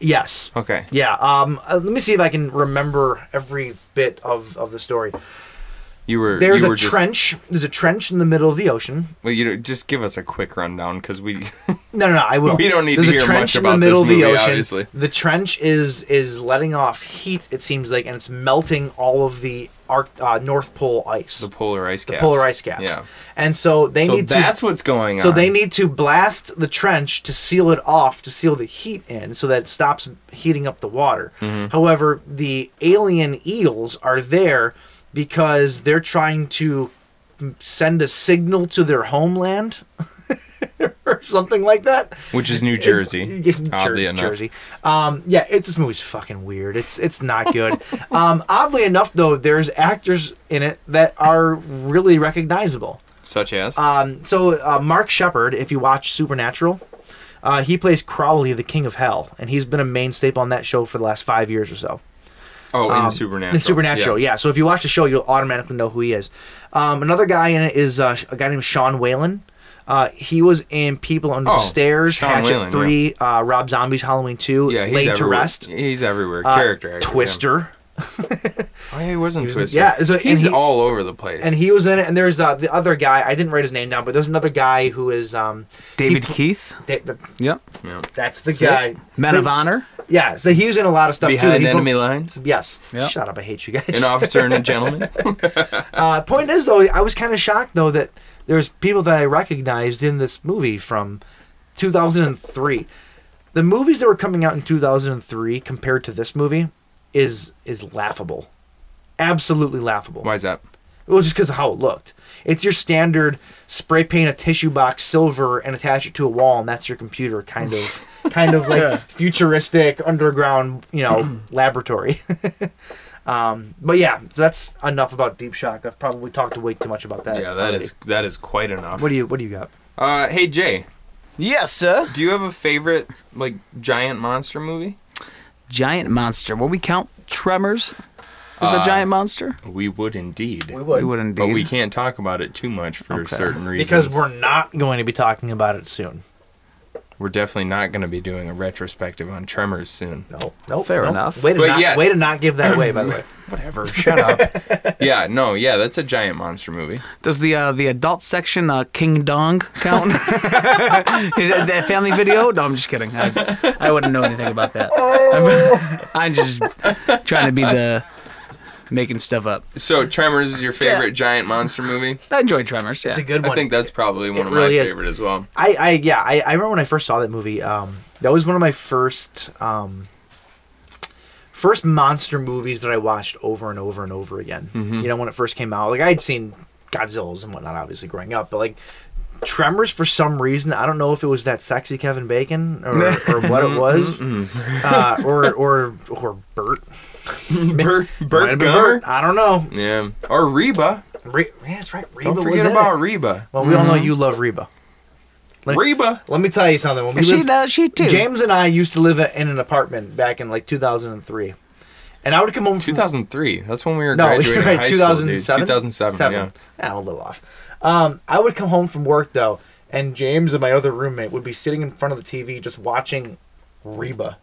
Speaker 5: Yes.
Speaker 6: Okay.
Speaker 5: Yeah. Um. uh, let me see if I can remember every bit of of the story.
Speaker 6: You were.
Speaker 5: There's
Speaker 6: you
Speaker 5: a
Speaker 6: were just-
Speaker 5: trench. There's a trench in the middle of the ocean.
Speaker 6: Well, you know, just give us a quick rundown because we. [LAUGHS]
Speaker 5: No, no, no. I will.
Speaker 6: We don't need
Speaker 5: There's
Speaker 6: to
Speaker 5: a
Speaker 6: hear
Speaker 5: trench
Speaker 6: much
Speaker 5: in
Speaker 6: about this
Speaker 5: the middle of the
Speaker 6: movie,
Speaker 5: ocean.
Speaker 6: obviously.
Speaker 5: The trench is is letting off heat. It seems like, and it's melting all of the arc, uh, North Pole ice,
Speaker 6: the polar ice caps.
Speaker 5: polar ice caps.
Speaker 6: Yeah.
Speaker 5: And so they
Speaker 6: so
Speaker 5: need to.
Speaker 6: that's what's going on.
Speaker 5: So they need to blast the trench to seal it off, to seal the heat in, so that it stops heating up the water.
Speaker 6: Mm-hmm.
Speaker 5: However, the alien eels are there because they're trying to m- send a signal to their homeland [LAUGHS] or something like that.
Speaker 6: Which is
Speaker 5: [LAUGHS]
Speaker 6: New Jersey.
Speaker 5: Jer-
Speaker 6: oddly enough.
Speaker 5: Jersey. Um, yeah, it's this movie's fucking weird. It's it's not good. [LAUGHS] um, oddly enough, though, there's actors in it that are really recognizable.
Speaker 6: Such as.
Speaker 5: Um, so uh, Mark Shepard, if you watch Supernatural, uh, he plays Crowley, the King of Hell, and he's been a main staple on that show for the last five years or so.
Speaker 6: oh, in
Speaker 5: Um,
Speaker 6: Supernatural.
Speaker 5: In Supernatural, yeah. So if you watch the show, you'll automatically know who he is. Um, another guy in it is uh, a guy named Sean Whalen. Uh, he was in People Under
Speaker 6: Oh,
Speaker 5: the Stairs,
Speaker 6: Sean
Speaker 5: Hatchet
Speaker 6: Whalen, yeah.
Speaker 5: Three, uh, Rob Zombie's Halloween Two,
Speaker 6: Yeah, he's
Speaker 5: Laid
Speaker 6: everywhere.
Speaker 5: to Rest,
Speaker 6: He's everywhere.
Speaker 5: uh,
Speaker 6: Character actor. yeah.
Speaker 5: Twister.
Speaker 6: Oh, yeah, he wasn't Twister.
Speaker 5: yeah, so- and
Speaker 6: he's
Speaker 5: he-
Speaker 6: all over the place.
Speaker 5: And he was in it. And there's uh, the other guy. I didn't write his name down, but there's another guy who is um, he
Speaker 7: David
Speaker 5: pl-
Speaker 7: Keith.
Speaker 5: that- that-
Speaker 7: Yep.
Speaker 5: that's the guy.
Speaker 7: Men of
Speaker 5: But-
Speaker 7: Honor.
Speaker 5: Yeah, so he was in a lot of stuff too. that
Speaker 6: behind
Speaker 5: he's
Speaker 6: enemy
Speaker 5: been-
Speaker 6: lines.
Speaker 5: Yes.
Speaker 7: Yeah.
Speaker 5: Shut up! I hate you guys.
Speaker 6: An officer and a gentleman.
Speaker 5: Uh, point is, though, I was kind of shocked though that there's people that I recognized in this movie from 2003. The movies that were coming out in 2003 compared to this movie is is laughable, absolutely
Speaker 6: [LAUGHS]
Speaker 5: laughable.
Speaker 6: Why is that?
Speaker 5: Well, just because of how it looked. It's your standard spray paint a tissue box silver and attach it to a wall, and that's your computer, kind of, [LAUGHS] kind of like futuristic underground, you [CLEARS THROAT] know, laboratory. [LAUGHS] um, but yeah, so that's enough about Deep Shock. I've probably talked way too much about that. Um,
Speaker 6: Yeah, that is that is quite enough.
Speaker 5: What do you What do you got?
Speaker 6: Uh, hey Jay,
Speaker 7: Yes, sir.
Speaker 6: do you have a favorite like giant monster movie?
Speaker 7: Giant monster. Will we count Tremors as a giant monster?
Speaker 6: We would indeed,
Speaker 7: We wouldn't.
Speaker 6: Uh, but we can't talk about it too much for
Speaker 7: Okay.
Speaker 6: certain reasons.
Speaker 5: because we're not going to be talking about it soon.
Speaker 6: we're definitely not going to be doing a retrospective on Tremors
Speaker 5: [LAUGHS]
Speaker 6: soon.
Speaker 5: No, no,
Speaker 7: Fair
Speaker 5: no.
Speaker 7: enough.
Speaker 5: Way to
Speaker 6: But
Speaker 5: not
Speaker 6: yes.
Speaker 5: way to not give that away.
Speaker 6: [CLEARS THROAT]
Speaker 5: By the way,
Speaker 6: Whatever, shut up. yeah, no, yeah, that's a giant monster movie.
Speaker 7: Does the uh, the adult section uh, King Dong
Speaker 6: [LAUGHS]
Speaker 7: count? Is that, that family video? No, I'm just kidding. I, I wouldn't know anything about that.
Speaker 6: Oh.
Speaker 7: I'm, I'm just trying to be the making stuff up.
Speaker 6: So Tremors is your favorite giant monster movie?
Speaker 7: I enjoy Tremors. Yeah.
Speaker 5: it's a good one.
Speaker 6: I think that's probably one of
Speaker 5: really
Speaker 6: my
Speaker 5: is.
Speaker 6: favorite as well.
Speaker 5: I, I yeah, I, I remember when I first saw that movie. Um, that was one of my first um, first monster movies that I watched over and over and over again. You know, when it first came out, like I'd seen Godzilla's and whatnot, obviously growing up, but like Tremors for some reason, I don't know if it was that sexy Kevin Bacon [LAUGHS] or, or what it was, uh, or or or Bert.
Speaker 6: Bert,
Speaker 5: Might
Speaker 6: Bert
Speaker 5: have been
Speaker 6: Gummer.
Speaker 5: Bert. I don't know.
Speaker 6: Yeah, or Reba.
Speaker 5: Re- yeah, that's right. Reba
Speaker 6: Don't
Speaker 5: was
Speaker 6: forget
Speaker 5: in
Speaker 6: about
Speaker 5: it.
Speaker 6: Reba.
Speaker 5: Well, we all know you love Reba. Like-
Speaker 6: Reba.
Speaker 5: Mm-hmm. Let me tell you something. When we
Speaker 7: she
Speaker 5: lived-
Speaker 7: does. She too.
Speaker 5: James and I used to live in an apartment back in like 2003, and I would come home. From,
Speaker 6: 2003. That's when we were
Speaker 5: No, [LAUGHS]
Speaker 6: graduating
Speaker 5: you're right.
Speaker 6: high
Speaker 5: 2007.
Speaker 6: school. Dude. 2007.
Speaker 5: Seven. Yeah, I'm a little off. Um, I would come home from work though, and James and my other roommate would be sitting in front of the TV just watching Reba.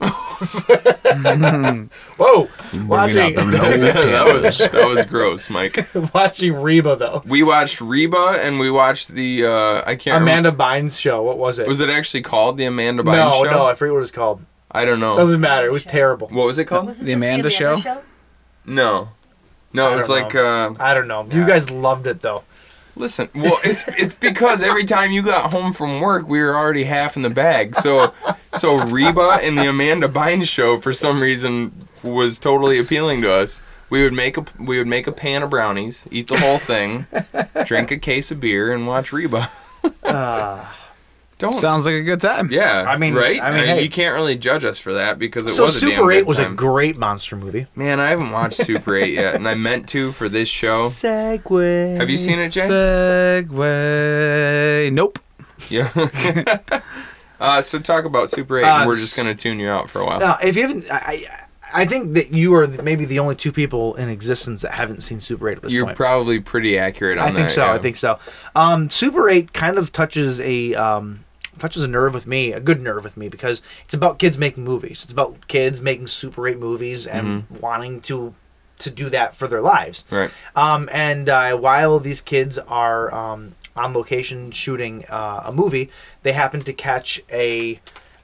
Speaker 5: Whoa, watching
Speaker 6: Yeah. [LAUGHS] that was that was gross, Mike.
Speaker 5: [LAUGHS] watching Reba though.
Speaker 6: We watched Reba and we watched the uh I can't remember.
Speaker 5: Amanda Bynes show. What was it?
Speaker 6: Was it actually called the Amanda Bynes
Speaker 5: no,
Speaker 6: show?
Speaker 5: no, I forget what it's called.
Speaker 6: I don't know.
Speaker 5: Doesn't matter. It was terrible.
Speaker 6: what was it called?
Speaker 8: Was it
Speaker 7: The
Speaker 8: just
Speaker 7: Amanda Show?
Speaker 6: No. No,
Speaker 5: I
Speaker 6: it was
Speaker 5: don't
Speaker 6: like uh
Speaker 5: I don't know. You guys loved it though.
Speaker 6: listen, well it's it's because every time you got home from work we were already half in the bag. So so Reba and the Amanda Bynes show for some reason was totally appealing to us. We would make a we would make a pan of brownies, eat the whole thing, drink a case of beer, and watch Reba. Don't.
Speaker 7: Sounds like a good time.
Speaker 6: yeah,
Speaker 5: Ah. I mean-
Speaker 6: right?
Speaker 5: I mean, hey.
Speaker 6: you can't really judge us for that because it
Speaker 5: So
Speaker 6: was a damn
Speaker 5: Super
Speaker 6: good
Speaker 5: Eight was a
Speaker 6: time.
Speaker 5: great monster movie.
Speaker 6: Man, I haven't watched Super 8 yet, and I meant to for this show.
Speaker 7: Segway.
Speaker 6: Have you seen it, Jay?
Speaker 7: Segway. Nope.
Speaker 5: [LAUGHS]
Speaker 6: Yeah. uh, so talk about Super 8,
Speaker 5: Uh,
Speaker 6: and we're just going to tune you out for a while.
Speaker 5: Now, if you haven't, I, I I think that you are maybe the only two people in existence that haven't seen Super Eight at this
Speaker 6: You're
Speaker 5: point.
Speaker 6: probably pretty accurate on
Speaker 5: I
Speaker 6: that.
Speaker 5: think so.
Speaker 6: yeah.
Speaker 5: I think so. Um, Super Eight kind of touches a um, touches a nerve with me, a good nerve with me, because it's about kids making movies. It's about kids making Super Eight movies and wanting to to do that for their lives.
Speaker 6: Mm-hmm. Right.
Speaker 5: Um, and uh, while these kids are um, on location shooting uh, a movie, they happen to catch a,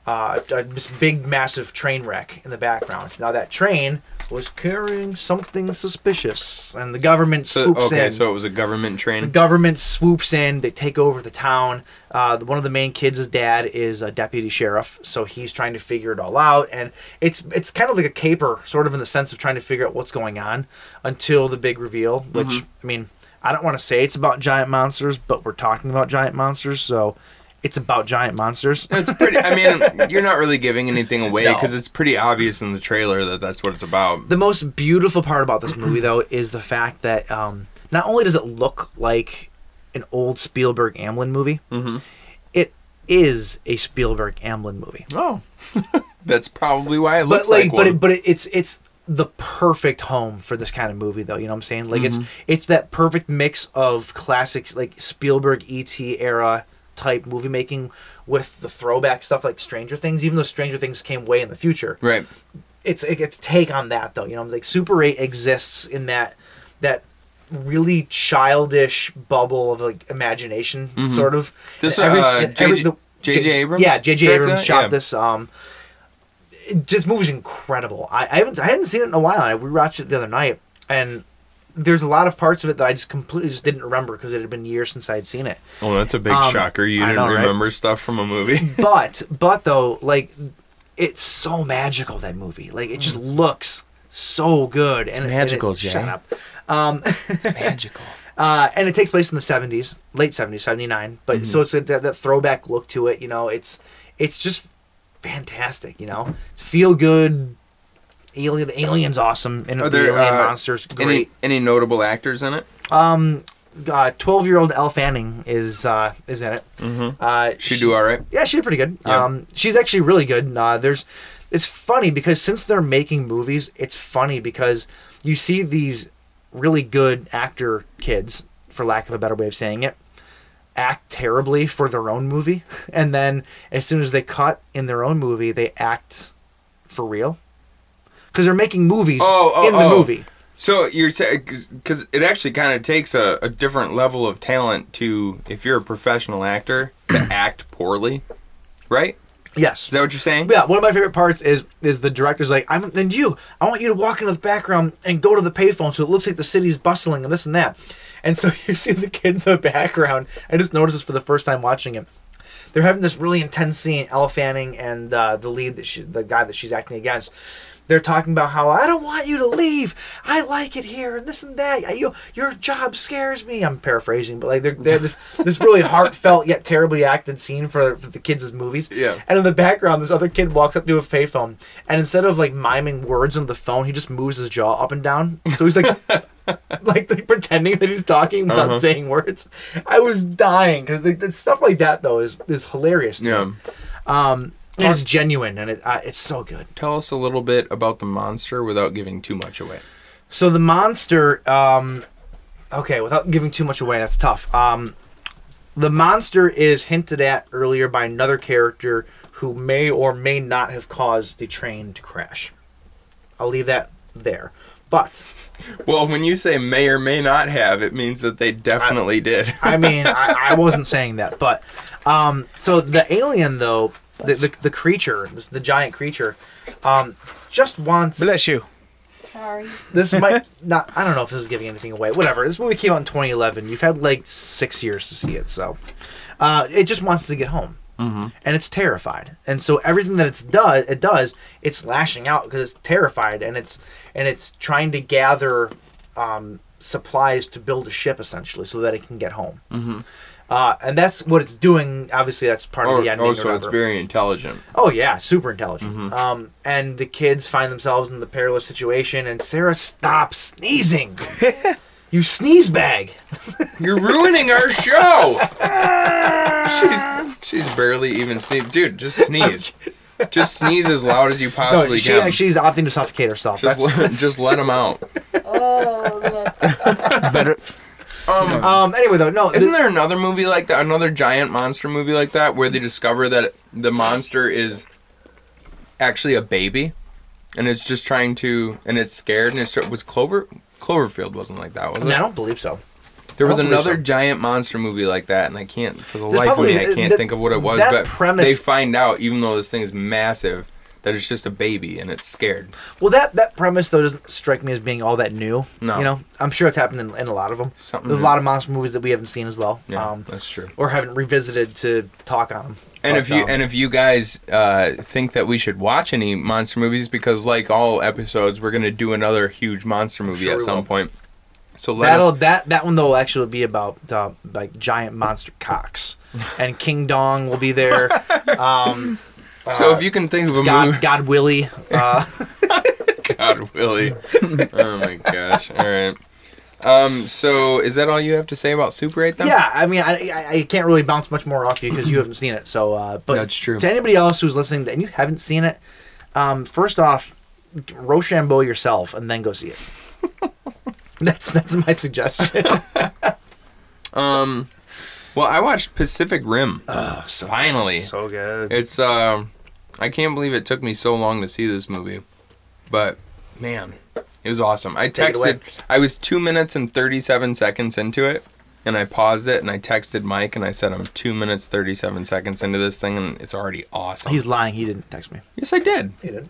Speaker 5: uh, a this big, massive train wreck in the background. Now that train was carrying something suspicious, and the government
Speaker 6: So,
Speaker 5: swoops
Speaker 6: okay,
Speaker 5: in.
Speaker 6: so it was a government
Speaker 5: the
Speaker 6: train.
Speaker 5: government swoops in. They take over the town. Uh, one of the main kids' dad is a deputy sheriff, so he's trying to figure it all out. And it's it's kind of like a caper, sort of in the sense of trying to figure out what's going on until the big reveal. Which I mean, I don't want to say it's about giant monsters, but we're talking about giant monsters, so it's about giant monsters.
Speaker 6: It's pretty. I
Speaker 5: [LAUGHS]
Speaker 6: mean, you're not really giving anything away
Speaker 5: No.
Speaker 6: because it's pretty obvious in the trailer that that's what it's about.
Speaker 5: the most beautiful part about this movie though is the fact that um, not only does it look like an old Spielberg Amblin movie,
Speaker 6: Mm-hmm.
Speaker 5: it is a Spielberg Amblin movie. [LAUGHS]
Speaker 6: Oh, that's probably why it looks
Speaker 5: but
Speaker 6: like,
Speaker 5: like, but
Speaker 6: one.
Speaker 5: it, but it, it's it's the perfect home for this kind of movie though. You know what I'm saying? Like it's
Speaker 6: Mm-hmm.
Speaker 5: it's that perfect mix of classics like Spielberg ET era type movie making with the throwback stuff like Stranger Things, even though Stranger Things came way in the future
Speaker 6: right.
Speaker 5: it's it's a take on that though. You know, I'm like Super Eight exists in that that really childish bubble of like imagination, sort of.
Speaker 6: This,
Speaker 5: Every-
Speaker 6: uh,
Speaker 5: every-
Speaker 6: J.J.
Speaker 5: the-
Speaker 6: J.J.
Speaker 5: J-
Speaker 6: Abrams
Speaker 5: Yeah, J.J.
Speaker 6: directed
Speaker 5: Abrams
Speaker 6: that?
Speaker 5: shot
Speaker 6: Yeah.
Speaker 5: this. Um, it, this movie's incredible. I, I haven't I hadn't seen it in a while. I rewatched it the other night, and there's a lot of parts of it that I just completely just didn't remember because it had been years since I had seen it.
Speaker 6: Oh, that's a big
Speaker 5: Um,
Speaker 6: shocker. You
Speaker 5: I
Speaker 6: didn't
Speaker 5: know, right?
Speaker 6: remember stuff from a movie.
Speaker 5: but but though like it's so magical that movie like it just looks so good it's and it- and it-
Speaker 6: Oh, magical, Jay.
Speaker 5: shut up um [LAUGHS]
Speaker 6: Magical.
Speaker 5: uh, and it takes place in the 70s late 70s 79 but
Speaker 6: Mhm.
Speaker 5: so it's that, that throwback look to it you know it's it's just fantastic you know it's feel good alien the alien's awesome and
Speaker 6: Are
Speaker 5: the
Speaker 6: there
Speaker 5: alien
Speaker 6: uh,
Speaker 5: monsters
Speaker 6: [LAUGHS] any
Speaker 5: great
Speaker 6: any notable actors in it?
Speaker 5: um uh 12 year old Elle Fanning is uh is in it mm-hmm. uh
Speaker 6: She do all right.
Speaker 5: yeah, she did pretty good.
Speaker 6: Yeah.
Speaker 5: Um, she's actually really good. Uh, there's, it's funny because since they're making movies, it's funny because you see these really good actor kids, for lack of a better way of saying it, act terribly for their own movie, [LAUGHS] and then as soon as they cut in their own movie, they act for real because they're making movies
Speaker 6: Oh, oh,
Speaker 5: in the
Speaker 6: oh.
Speaker 5: movie.
Speaker 6: So you're saying because it actually kind of takes a, a different level of talent to if you're a professional actor to
Speaker 5: [CLEARS THROAT]
Speaker 6: act poorly, right?
Speaker 5: Yes.
Speaker 6: Is that what you're saying?
Speaker 5: Yeah, one of my favorite parts is is the director's like, I'm then you, I want you to walk into the background and go to the payphone so it looks like the city's bustling and this and that. And so [LAUGHS] you see the kid in the background. I just noticed this for the first time watching it. They're having this really intense scene, Elle Fanning and uh, the lead that she the guy that she's acting against. They're talking about how I don't want you to leave. I like it here and this and that. You, your job scares me. I'm paraphrasing, but like they're, they're this this really heartfelt yet terribly acted scene for, for the kids' movies.
Speaker 6: Yeah.
Speaker 5: And in the background, this other kid walks up to a payphone, and instead of like miming words on the phone, he just moves his jaw up and down. So he's like, [LAUGHS] like, like, pretending that he's talking without saying words. I was dying because like, that- stuff like that though is is hilarious. to me.
Speaker 6: Yeah.
Speaker 5: Um, and it's genuine and it uh, it's so good.
Speaker 6: Tell us a little bit about the monster without giving too much away.
Speaker 5: So the monster, um, okay, without giving too much away, that's tough. Um, the monster is hinted at earlier by another character who may or may not have caused the train to crash. I'll leave that there. But
Speaker 6: Well, when you say may or may not have, it means that they definitely did.
Speaker 5: I mean, I, I wasn't saying that, but um, so the alien though, the the, the creature, this, the giant creature, um, just wants.
Speaker 7: Bless you.
Speaker 8: Sorry.
Speaker 6: [LAUGHS]
Speaker 5: This might not. I don't know if this is giving anything away. Whatever. This movie came out in 2011. You've had like six years to see it, so uh, it just wants to get home.
Speaker 6: Mm-hmm.
Speaker 5: and it's terrified. And so everything that it's does it does it's lashing out because it's terrified and it's and it's trying to gather um, supplies to build a ship essentially so that it can get home. Mm-hmm. Uh, and that's what it's doing. Obviously, that's
Speaker 6: [LAUGHS]
Speaker 5: part
Speaker 6: Oh,
Speaker 5: of the ending.
Speaker 6: oh,
Speaker 5: or
Speaker 6: so it's
Speaker 5: whatever.
Speaker 6: very intelligent.
Speaker 5: Oh yeah, super intelligent.
Speaker 6: Mm-hmm.
Speaker 5: Um, and the kids find themselves in the perilous situation, and Sarah
Speaker 6: [LAUGHS]
Speaker 5: stops sneezing. you sneeze bag.
Speaker 6: You're ruining our
Speaker 5: [LAUGHS]
Speaker 6: show. she's she's barely even sneezed. Dude, just
Speaker 5: [LAUGHS]
Speaker 6: sneeze. Just sneeze as loud as you
Speaker 5: No,
Speaker 6: possibly
Speaker 5: she,
Speaker 6: can.
Speaker 5: like, she's opting to suffocate herself.
Speaker 6: just,
Speaker 5: That's-
Speaker 6: let, just let him out.
Speaker 10: Oh, look.
Speaker 5: um. Anyway, though, no.
Speaker 6: Isn't
Speaker 5: th-
Speaker 6: there another movie like that? Another giant monster movie like that where they discover that the monster is actually a baby, and it's just trying to, and it's scared, and it's was Clover. Cloverfield wasn't like that, was it?
Speaker 5: I don't believe so.
Speaker 6: There was
Speaker 5: I don't believe
Speaker 6: another
Speaker 5: so.
Speaker 6: giant monster movie like that, and I can't for the
Speaker 5: There's
Speaker 6: life of
Speaker 5: probably-
Speaker 6: me, I can't
Speaker 5: that-
Speaker 6: think of what it was.
Speaker 5: that
Speaker 6: But
Speaker 5: premise-
Speaker 6: they find out, even though this thing's massive, that it's just a baby and it's scared.
Speaker 5: Well, that that premise though doesn't strike me as being all that new.
Speaker 6: No.
Speaker 5: You know, I'm sure it's happened in, in a lot of them.
Speaker 6: Something
Speaker 5: There's a
Speaker 6: new.
Speaker 5: lot of monster movies that we haven't seen as well.
Speaker 6: Yeah,
Speaker 5: um,
Speaker 6: that's true.
Speaker 5: Or haven't revisited to talk on them.
Speaker 6: And if you
Speaker 5: um,
Speaker 6: and if you guys uh, think that we should watch any monster movies, because like all episodes, we're gonna do another huge monster movie
Speaker 5: sure
Speaker 6: at
Speaker 5: we
Speaker 6: some
Speaker 5: will.
Speaker 6: point. So let
Speaker 5: That'll
Speaker 6: us.
Speaker 5: that that one though will actually be about uh, like giant monster [LAUGHS] cocks, and King Dong will be [LAUGHS] there. Um,
Speaker 6: so if you can think of a
Speaker 5: God
Speaker 6: movie,
Speaker 5: God Willie. [LAUGHS] Uh,
Speaker 6: God
Speaker 5: [LAUGHS]
Speaker 6: Willie. oh my gosh! All right. Um. So is that all you have to say about Super Eight? Then?
Speaker 5: yeah, I mean I, I I can't really bounce much more off you because you haven't seen it. So uh, but
Speaker 6: That's true.
Speaker 5: to anybody else who's listening and you haven't seen it, um, first off, Rochambeau yourself and then go see it. [LAUGHS] that's that's my [LAUGHS] suggestion.
Speaker 6: Um. Well, I watched Pacific Rim. Finally,
Speaker 5: Ah, so good.
Speaker 6: it's um. I can't believe it took me so long to see this movie, but man, it was awesome. I
Speaker 5: Take it away.
Speaker 6: texted. I was two minutes and thirty-seven seconds into it, and I paused it and I texted Mike and I said, "I'm two minutes thirty-seven seconds into this thing, and it's already awesome."
Speaker 5: He's lying. He didn't text me.
Speaker 6: yes, I did.
Speaker 5: He did.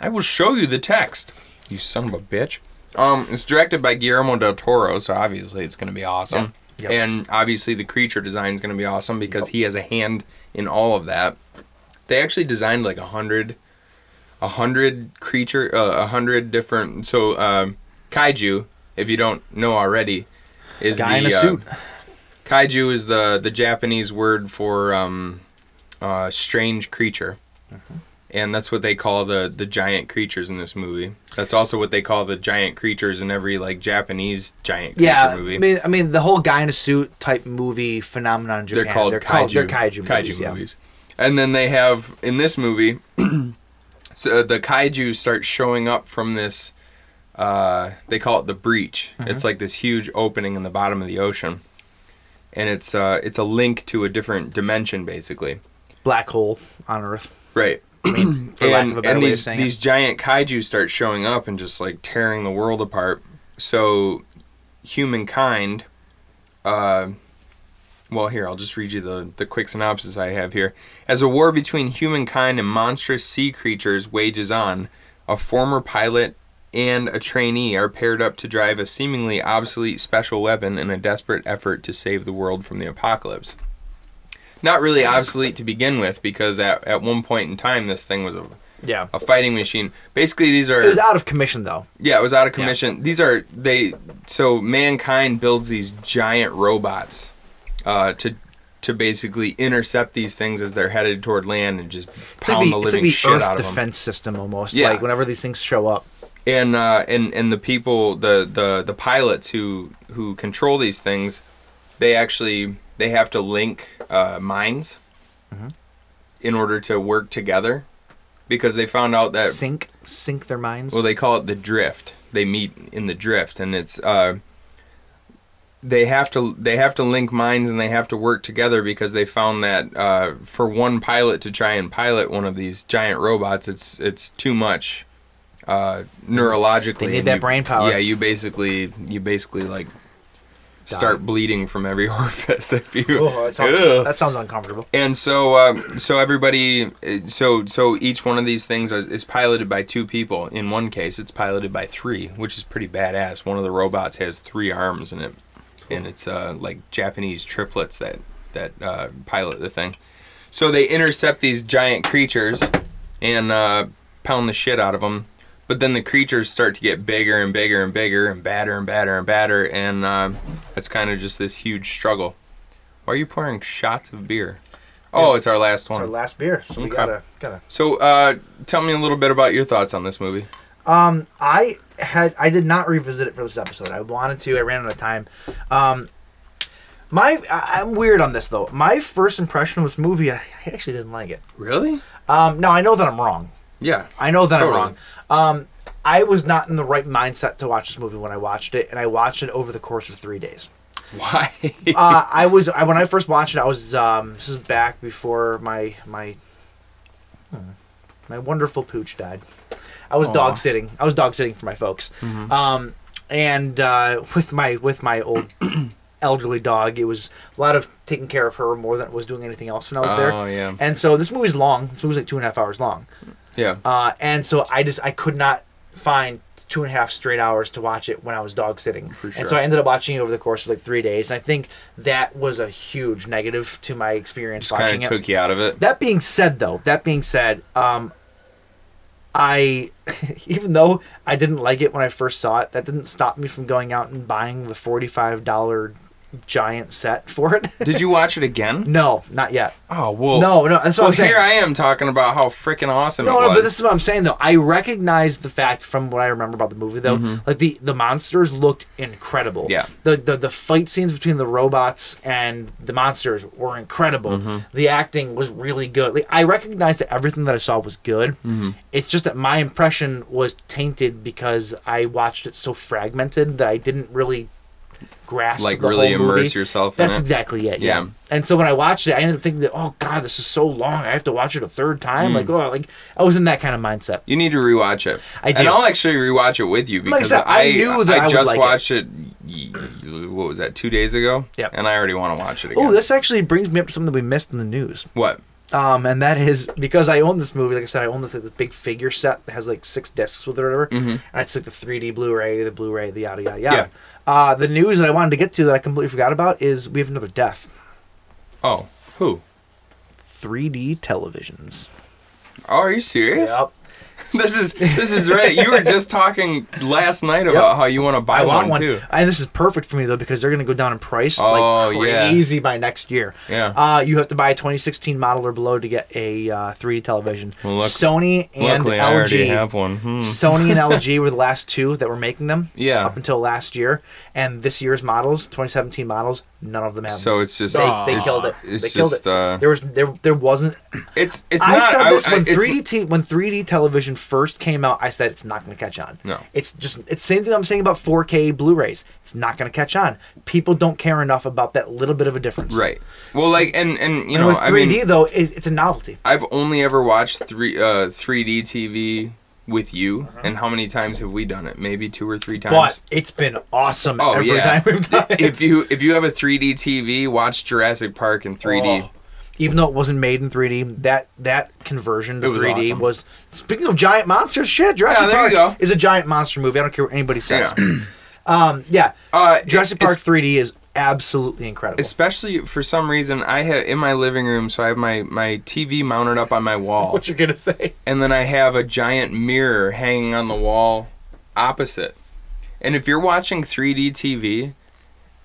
Speaker 6: I will show you the text. You son of a bitch. Um, it's directed by Guillermo del Toro, so obviously it's going to be awesome.
Speaker 5: Yep. Yep.
Speaker 6: And obviously the creature design is going to be awesome because he has a hand in all of that. They actually designed like a hundred, a hundred creature, uh, a hundred different. So um, kaiju, if you don't know already, is
Speaker 5: Guy in
Speaker 6: the
Speaker 5: a
Speaker 6: uh,
Speaker 5: suit.
Speaker 6: kaiju is the the Japanese word for um, uh, strange creature
Speaker 5: Mm-hmm.
Speaker 6: and that's what they call the the giant creatures in this movie. That's also what they call the giant creatures in every like Japanese giant creature
Speaker 5: Yeah,
Speaker 6: movie.
Speaker 5: I mean, I mean, the whole guy in a suit type movie phenomenon in
Speaker 6: they're
Speaker 5: Japan.
Speaker 6: called kaiju,
Speaker 5: they're kaiju, movies. yeah.
Speaker 6: And then they have in this movie, [CLEARS THROAT] so uh, the kaiju start showing up from this. Uh, they call it the breach.
Speaker 5: Mm-hmm.
Speaker 6: It's like this huge opening in the bottom of the ocean, and it's uh, it's a link to a different dimension basically.
Speaker 5: Black hole on Earth.
Speaker 6: Right.
Speaker 5: for lack
Speaker 6: and,
Speaker 5: of a better
Speaker 6: and
Speaker 5: way of
Speaker 6: these
Speaker 5: saying
Speaker 6: these
Speaker 5: it.
Speaker 6: giant kaiju start showing up and just like tearing the world apart. So humankind, uh, well, here I'll just read you the the quick synopsis I have here. As a war between humankind and monstrous sea creatures wages on, a former pilot and a trainee are paired up to drive a seemingly obsolete special weapon in a desperate effort to save the world from the apocalypse not really obsolete to begin with because at, at one point in time this thing was a,
Speaker 5: Yeah.
Speaker 6: a fighting machine basically these
Speaker 5: It was
Speaker 6: are
Speaker 5: out of commission though.
Speaker 6: yeah it was out of commission these are they so mankind builds these giant robots uh, to to basically intercept these things as they're headed toward land and just
Speaker 5: It's like
Speaker 6: pound
Speaker 5: the,
Speaker 6: the,
Speaker 5: it's like
Speaker 6: living
Speaker 5: the
Speaker 6: shit
Speaker 5: Earth
Speaker 6: out of them
Speaker 5: defense system almost.
Speaker 6: Yeah.
Speaker 5: Like whenever these things show up.
Speaker 6: and uh, and and the people, the the the pilots who who control these things, they actually they have to link uh, minds in order to work together, because they found out that
Speaker 5: sink sink their minds.
Speaker 6: well, they call it the drift. They meet in the drift, and it's uh, they have to they have to link minds and they have to work together because they found that uh, for one pilot to try and pilot one of these giant robots, it's it's too much uh, neurologically.
Speaker 5: They need
Speaker 6: and
Speaker 5: that
Speaker 6: you-
Speaker 5: brain power.
Speaker 6: Yeah, you basically you basically like start bleeding from every [LAUGHS] orifice if you.
Speaker 5: Oh, that, sounds,
Speaker 6: Ugh.
Speaker 5: that sounds uncomfortable.
Speaker 6: And so, um, so everybody, uh, so so each one of these things is, is piloted by two people. In one case, it's piloted by three, which is pretty badass. One of the robots has three arms in it, and it's uh, like Japanese triplets that that uh, pilot the thing. So they intercept these giant creatures and uh, pound the shit out of them. But then the creatures start to get bigger and bigger and bigger and badder and badder and badder. And uh, it's kind of just this huge struggle. Why are you pouring shots of beer? Oh, it's our last
Speaker 5: It's
Speaker 6: one.
Speaker 5: our last beer, so we
Speaker 6: Okay.
Speaker 5: gotta gotta
Speaker 6: so uh, tell me a little bit about your thoughts on this movie.
Speaker 5: Um, I had I did not revisit it for this episode. I wanted to. I ran out of time. Um, my I, I'm weird on this though. My first impression of this movie, I actually didn't like it.
Speaker 6: Really?
Speaker 5: Um, no, I know that I'm wrong.
Speaker 6: Yeah.
Speaker 5: I know that
Speaker 6: Totally.
Speaker 5: I'm wrong. Um, I was not in the right mindset to watch this movie when I watched it, and I watched it over the course of three days.
Speaker 6: [LAUGHS] Why?
Speaker 5: Uh, I was I, when I first watched it. I was um, this is back before my my hmm, my wonderful pooch died. I was dog sitting. I was dog sitting for my folks,
Speaker 6: Mm-hmm.
Speaker 5: um, and uh, with my with
Speaker 6: [CLEARS THROAT]
Speaker 5: my old elderly dog, it was a lot of taking care of her more than it was doing anything else when I was there.
Speaker 6: Oh, yeah.
Speaker 5: And so this movie's long. This movie's like two and a half hours long.
Speaker 6: yeah.
Speaker 5: Uh, and so I just I could not find two and a half straight hours to watch it when I was dog sitting. And so
Speaker 6: sure.
Speaker 5: I ended up watching it over the course of like three days. And I think that was a huge negative to my experience watching
Speaker 6: Kind
Speaker 5: it.
Speaker 6: of took you out of it.
Speaker 5: That being said, though, that being said, um, I, [LAUGHS] even though I didn't like it when I first saw it, that didn't stop me from going out and buying the forty-five dollar giant set for it. [LAUGHS]
Speaker 6: Did you watch it again?
Speaker 5: no, not yet.
Speaker 6: Oh well.
Speaker 5: No, no, that's what
Speaker 6: well,
Speaker 5: I'm saying.
Speaker 6: here I am talking about how freaking awesome
Speaker 5: No,
Speaker 6: it was.
Speaker 5: no, but this is what I'm saying though. I recognize the fact from what I remember about the movie though. Like the the monsters looked incredible.
Speaker 6: Mm-hmm. Yeah.
Speaker 5: The, the the fight scenes between the robots and the monsters were incredible.
Speaker 6: Mm-hmm.
Speaker 5: The acting was really good. Like, I recognized that everything that I saw was good.
Speaker 6: Mm-hmm.
Speaker 5: It's just that my impression was tainted because I watched it so fragmented that I didn't really grasp
Speaker 6: Like,
Speaker 5: the
Speaker 6: really
Speaker 5: whole movie.
Speaker 6: immerse yourself in
Speaker 5: That's
Speaker 6: it.
Speaker 5: exactly it. Yeah.
Speaker 6: Yeah.
Speaker 5: And so when I watched it, I ended up thinking that, oh god, this is so long. I have to watch it a third time. Like, oh, like I was in that kind of mindset.
Speaker 6: You need to rewatch it.
Speaker 5: I do.
Speaker 6: And I'll actually rewatch it with you
Speaker 5: Like I
Speaker 6: because
Speaker 5: said,
Speaker 6: I,
Speaker 5: I knew that I
Speaker 6: I
Speaker 5: would
Speaker 6: just
Speaker 5: like it.
Speaker 6: watched it. y- What was that? Two days ago.
Speaker 5: Yep.
Speaker 6: And I already want to watch it again.
Speaker 5: Oh, this actually brings me up to something we missed in the news.
Speaker 6: what?
Speaker 5: Um, and that is because I own this movie. Like I said, I own this, like, this big figure set that has like six discs with it or whatever. And it's like the 3D Blu-ray, the Blu-ray, the yada yada yada. Uh, the news that I wanted to get to that I completely forgot about is we have another death.
Speaker 6: Oh, who?
Speaker 5: 3D televisions.
Speaker 6: Oh, are you serious?
Speaker 5: Yep.
Speaker 6: [LAUGHS] This is this is right. You were just talking last night about how you want to buy
Speaker 5: I want
Speaker 6: one,
Speaker 5: one,
Speaker 6: too.
Speaker 5: and this is perfect for me though because they're going to go down in price
Speaker 6: Oh,
Speaker 5: like
Speaker 6: yeah.
Speaker 5: crazy by next year.
Speaker 6: Yeah.
Speaker 5: uh, you have to buy a 2016 model or below to get a uh, 3D television.
Speaker 6: Well, luck-
Speaker 5: Sony and
Speaker 6: Luckily,
Speaker 5: LG.
Speaker 6: I already have one. Hmm.
Speaker 5: Sony and
Speaker 6: [LAUGHS]
Speaker 5: LG were the last two that were making them.
Speaker 6: Yeah.
Speaker 5: Up until last year, and this year's models, 2017 models, none of them have.
Speaker 6: So
Speaker 5: them.
Speaker 6: it's just
Speaker 5: they, they
Speaker 6: it's-
Speaker 5: killed it.
Speaker 6: It's
Speaker 5: they
Speaker 6: just
Speaker 5: killed it.
Speaker 6: uh,
Speaker 5: there was there there wasn't.
Speaker 6: it's it's
Speaker 5: I
Speaker 6: not.
Speaker 5: said this when
Speaker 6: it's-
Speaker 5: 3D t- when 3D television first came out. I said it's not going to catch on.
Speaker 6: No.
Speaker 5: it's just it's same thing I'm saying about 4K Blu-rays. It's not going to catch on. People don't care enough about that little bit of a difference.
Speaker 6: Right. Well, like and and you
Speaker 5: And
Speaker 6: know,
Speaker 5: with
Speaker 6: I
Speaker 5: 3D
Speaker 6: mean,
Speaker 5: though, it, it's a novelty.
Speaker 6: I've only ever watched three uh, 3D TV with you, and how many times have we done it? Maybe two or three
Speaker 5: Uh-huh. But
Speaker 6: times.
Speaker 5: it's been awesome
Speaker 6: Oh,
Speaker 5: every
Speaker 6: yeah.
Speaker 5: time we've done
Speaker 6: [LAUGHS]
Speaker 5: it.
Speaker 6: if you if you have a 3D TV, watch Jurassic Park in 3D.
Speaker 5: Oh. even though it wasn't made in 3D, that that conversion to
Speaker 6: It was
Speaker 5: 3D
Speaker 6: awesome.
Speaker 5: was. Speaking of giant monsters, shit, Jurassic
Speaker 6: Yeah, there
Speaker 5: Park
Speaker 6: you go.
Speaker 5: is a giant monster movie. I don't care what anybody says.
Speaker 6: Yeah.
Speaker 5: [CLEARS THROAT] um, yeah,
Speaker 6: Uh,
Speaker 5: Jurassic
Speaker 6: it's-
Speaker 5: Park 3D is absolutely incredible.
Speaker 6: Especially for some reason, I have in my living room, so I have my my TV mounted up on my wall,
Speaker 5: [LAUGHS] what you're gonna say?
Speaker 6: and then I have a giant mirror hanging on the wall opposite. And if you're watching 3D TV,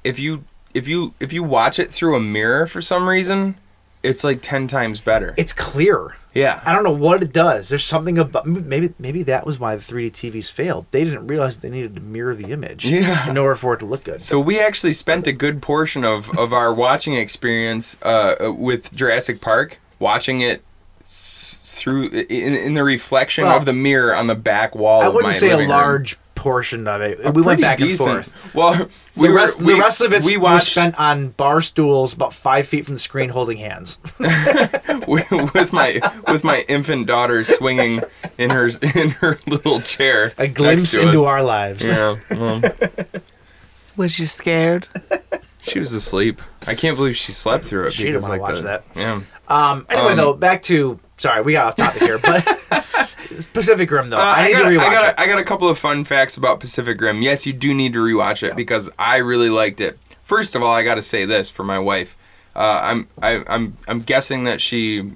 Speaker 6: if you if you if you watch it through a mirror for some reason, it's like 10 times better.
Speaker 5: It's clear.
Speaker 6: yeah.
Speaker 5: I don't know what it does. There's something about m- maybe maybe that was why the 3D TVs failed. They didn't realize they needed to mirror the image
Speaker 6: Yeah.
Speaker 5: in order for it to look good.
Speaker 6: So we actually spent a good portion of, of our watching experience uh, with Jurassic Park, watching it th- through in, in the reflection
Speaker 5: Well,
Speaker 6: of the mirror on the back wall.
Speaker 5: I
Speaker 6: of
Speaker 5: wouldn't
Speaker 6: my
Speaker 5: say a
Speaker 6: living room.
Speaker 5: large portion of it. we went
Speaker 6: Pretty
Speaker 5: back
Speaker 6: decent.
Speaker 5: and forth.
Speaker 6: Well, we
Speaker 5: the,
Speaker 6: were-
Speaker 5: rest,
Speaker 6: we-
Speaker 5: the rest of it
Speaker 6: we
Speaker 5: we
Speaker 6: watched
Speaker 5: spent on bar stools about five feet from the screen
Speaker 6: [LAUGHS]
Speaker 5: holding hands.
Speaker 6: with my with my infant daughter swinging in her in her little chair.
Speaker 5: A glimpse
Speaker 6: next to
Speaker 5: into
Speaker 6: us.
Speaker 5: our lives.
Speaker 6: Yeah, well,
Speaker 7: Was you scared?
Speaker 6: she was asleep. I can't believe she slept through it.
Speaker 5: She didn't
Speaker 6: because,
Speaker 5: wanna
Speaker 6: like,
Speaker 5: watch
Speaker 6: the-
Speaker 5: that.
Speaker 6: Yeah.
Speaker 5: Um, anyway,
Speaker 6: Um,
Speaker 5: though, back to. Sorry, we got off topic
Speaker 6: [LAUGHS]
Speaker 5: here, but. Pacific Rim, though.
Speaker 6: Uh,
Speaker 5: I, need
Speaker 6: got,
Speaker 5: to rewatch
Speaker 6: I got,
Speaker 5: it.
Speaker 6: I got a couple of fun facts about Pacific Rim. Yes, you do need to rewatch it because I really liked it. First of all, I got to say this for my wife. Uh, I'm I, I'm I'm guessing that she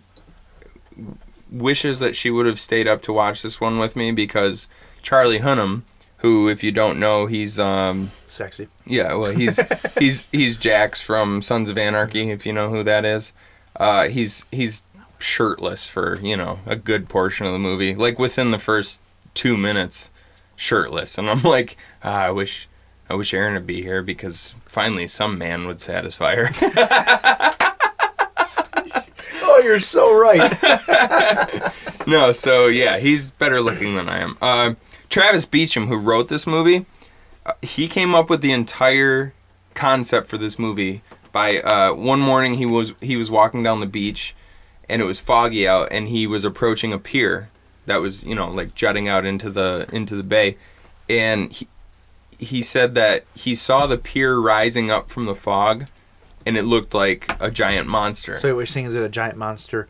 Speaker 6: wishes that she would have stayed up to watch this one with me because Charlie Hunnam, who if you don't know, he's um
Speaker 5: Sexy.
Speaker 6: yeah, well he's he's he's Jax from Sons of Anarchy if you know who that is. Uh, he's he's shirtless for you know a good portion of the movie, like within the first two minutes, shirtless, and I'm like, ah, I wish. I wish Erin would be here because finally some man would satisfy her.
Speaker 5: Oh, you're so right.
Speaker 6: no, so yeah, he's better looking than I am. Uh, Travis Beecham, who wrote this movie, uh, he came up with the entire concept for this movie by uh, one morning he was he was walking down the beach, and it was foggy out, and he was approaching a pier that was you know like jutting out into the into the bay, and he he said that he saw the pier rising up from the fog, and it looked like a giant monster.
Speaker 5: so what you're saying is that a giant monster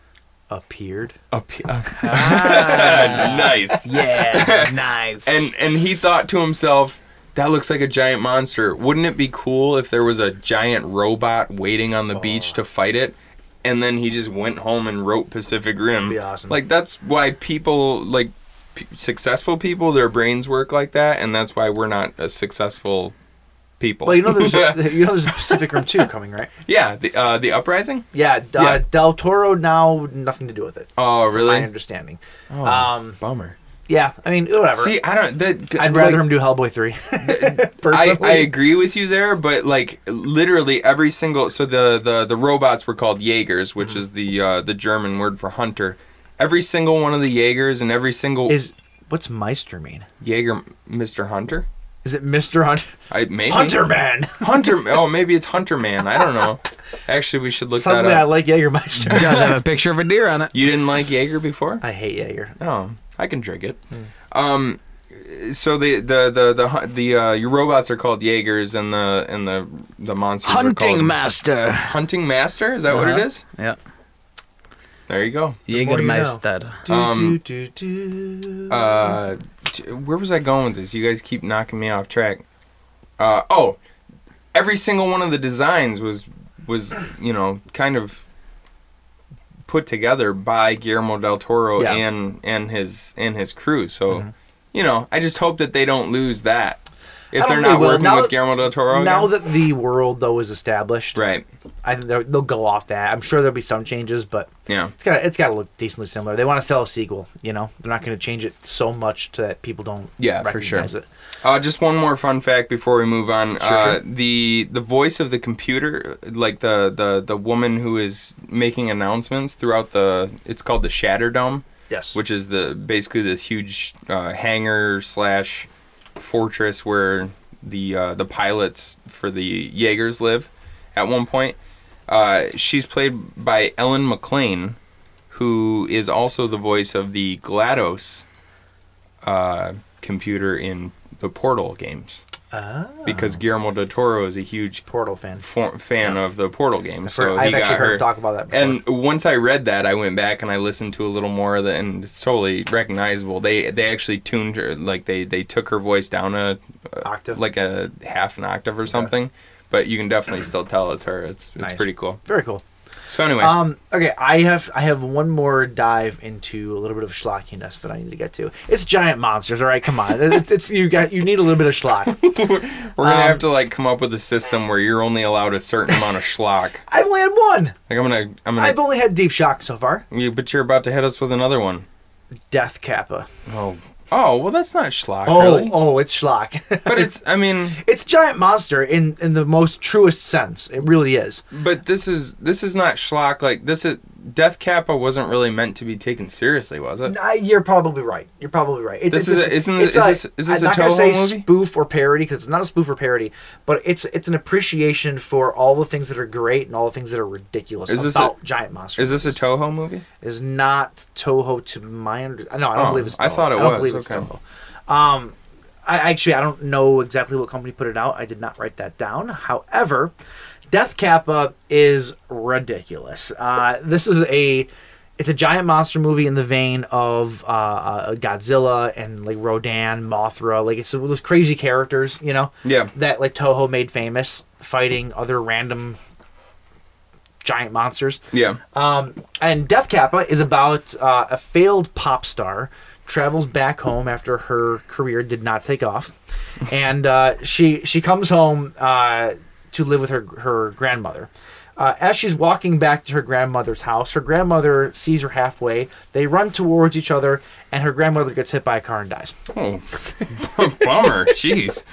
Speaker 5: appeared?
Speaker 6: A pi-
Speaker 5: Ah,
Speaker 6: [LAUGHS] nice. [LAUGHS]
Speaker 7: Yeah, nice.
Speaker 6: And and he thought to himself, that looks like a giant monster. Wouldn't it be cool if there was a giant robot waiting on the
Speaker 5: Oh.
Speaker 6: beach to fight it? And then he just went home and wrote Pacific Rim.
Speaker 5: Be awesome.
Speaker 6: Like that's why people like p- successful people their brains work like that and that's why we're not a successful people.
Speaker 5: Well, you know there's you know there's a Pacific Rim two coming, right?
Speaker 6: [LAUGHS] yeah, the uh, the uprising?
Speaker 5: Yeah, d- uh,
Speaker 6: Yeah.
Speaker 5: Del Toro now nothing to do with it.
Speaker 6: Oh,
Speaker 5: My
Speaker 6: really? Oh,
Speaker 5: understanding. Um,
Speaker 6: Bummer.
Speaker 5: yeah, I mean, whatever.
Speaker 6: See, I don't that
Speaker 5: I'd
Speaker 6: like-
Speaker 5: rather him do
Speaker 6: [LAUGHS]
Speaker 5: Hellboy three. [LAUGHS]
Speaker 6: I, I
Speaker 5: Personally.
Speaker 6: agree with you there, but like literally every single so the the, the robots were called Jaegers,
Speaker 5: Mm-hmm.
Speaker 6: which is the uh, the German word for hunter. Every single one of the Jaegers and every single
Speaker 5: is what's Meister mean?
Speaker 6: Jaeger Mr. Hunter.
Speaker 5: Is it Mister Hunt?
Speaker 6: I maybe
Speaker 5: Hunter Man.
Speaker 6: Hunter. Oh, maybe it's Hunter Man. I don't know. Actually, we should look
Speaker 5: Suddenly,
Speaker 6: that
Speaker 5: I
Speaker 6: up.
Speaker 5: like
Speaker 6: [LAUGHS]
Speaker 5: Jägermeister.
Speaker 7: does have a picture of a deer on it.
Speaker 6: you didn't like Jaeger before?
Speaker 5: I Hmm. hate Jaeger.
Speaker 6: Oh, I can drink it. Um, so the the the the hu- the uh, your robots are called Jaegers, and the and the the monsters are called-
Speaker 7: Hunting master.
Speaker 6: Hunting Master? Is that what it
Speaker 5: Uh-huh.
Speaker 6: is?
Speaker 7: Yeah.
Speaker 6: There you go.
Speaker 5: more you know.
Speaker 7: Jägermeister.
Speaker 5: Do,
Speaker 6: Um,
Speaker 5: do, do, do.
Speaker 6: Uh, t- where was I going with this? You guys keep knocking me off track. Uh, oh, every single one of the designs was was you know kind of put together by Guillermo del Toro
Speaker 5: Yeah. Mm-hmm.
Speaker 6: and and his and his crew. So you know, I just hope that they don't lose that if
Speaker 5: I don't
Speaker 6: they're
Speaker 5: think they
Speaker 6: not
Speaker 5: will.
Speaker 6: working
Speaker 5: Now-
Speaker 6: with Guillermo del Toro.
Speaker 5: now
Speaker 6: again.
Speaker 5: that the world though is established,
Speaker 6: right?
Speaker 5: I think they'll they'll go off that. I'm sure there'll be some changes, but
Speaker 6: Yeah.
Speaker 5: it's got it's got to look decently similar. They want to sell a sequel, you know. They're not going to change it so much to that people don't
Speaker 6: Yeah, for sure.
Speaker 5: recognize it.
Speaker 6: Uh, just one more fun fact before we move on. uh,
Speaker 5: sure.
Speaker 6: The the voice of the computer, like the, the the woman who is making announcements throughout the, it's called the Shatter Dome,
Speaker 5: Yes,
Speaker 6: which is the basically this huge uh, hangar slash fortress where the uh, the pilots for the Jaegers live. At one point, uh, she's played by Ellen McLean, who is also the voice of the GLaDOS uh, computer in the Portal games. Because Guillermo del Toro is a huge
Speaker 5: Ah. Portal fan.
Speaker 6: for, fan of the Portal game, so
Speaker 5: I've
Speaker 6: he got
Speaker 5: actually heard
Speaker 6: her.
Speaker 5: him talk about that. Before.
Speaker 6: and once I read that, I went back and I listened to a little more of it, and it's totally recognizable. They they actually tuned her, like they they took her voice down a
Speaker 5: Octave.
Speaker 6: like a half an octave or something. But you can definitely still tell it's her. It's it's
Speaker 5: Nice.
Speaker 6: pretty cool.
Speaker 5: very cool.
Speaker 6: So anyway,
Speaker 5: Um, okay, I have I have one more dive into a little bit of schlockiness that I need to get to. It's giant monsters. All right, come on. It's, it's you got you need a little bit
Speaker 6: [LAUGHS]
Speaker 5: of schlock.
Speaker 6: we're gonna have to like come up with a system where you're only allowed a certain amount of schlock.
Speaker 5: I've only had one.
Speaker 6: Like I'm gonna I'm gonna.
Speaker 5: I've only had deep shock so far.
Speaker 6: you, but you're about to hit us with another one.
Speaker 5: Death Kappa.
Speaker 6: Oh. Oh well, that's not schlock,
Speaker 5: Oh,
Speaker 6: really.
Speaker 5: oh, it's schlock. [LAUGHS]
Speaker 6: But it's I mean.
Speaker 5: it's giant monster in in the most truest sense. It really is.
Speaker 6: But this is this is not schlock. Like this is Death Kappa wasn't really meant to be taken seriously, was it?
Speaker 5: I, you're probably right. You're probably right. It,
Speaker 6: This
Speaker 5: it's
Speaker 6: is
Speaker 5: just-
Speaker 6: a- isn't
Speaker 5: it's
Speaker 6: this-
Speaker 5: a-
Speaker 6: is this- is this
Speaker 5: I'm
Speaker 6: a
Speaker 5: not gonna say
Speaker 6: Toho movie?
Speaker 5: spoof or parody because it's not a spoof or parody, but it's it's an appreciation for all the things that are great and all the things that are ridiculous
Speaker 6: Is this
Speaker 5: about
Speaker 6: a-
Speaker 5: giant monsters.
Speaker 6: Is this a Toho movie?
Speaker 5: is not Toho to my under. No, I don't
Speaker 6: Oh,
Speaker 5: believe it's. Toho.
Speaker 6: I thought it
Speaker 5: I don't
Speaker 6: was,
Speaker 5: believe it's
Speaker 6: okay.
Speaker 5: Toho. Um, I actually I don't know exactly what company put it out. I did not write that down. However, Death Kappa is ridiculous. Uh, this is a. It's a giant monster movie in the vein of uh, uh, Godzilla and like Rodan, Mothra, like it's those crazy characters, you know,
Speaker 6: Yeah.
Speaker 5: that like Toho made famous, fighting other random giant monsters.
Speaker 9: Yeah.
Speaker 6: Oh,
Speaker 5: Um, and Death Kappa is about uh, a failed pop star travels back home after her career did not take
Speaker 7: [LAUGHS]
Speaker 5: off, and uh, she she comes home uh, to live with her her grandmother. Uh, as she's walking back to her grandmother's house, her grandmother sees her halfway. They run towards each other, and her grandmother gets hit by a car and dies
Speaker 9: Oh, bummer. Jeez.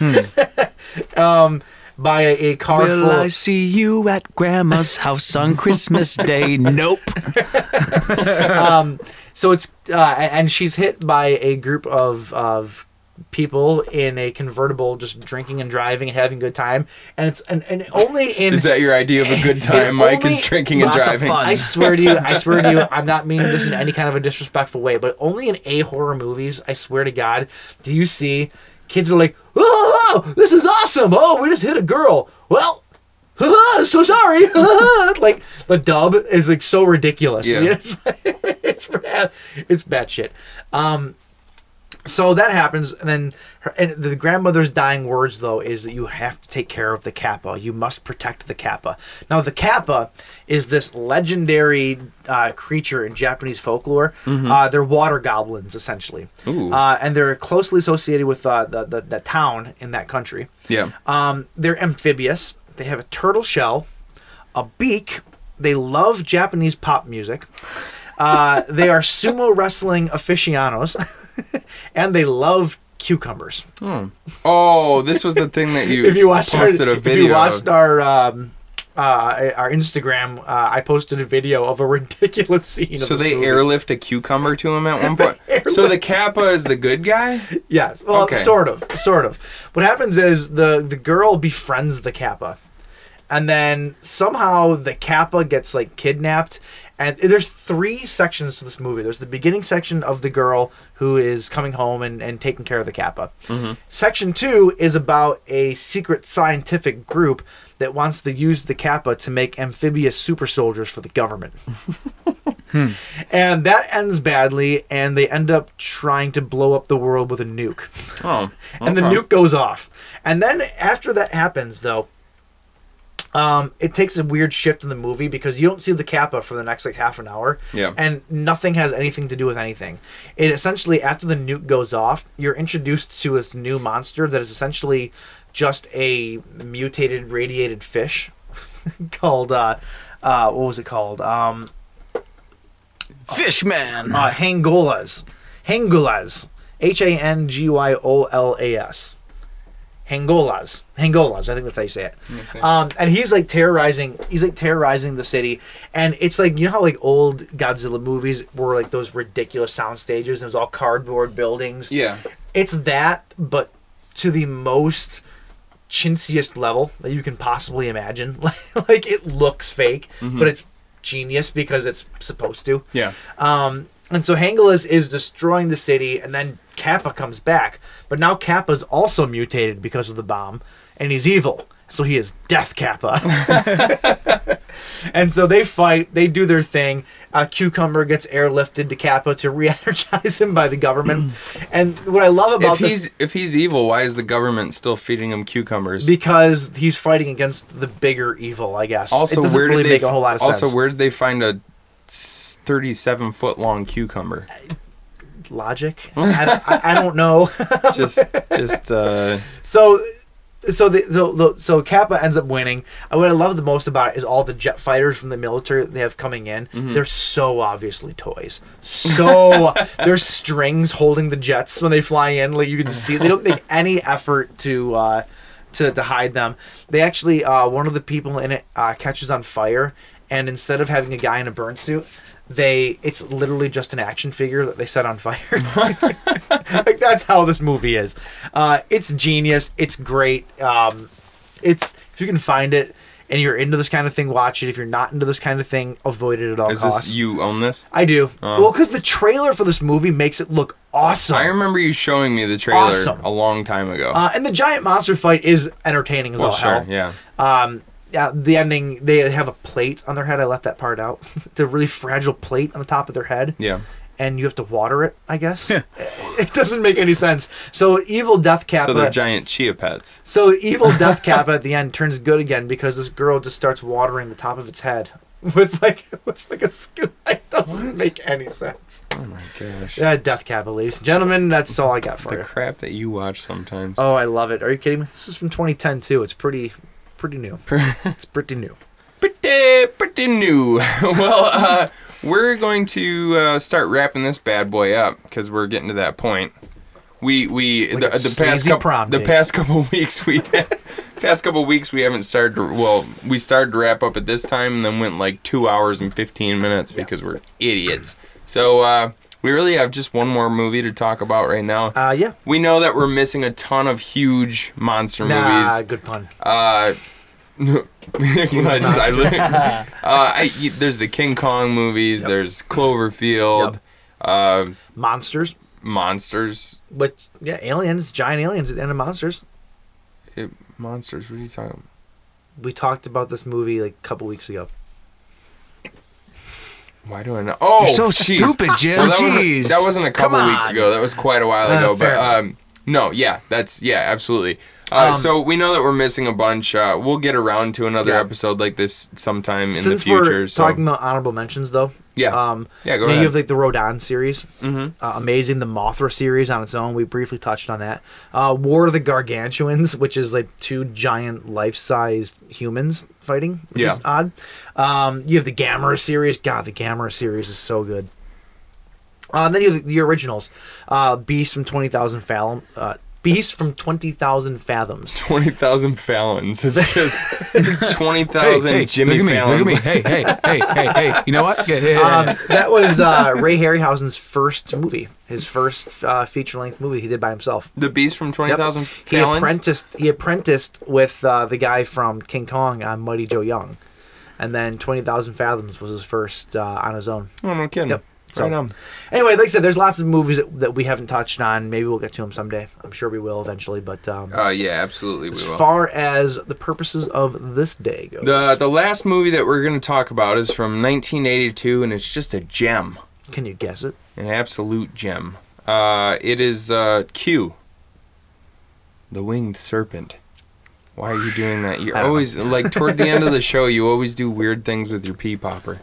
Speaker 5: by a, a car
Speaker 7: Will
Speaker 5: full.
Speaker 7: I see you at grandma's house on Christmas [LAUGHS] Day? Nope.
Speaker 5: So it's uh, and she's hit by a group of of people in a convertible, just drinking and driving and having a good time. And it's and, and only in
Speaker 9: Is that your idea of a good
Speaker 5: It
Speaker 9: time, Mike?
Speaker 5: only-
Speaker 9: Is drinking and
Speaker 7: Lots of
Speaker 9: driving?
Speaker 7: fun.
Speaker 5: I swear to you, I
Speaker 9: [LAUGHS]
Speaker 5: swear to you, I'm not meaning this in any kind of a disrespectful way, but only in A horror movies, I swear to God, do you see kids are like, oh, this is awesome. Oh, we just hit a girl. Well, [LAUGHS] so sorry. [LAUGHS] like the dub is like so ridiculous.
Speaker 9: Yeah.
Speaker 5: [LAUGHS] It's, it's bad. It's bad shit. Um, so that happens, and then her, and the grandmother's dying words though is that you have to take care of the kappa. You must protect the kappa. Now the kappa is this legendary uh, creature in Japanese folklore. Uh, they're water goblins essentially,
Speaker 9: Mm-hmm. Ooh.
Speaker 5: Uh, and they're closely associated with uh, the, the the town in that country.
Speaker 9: Yeah.
Speaker 5: Um, they're amphibious. They have a turtle shell, a beak. They love Japanese pop music. Uh, [LAUGHS] they are sumo wrestling aficionados, [LAUGHS] and they love cucumbers.
Speaker 9: Oh, this was the thing that you,
Speaker 5: If you watched our,
Speaker 9: posted a
Speaker 5: if
Speaker 9: video.
Speaker 5: you watched
Speaker 9: of.
Speaker 5: our um, uh, our Instagram, uh, I posted a video of a ridiculous [LAUGHS] scene. of
Speaker 9: So
Speaker 5: this
Speaker 9: they
Speaker 5: movie.
Speaker 9: airlift a cucumber to him
Speaker 5: [LAUGHS]
Speaker 9: at one point. so the Kappa is the good guy.
Speaker 5: Yeah, well,
Speaker 9: Okay.
Speaker 5: sort of, sort of. What happens is the the girl befriends the Kappa, and then somehow the Kappa gets like kidnapped. And there's three sections to this movie. There's the beginning section of the girl who is coming home and, and taking care of the Kappa. Section two is about a secret scientific group that wants to use the Kappa to make amphibious super soldiers for the government and that ends badly and they end up trying to blow up the world with a nuke
Speaker 9: Oh,
Speaker 5: and the
Speaker 9: okay.
Speaker 5: nuke goes off and then after that happens though um, it takes a weird shift in the movie because you don't see the kappa for the next like half an hour
Speaker 9: Yeah.
Speaker 5: and nothing has anything to do with anything it essentially after the nuke goes off you're introduced to this new monster that is essentially just a mutated radiated fish [LAUGHS] called uh, uh, what was it called um,
Speaker 7: Fish man.
Speaker 5: uh, Hangolas. Hangolas. H A N G Y O L A S. Hangolas. Hangolas. I think that's how you say it. Um, and he's like terrorizing. He's like terrorizing the city, and it's like you know how like old Godzilla movies were like those ridiculous sound stages. And it was all cardboard buildings.
Speaker 9: Yeah.
Speaker 5: It's that, but to the most chintziest level that you can possibly imagine. [LAUGHS] Like, like it looks fake, but it's genius because it's supposed to.
Speaker 9: Mm-hmm. Yeah.
Speaker 5: Um, and so Hangelas is destroying the city, and then Kappa comes back. But now Kappa's also mutated because of the bomb, and he's evil. So he is
Speaker 9: [LAUGHS]
Speaker 5: Death Kappa. and so they fight, they do their thing. Uh, Cucumber gets airlifted to Kappa to re energize him by
Speaker 9: [CLEARS THROAT]
Speaker 5: the government. and what I love about
Speaker 9: If
Speaker 5: this.
Speaker 9: he's if he's evil, why is the government still feeding him cucumbers?
Speaker 5: Because he's fighting agast the bigger evil, I guess.
Speaker 9: also,
Speaker 5: it doesn't
Speaker 9: where did
Speaker 5: really
Speaker 9: they
Speaker 5: make a whole lot of
Speaker 9: also
Speaker 5: sense.
Speaker 9: where did they find a s- thirty-seven foot long cucumber?
Speaker 5: [LAUGHS]
Speaker 9: [LAUGHS]
Speaker 5: Logic? I, don't- I, I don't know. [LAUGHS]
Speaker 9: Just just uh,
Speaker 5: So, so the so the, so Kappa ends up winning. And what I love the most about it is all the jet fighters from the military they have coming in. They're so obviously toys. So there's strings holding the jets when they fly in. Like you can just see, they don't make any effort to. Uh, to, to hide them, they actually uh, one of the people in it uh, catches on fire, and instead of having a guy in a burn suit, they it's literally just an action figure that they set on fire. [LAUGHS] like that's how this movie is. Uh, it's genius. It's great. Um, it's if you can find it and you're into this kind of thing, watch it. If you're not into this kind of thing, avoid it at all
Speaker 9: is
Speaker 5: costs.
Speaker 9: this you Uh. own this?
Speaker 5: I do. well, because the trailer for this movie makes it look awesome.
Speaker 9: I remember you showing me the trailer
Speaker 5: Awesome.
Speaker 9: a long time ago.
Speaker 5: uh, and the giant monster fight is entertaining as
Speaker 9: well,
Speaker 5: all
Speaker 9: sure,
Speaker 5: hell.
Speaker 9: yeah.
Speaker 5: Um, yeah, the ending. They have a plate on their head. I left that part out. [LAUGHS] it's a really fragile plate on the top of their head.
Speaker 9: Yeah.
Speaker 5: And you have to water it, I guess. [LAUGHS] it doesn't make any sense. So evil Death Kappa.
Speaker 9: So they're giant chia pets.
Speaker 5: So evil Death Kappa at the end turns good again because this girl just starts watering the top of its head [LAUGHS] with like with like a scoop. [LAUGHS] It doesn't make any sense.
Speaker 6: Oh my gosh.
Speaker 5: Yeah, Death Capital, ladies and gentlemen. That's all I got for
Speaker 6: The
Speaker 5: you.
Speaker 6: crap that you watch sometimes.
Speaker 5: Oh, I love it. Are you kidding me? This is from 2010 too. It's pretty,
Speaker 6: [LAUGHS]
Speaker 5: pretty new. it's pretty new.
Speaker 6: pretty pretty new. [LAUGHS] well, uh, we're going to uh, start wrapping this bad boy up because we're getting to that point. We we
Speaker 5: Like
Speaker 6: the, the
Speaker 5: a
Speaker 6: past
Speaker 5: sleazy
Speaker 6: couple
Speaker 5: prom
Speaker 6: the
Speaker 5: date.
Speaker 6: past couple [LAUGHS] weeks we past couple weeks we haven't started. to- Well, we started to wrap up at this time and then went like two hours and fifteen minutes because we're idiots. So uh, we really have just one more movie to talk about right now.
Speaker 5: Uh, yeah.
Speaker 6: we know that we're missing a ton of huge monster movies.
Speaker 5: Nah, good pun.
Speaker 6: Uh, [LAUGHS] when I just- I li- uh,
Speaker 5: [LAUGHS]
Speaker 6: I, y- there's the King Kong movies. There's Cloverfield,
Speaker 5: Yep.
Speaker 6: uh,
Speaker 5: Monsters,
Speaker 6: monsters.
Speaker 5: which yeah, aliens, giant aliens, and the monsters.
Speaker 6: It, monsters. What are you talking? About?
Speaker 5: We talked about this movie like a couple weeks ago.
Speaker 6: Why do I know? Oh,
Speaker 7: You're so
Speaker 6: jeez.
Speaker 7: stupid, Jim.
Speaker 6: that,
Speaker 7: Jeez.
Speaker 6: Wasn't, that wasn't a
Speaker 5: Come
Speaker 6: couple weeks
Speaker 5: on.
Speaker 6: ago. That was quite a while
Speaker 5: Uh,
Speaker 6: ago. but
Speaker 5: fair.
Speaker 6: um, no, yeah, that's yeah, absolutely. Uh,
Speaker 5: Um,
Speaker 6: so we know that we're missing a bunch. Uh, we'll get around to another
Speaker 5: Yeah.
Speaker 6: episode like this sometime in
Speaker 5: Since
Speaker 6: the future.
Speaker 5: we're
Speaker 6: so
Speaker 5: talking about honorable mentions, though,
Speaker 6: yeah,
Speaker 5: um,
Speaker 6: yeah, go
Speaker 5: you,
Speaker 6: ahead.
Speaker 5: know,
Speaker 6: Mm-hmm.
Speaker 5: you have like the Rodan series, uh, amazing. The Mothra series on its own. We briefly touched on that. Uh, War of the Gargantuans, which is like two giant life-sized humans fighting. Which
Speaker 6: Yeah.
Speaker 5: is odd. Um, you have the Gamera series. God, the Gamera series is so good. Uh, and then you have the originals, uh, Beast from Twenty Thousand Fathom, uh, Beast from Twenty Thousand Fathoms.
Speaker 6: Twenty thousand Fallons.
Speaker 7: [LAUGHS]
Speaker 6: It's just twenty thousand Jimmy
Speaker 7: look at me,
Speaker 6: Fallons.
Speaker 7: Look at me. Hey, hey, hey, hey, hey, hey. You know what? Yeah, yeah, yeah,
Speaker 5: Um,
Speaker 7: yeah.
Speaker 5: that was uh, Ray Harryhausen's first movie, his first uh, feature-length movie he did by himself.
Speaker 6: The Beast from twenty
Speaker 5: Yep.
Speaker 6: thousand
Speaker 5: He
Speaker 6: Fallons.
Speaker 5: apprenticed. He apprenticed with uh, the guy from King Kong, uh, Mighty Joe Young, and then Twenty Thousand Fathoms was his first uh, on his own.
Speaker 6: oh, no kidding.
Speaker 5: Yep. So-
Speaker 6: Right on.
Speaker 5: Anyway, like I said, there's lots of movies that, that we haven't touched on. Maybe we'll get to them someday. I'm sure we will eventually. But um,
Speaker 6: Uh, yeah, absolutely. We
Speaker 5: as
Speaker 6: will. Uh,
Speaker 5: far as the purposes of this day goes,
Speaker 6: the the last movie that we're going to talk about is from 1982, and it's just a gem,
Speaker 5: can you guess it?
Speaker 6: an absolute gem. Uh, it is uh, Q, the winged serpent. Why are you doing that? You're
Speaker 5: I don't
Speaker 6: always like toward the end of
Speaker 5: [LAUGHS]
Speaker 6: the show. You always do weird things with your pee popper.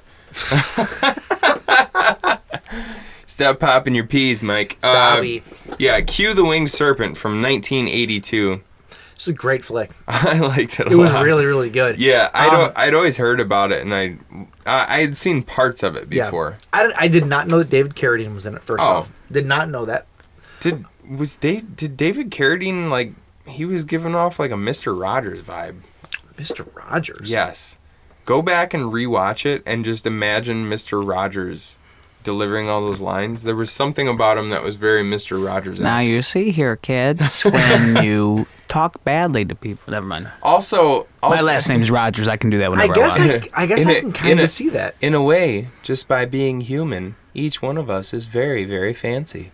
Speaker 6: Stop popping your peas, Mike. Uh,
Speaker 5: Sorry.
Speaker 6: Yeah, Cue the Winged Serpent from 1982.
Speaker 5: It's a great flick.
Speaker 6: [LAUGHS] I liked it a
Speaker 5: It was
Speaker 6: lot.
Speaker 5: really, really good.
Speaker 6: yeah, I'd,
Speaker 5: Um,
Speaker 6: al- I'd always heard about it, and I I I had seen parts of it
Speaker 5: Yeah.
Speaker 6: before.
Speaker 5: I, did, I did not know that David Carradine was in it. First
Speaker 6: Oh.
Speaker 5: off, did not know that.
Speaker 6: Did was Dave, did David Carradine like he was giving off like a Mister Rogers vibe?
Speaker 5: Mr. Rogers.
Speaker 6: Yes. Go back and rewatch it and just imagine Mister Rogers delivering all those lines. There was something about him that was very Mister Rogers.
Speaker 7: Now you see here, kids, [LAUGHS] when you talk badly to people. Never mind.
Speaker 6: also
Speaker 7: My
Speaker 6: al-
Speaker 7: last name's Rogers. Oh. I can do that
Speaker 5: I
Speaker 7: whenever I,
Speaker 5: guess
Speaker 7: want.
Speaker 5: I, I guess
Speaker 6: In
Speaker 5: I
Speaker 6: it-
Speaker 5: can
Speaker 6: in
Speaker 5: kind
Speaker 6: it.
Speaker 5: of see that.
Speaker 6: In a way, just by being human, each one of us is very, very fancy.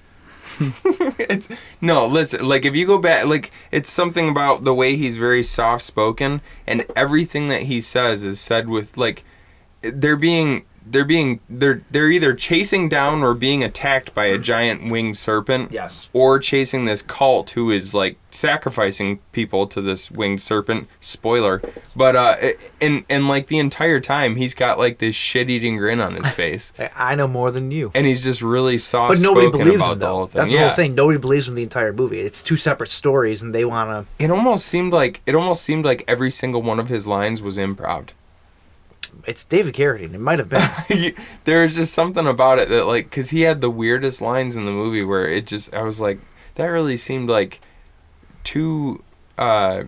Speaker 6: it's, no, listen, like if you go back, like it's something about the way he's very soft spoken and everything that he says is said with like they're being they're being they're they're either chasing down or being attacked by a giant winged serpent
Speaker 5: Yes.
Speaker 6: or chasing this cult who is like sacrificing people to this winged serpent spoiler but uh i- and and like the entire time he's got like this shit-eating grin on
Speaker 5: [LAUGHS]
Speaker 6: his face
Speaker 5: I- I know more than you.
Speaker 6: and he's just really soft
Speaker 5: But nobody
Speaker 6: spoken
Speaker 5: believes
Speaker 6: about
Speaker 5: him,
Speaker 6: the whole
Speaker 5: though.
Speaker 6: thing
Speaker 5: That's the
Speaker 6: Yeah.
Speaker 5: whole thing. Nobody believes him the entire movie. It's two separate stories, and they want
Speaker 6: it almost seemed like it almost seemed like every single one of his lines was improv [LAUGHS]
Speaker 5: to. It's David Carradine. It might have been.
Speaker 6: You- there's just something about it that like because he had the weirdest lines in the movie where it just i was like that really seemed like too uh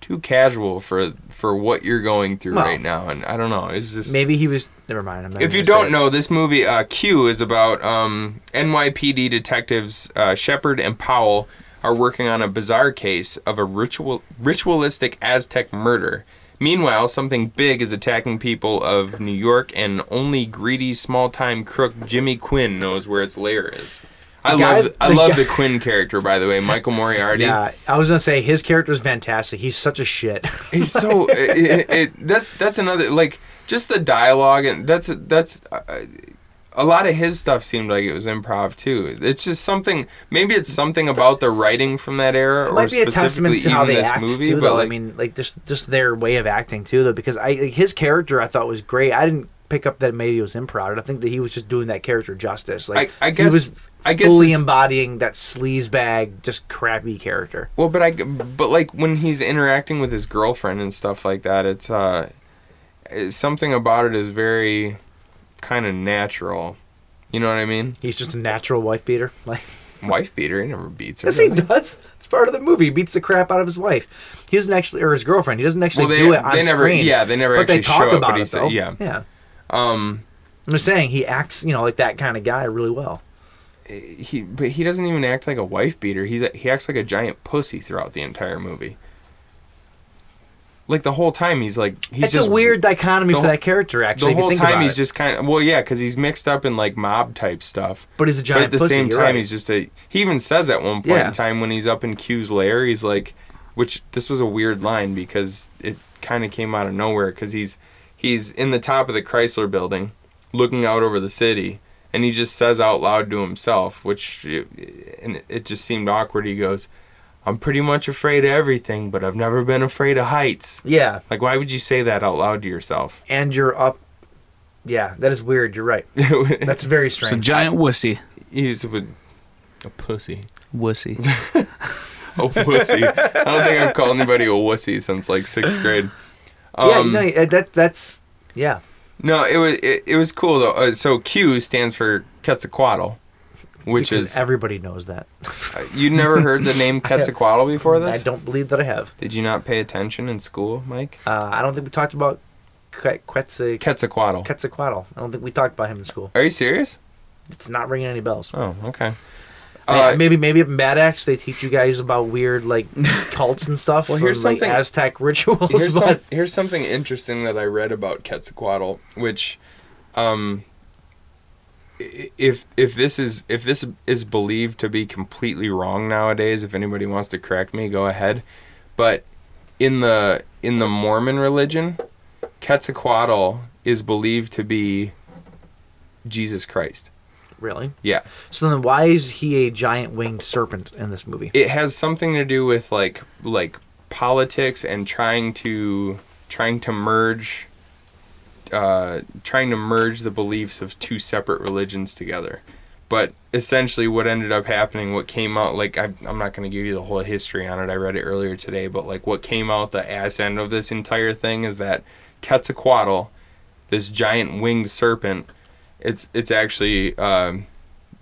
Speaker 6: too casual for for what you're going through
Speaker 5: Well,
Speaker 6: right now and i don't know it's just
Speaker 5: Maybe he was. Never mind. I'm not
Speaker 6: if
Speaker 5: gonna
Speaker 6: you
Speaker 5: say
Speaker 6: don't
Speaker 5: it.
Speaker 6: know this movie uh, q is about um, nypd detectives uh, shepard and powell are working on a bizarre case of a ritual ritualistic aztec murder meanwhile something big is attacking people of new york and only greedy small-time crook jimmy quinn knows where its lair is I
Speaker 5: guy-
Speaker 6: love I
Speaker 5: the
Speaker 6: love
Speaker 5: guy-
Speaker 6: the Quinn character by the way,
Speaker 5: [LAUGHS]
Speaker 6: Michael Moriarty.
Speaker 5: Yeah, I was gonna say his character's fantastic. He's such a shit.
Speaker 6: He's
Speaker 5: [LAUGHS]
Speaker 6: so it, it, it, that's that's another like just the dialogue and that's that's uh, a lot of his stuff seemed like it was improv too. It's just something maybe it's something about the writing from that era
Speaker 5: It
Speaker 6: or
Speaker 5: might be a
Speaker 6: specifically
Speaker 5: testament to
Speaker 6: even
Speaker 5: how they
Speaker 6: this
Speaker 5: act
Speaker 6: movie, but
Speaker 5: too, though.
Speaker 6: like
Speaker 5: I mean, like just just their way of acting too, though, because I like, his character I thought was great. I didn't pick up that maybe it was improv. And I think that he was just doing that character justice. Like
Speaker 6: I- I
Speaker 5: he
Speaker 6: guess-
Speaker 5: was
Speaker 6: I guess
Speaker 5: fully
Speaker 6: this-
Speaker 5: embodying that sleazebag, just crappy character.
Speaker 6: Well, but I but like when he's interacting with his girlfriend and stuff like that, it's uh it's something about it is very kind of natural. You know what I mean?
Speaker 5: He's just a natural wife beater. [LAUGHS] Like
Speaker 6: Wife beater, he never beats her.
Speaker 5: yes,
Speaker 6: [LAUGHS]
Speaker 5: he
Speaker 6: does he?
Speaker 5: does. It's part of the movie. He beats the crap out of his wife. He doesn't actually, or his girlfriend. He doesn't actually
Speaker 6: Well, they-
Speaker 5: do it on
Speaker 6: they never-
Speaker 5: screen.
Speaker 6: yeah, they never
Speaker 5: But they
Speaker 6: actually
Speaker 5: talk
Speaker 6: show it,
Speaker 5: about
Speaker 6: but he
Speaker 5: it
Speaker 6: said-
Speaker 5: though.
Speaker 6: yeah.
Speaker 5: yeah.
Speaker 6: Um,
Speaker 5: I'm just saying he acts, you know, like that kind of guy really well.
Speaker 6: he but he doesn't even act like a wife beater. He's a- he acts like a giant pussy throughout the entire movie. Like the whole time he's like he's
Speaker 5: it's
Speaker 6: just
Speaker 5: a weird dichotomy
Speaker 6: the
Speaker 5: for
Speaker 6: whole-
Speaker 5: that character.
Speaker 6: The
Speaker 5: Actually, if you
Speaker 6: whole
Speaker 5: think
Speaker 6: time
Speaker 5: about
Speaker 6: he's
Speaker 5: it.
Speaker 6: just kind of well, yeah, because he's mixed up in like mob type stuff.
Speaker 5: But he's a
Speaker 6: But
Speaker 5: giant.
Speaker 6: at the
Speaker 5: pussy,
Speaker 6: same
Speaker 5: you're
Speaker 6: time,
Speaker 5: right.
Speaker 6: he's just a. He even says at one point
Speaker 5: Yeah.
Speaker 6: in time when he's up in Q's lair, he's like, which this was a weird line because it kind of came out of nowhere because he's he's in the top of the Chrysler Building, looking out over the city, and he just says out loud to himself, which and it just seemed awkward. He goes, "I'm pretty much afraid of everything, but I've never been afraid of heights."
Speaker 5: yeah,
Speaker 6: Like, why would you say that out loud to yourself?
Speaker 5: and you're up. Yeah, that is weird.
Speaker 6: [LAUGHS]
Speaker 5: You're right. That's very
Speaker 7: It's a
Speaker 5: strange.
Speaker 7: giant wussy.
Speaker 6: he's a, a pussy.
Speaker 7: [LAUGHS] Wussy.
Speaker 6: [LAUGHS] a wussy. I don't think I've called anybody a wussy since like sixth grade.
Speaker 5: yeah,
Speaker 6: Um,
Speaker 5: no, uh, that that's yeah.
Speaker 6: no, it was it, it was cool though. Uh, so Q stands for Quetzalcoatl, which
Speaker 5: because
Speaker 6: is
Speaker 5: everybody knows that.
Speaker 6: you never heard the
Speaker 5: [LAUGHS]
Speaker 6: name Quetzalcoatl before
Speaker 5: I
Speaker 6: this.
Speaker 5: don't believe that I have.
Speaker 6: Did you not pay attention in school, Mike?
Speaker 5: Uh, I don't think we talked about Que- Quetzal
Speaker 6: Quetzalcoatl.
Speaker 5: Quetzalcoatl. I don't think we talked about him in school.
Speaker 6: Are you serious?
Speaker 5: It's not ringing any bells.
Speaker 6: Oh, okay.
Speaker 5: I-
Speaker 6: Uh,
Speaker 5: maybe maybe at Mad Axe they teach you guys about weird
Speaker 6: [LAUGHS]
Speaker 5: like cults and stuff.
Speaker 6: Well,
Speaker 5: from,
Speaker 6: here's
Speaker 5: like,
Speaker 6: something-
Speaker 5: Aztec [LAUGHS] rituals.
Speaker 6: here's,
Speaker 5: but
Speaker 6: some, here's something interesting that I read about Quetzalcoatl, which, um, i- if if this is if this is believed to be completely wrong nowadays, if anybody wants to correct me, go ahead. But in the in the Mormon religion, Quetzalcoatl is believed to be Jesus Christ.
Speaker 5: really,
Speaker 6: Yeah,
Speaker 5: so then why is he a giant winged serpent in this movie?
Speaker 6: it has something to do with like like politics and trying to trying to merge uh, trying to merge the beliefs of two separate religions together but essentially what ended up happening what came out like I, i'm not going to give you the whole history on it i read it earlier today but like what came out the ass end of this entire thing is that quetzalcoatl this giant winged serpent it's it's actually um,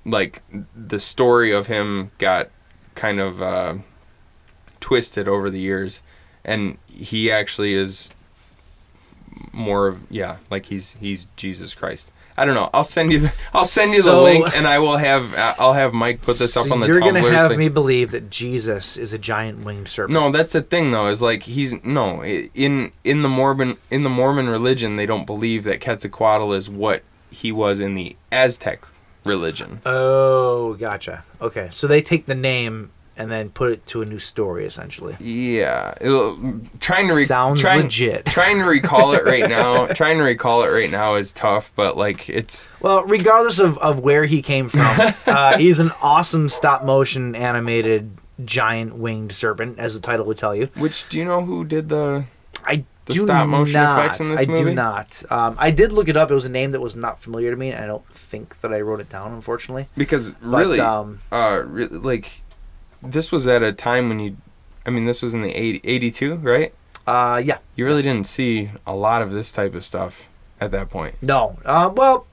Speaker 6: like the story of him got kind of uh, twisted over the years, and he actually is more of yeah, like he's he's Jesus Christ. I don't know. I'll send you the, I'll send you the
Speaker 5: So-
Speaker 6: link, and I will have I'll have Mike put this up
Speaker 5: So
Speaker 6: on the
Speaker 5: you're
Speaker 6: Tumblr.
Speaker 5: gonna have
Speaker 6: so-
Speaker 5: me believe that Jesus is a giant winged serpent.
Speaker 6: no, that's the thing though. Is like he's no i- in in the Mormon in the Mormon religion, they don't believe that Quetzalcoatl is what he was in the Aztec religion.
Speaker 5: Oh, gotcha. Okay, so they take the name and then put it to a new story, essentially.
Speaker 6: Yeah, it'll- trying to re-
Speaker 5: Sounds
Speaker 6: trying,
Speaker 5: legit. [LAUGHS]
Speaker 6: trying to recall it right now, trying to recall it right now is tough, but like it's
Speaker 5: Well, regardless of, of where he
Speaker 6: [LAUGHS]
Speaker 5: came from, uh, he's an awesome stop motion animated giant winged serpent, as the title would tell you.
Speaker 6: which do you know who did the?
Speaker 5: I
Speaker 6: The
Speaker 5: do
Speaker 6: stop motion
Speaker 5: not,
Speaker 6: effects in this
Speaker 5: I do
Speaker 6: movie?
Speaker 5: not. Um, I did look it up. It was a name that was not familiar to me, and I don't think that I wrote it down, unfortunately.
Speaker 6: Because
Speaker 5: But,
Speaker 6: really,
Speaker 5: um,
Speaker 6: uh, re- like this was at a time when you, I mean, this was in the 80, 82, right?
Speaker 5: Uh, yeah,
Speaker 6: You really didn't see a lot of this type of stuff at that point.
Speaker 5: No. Uh, well,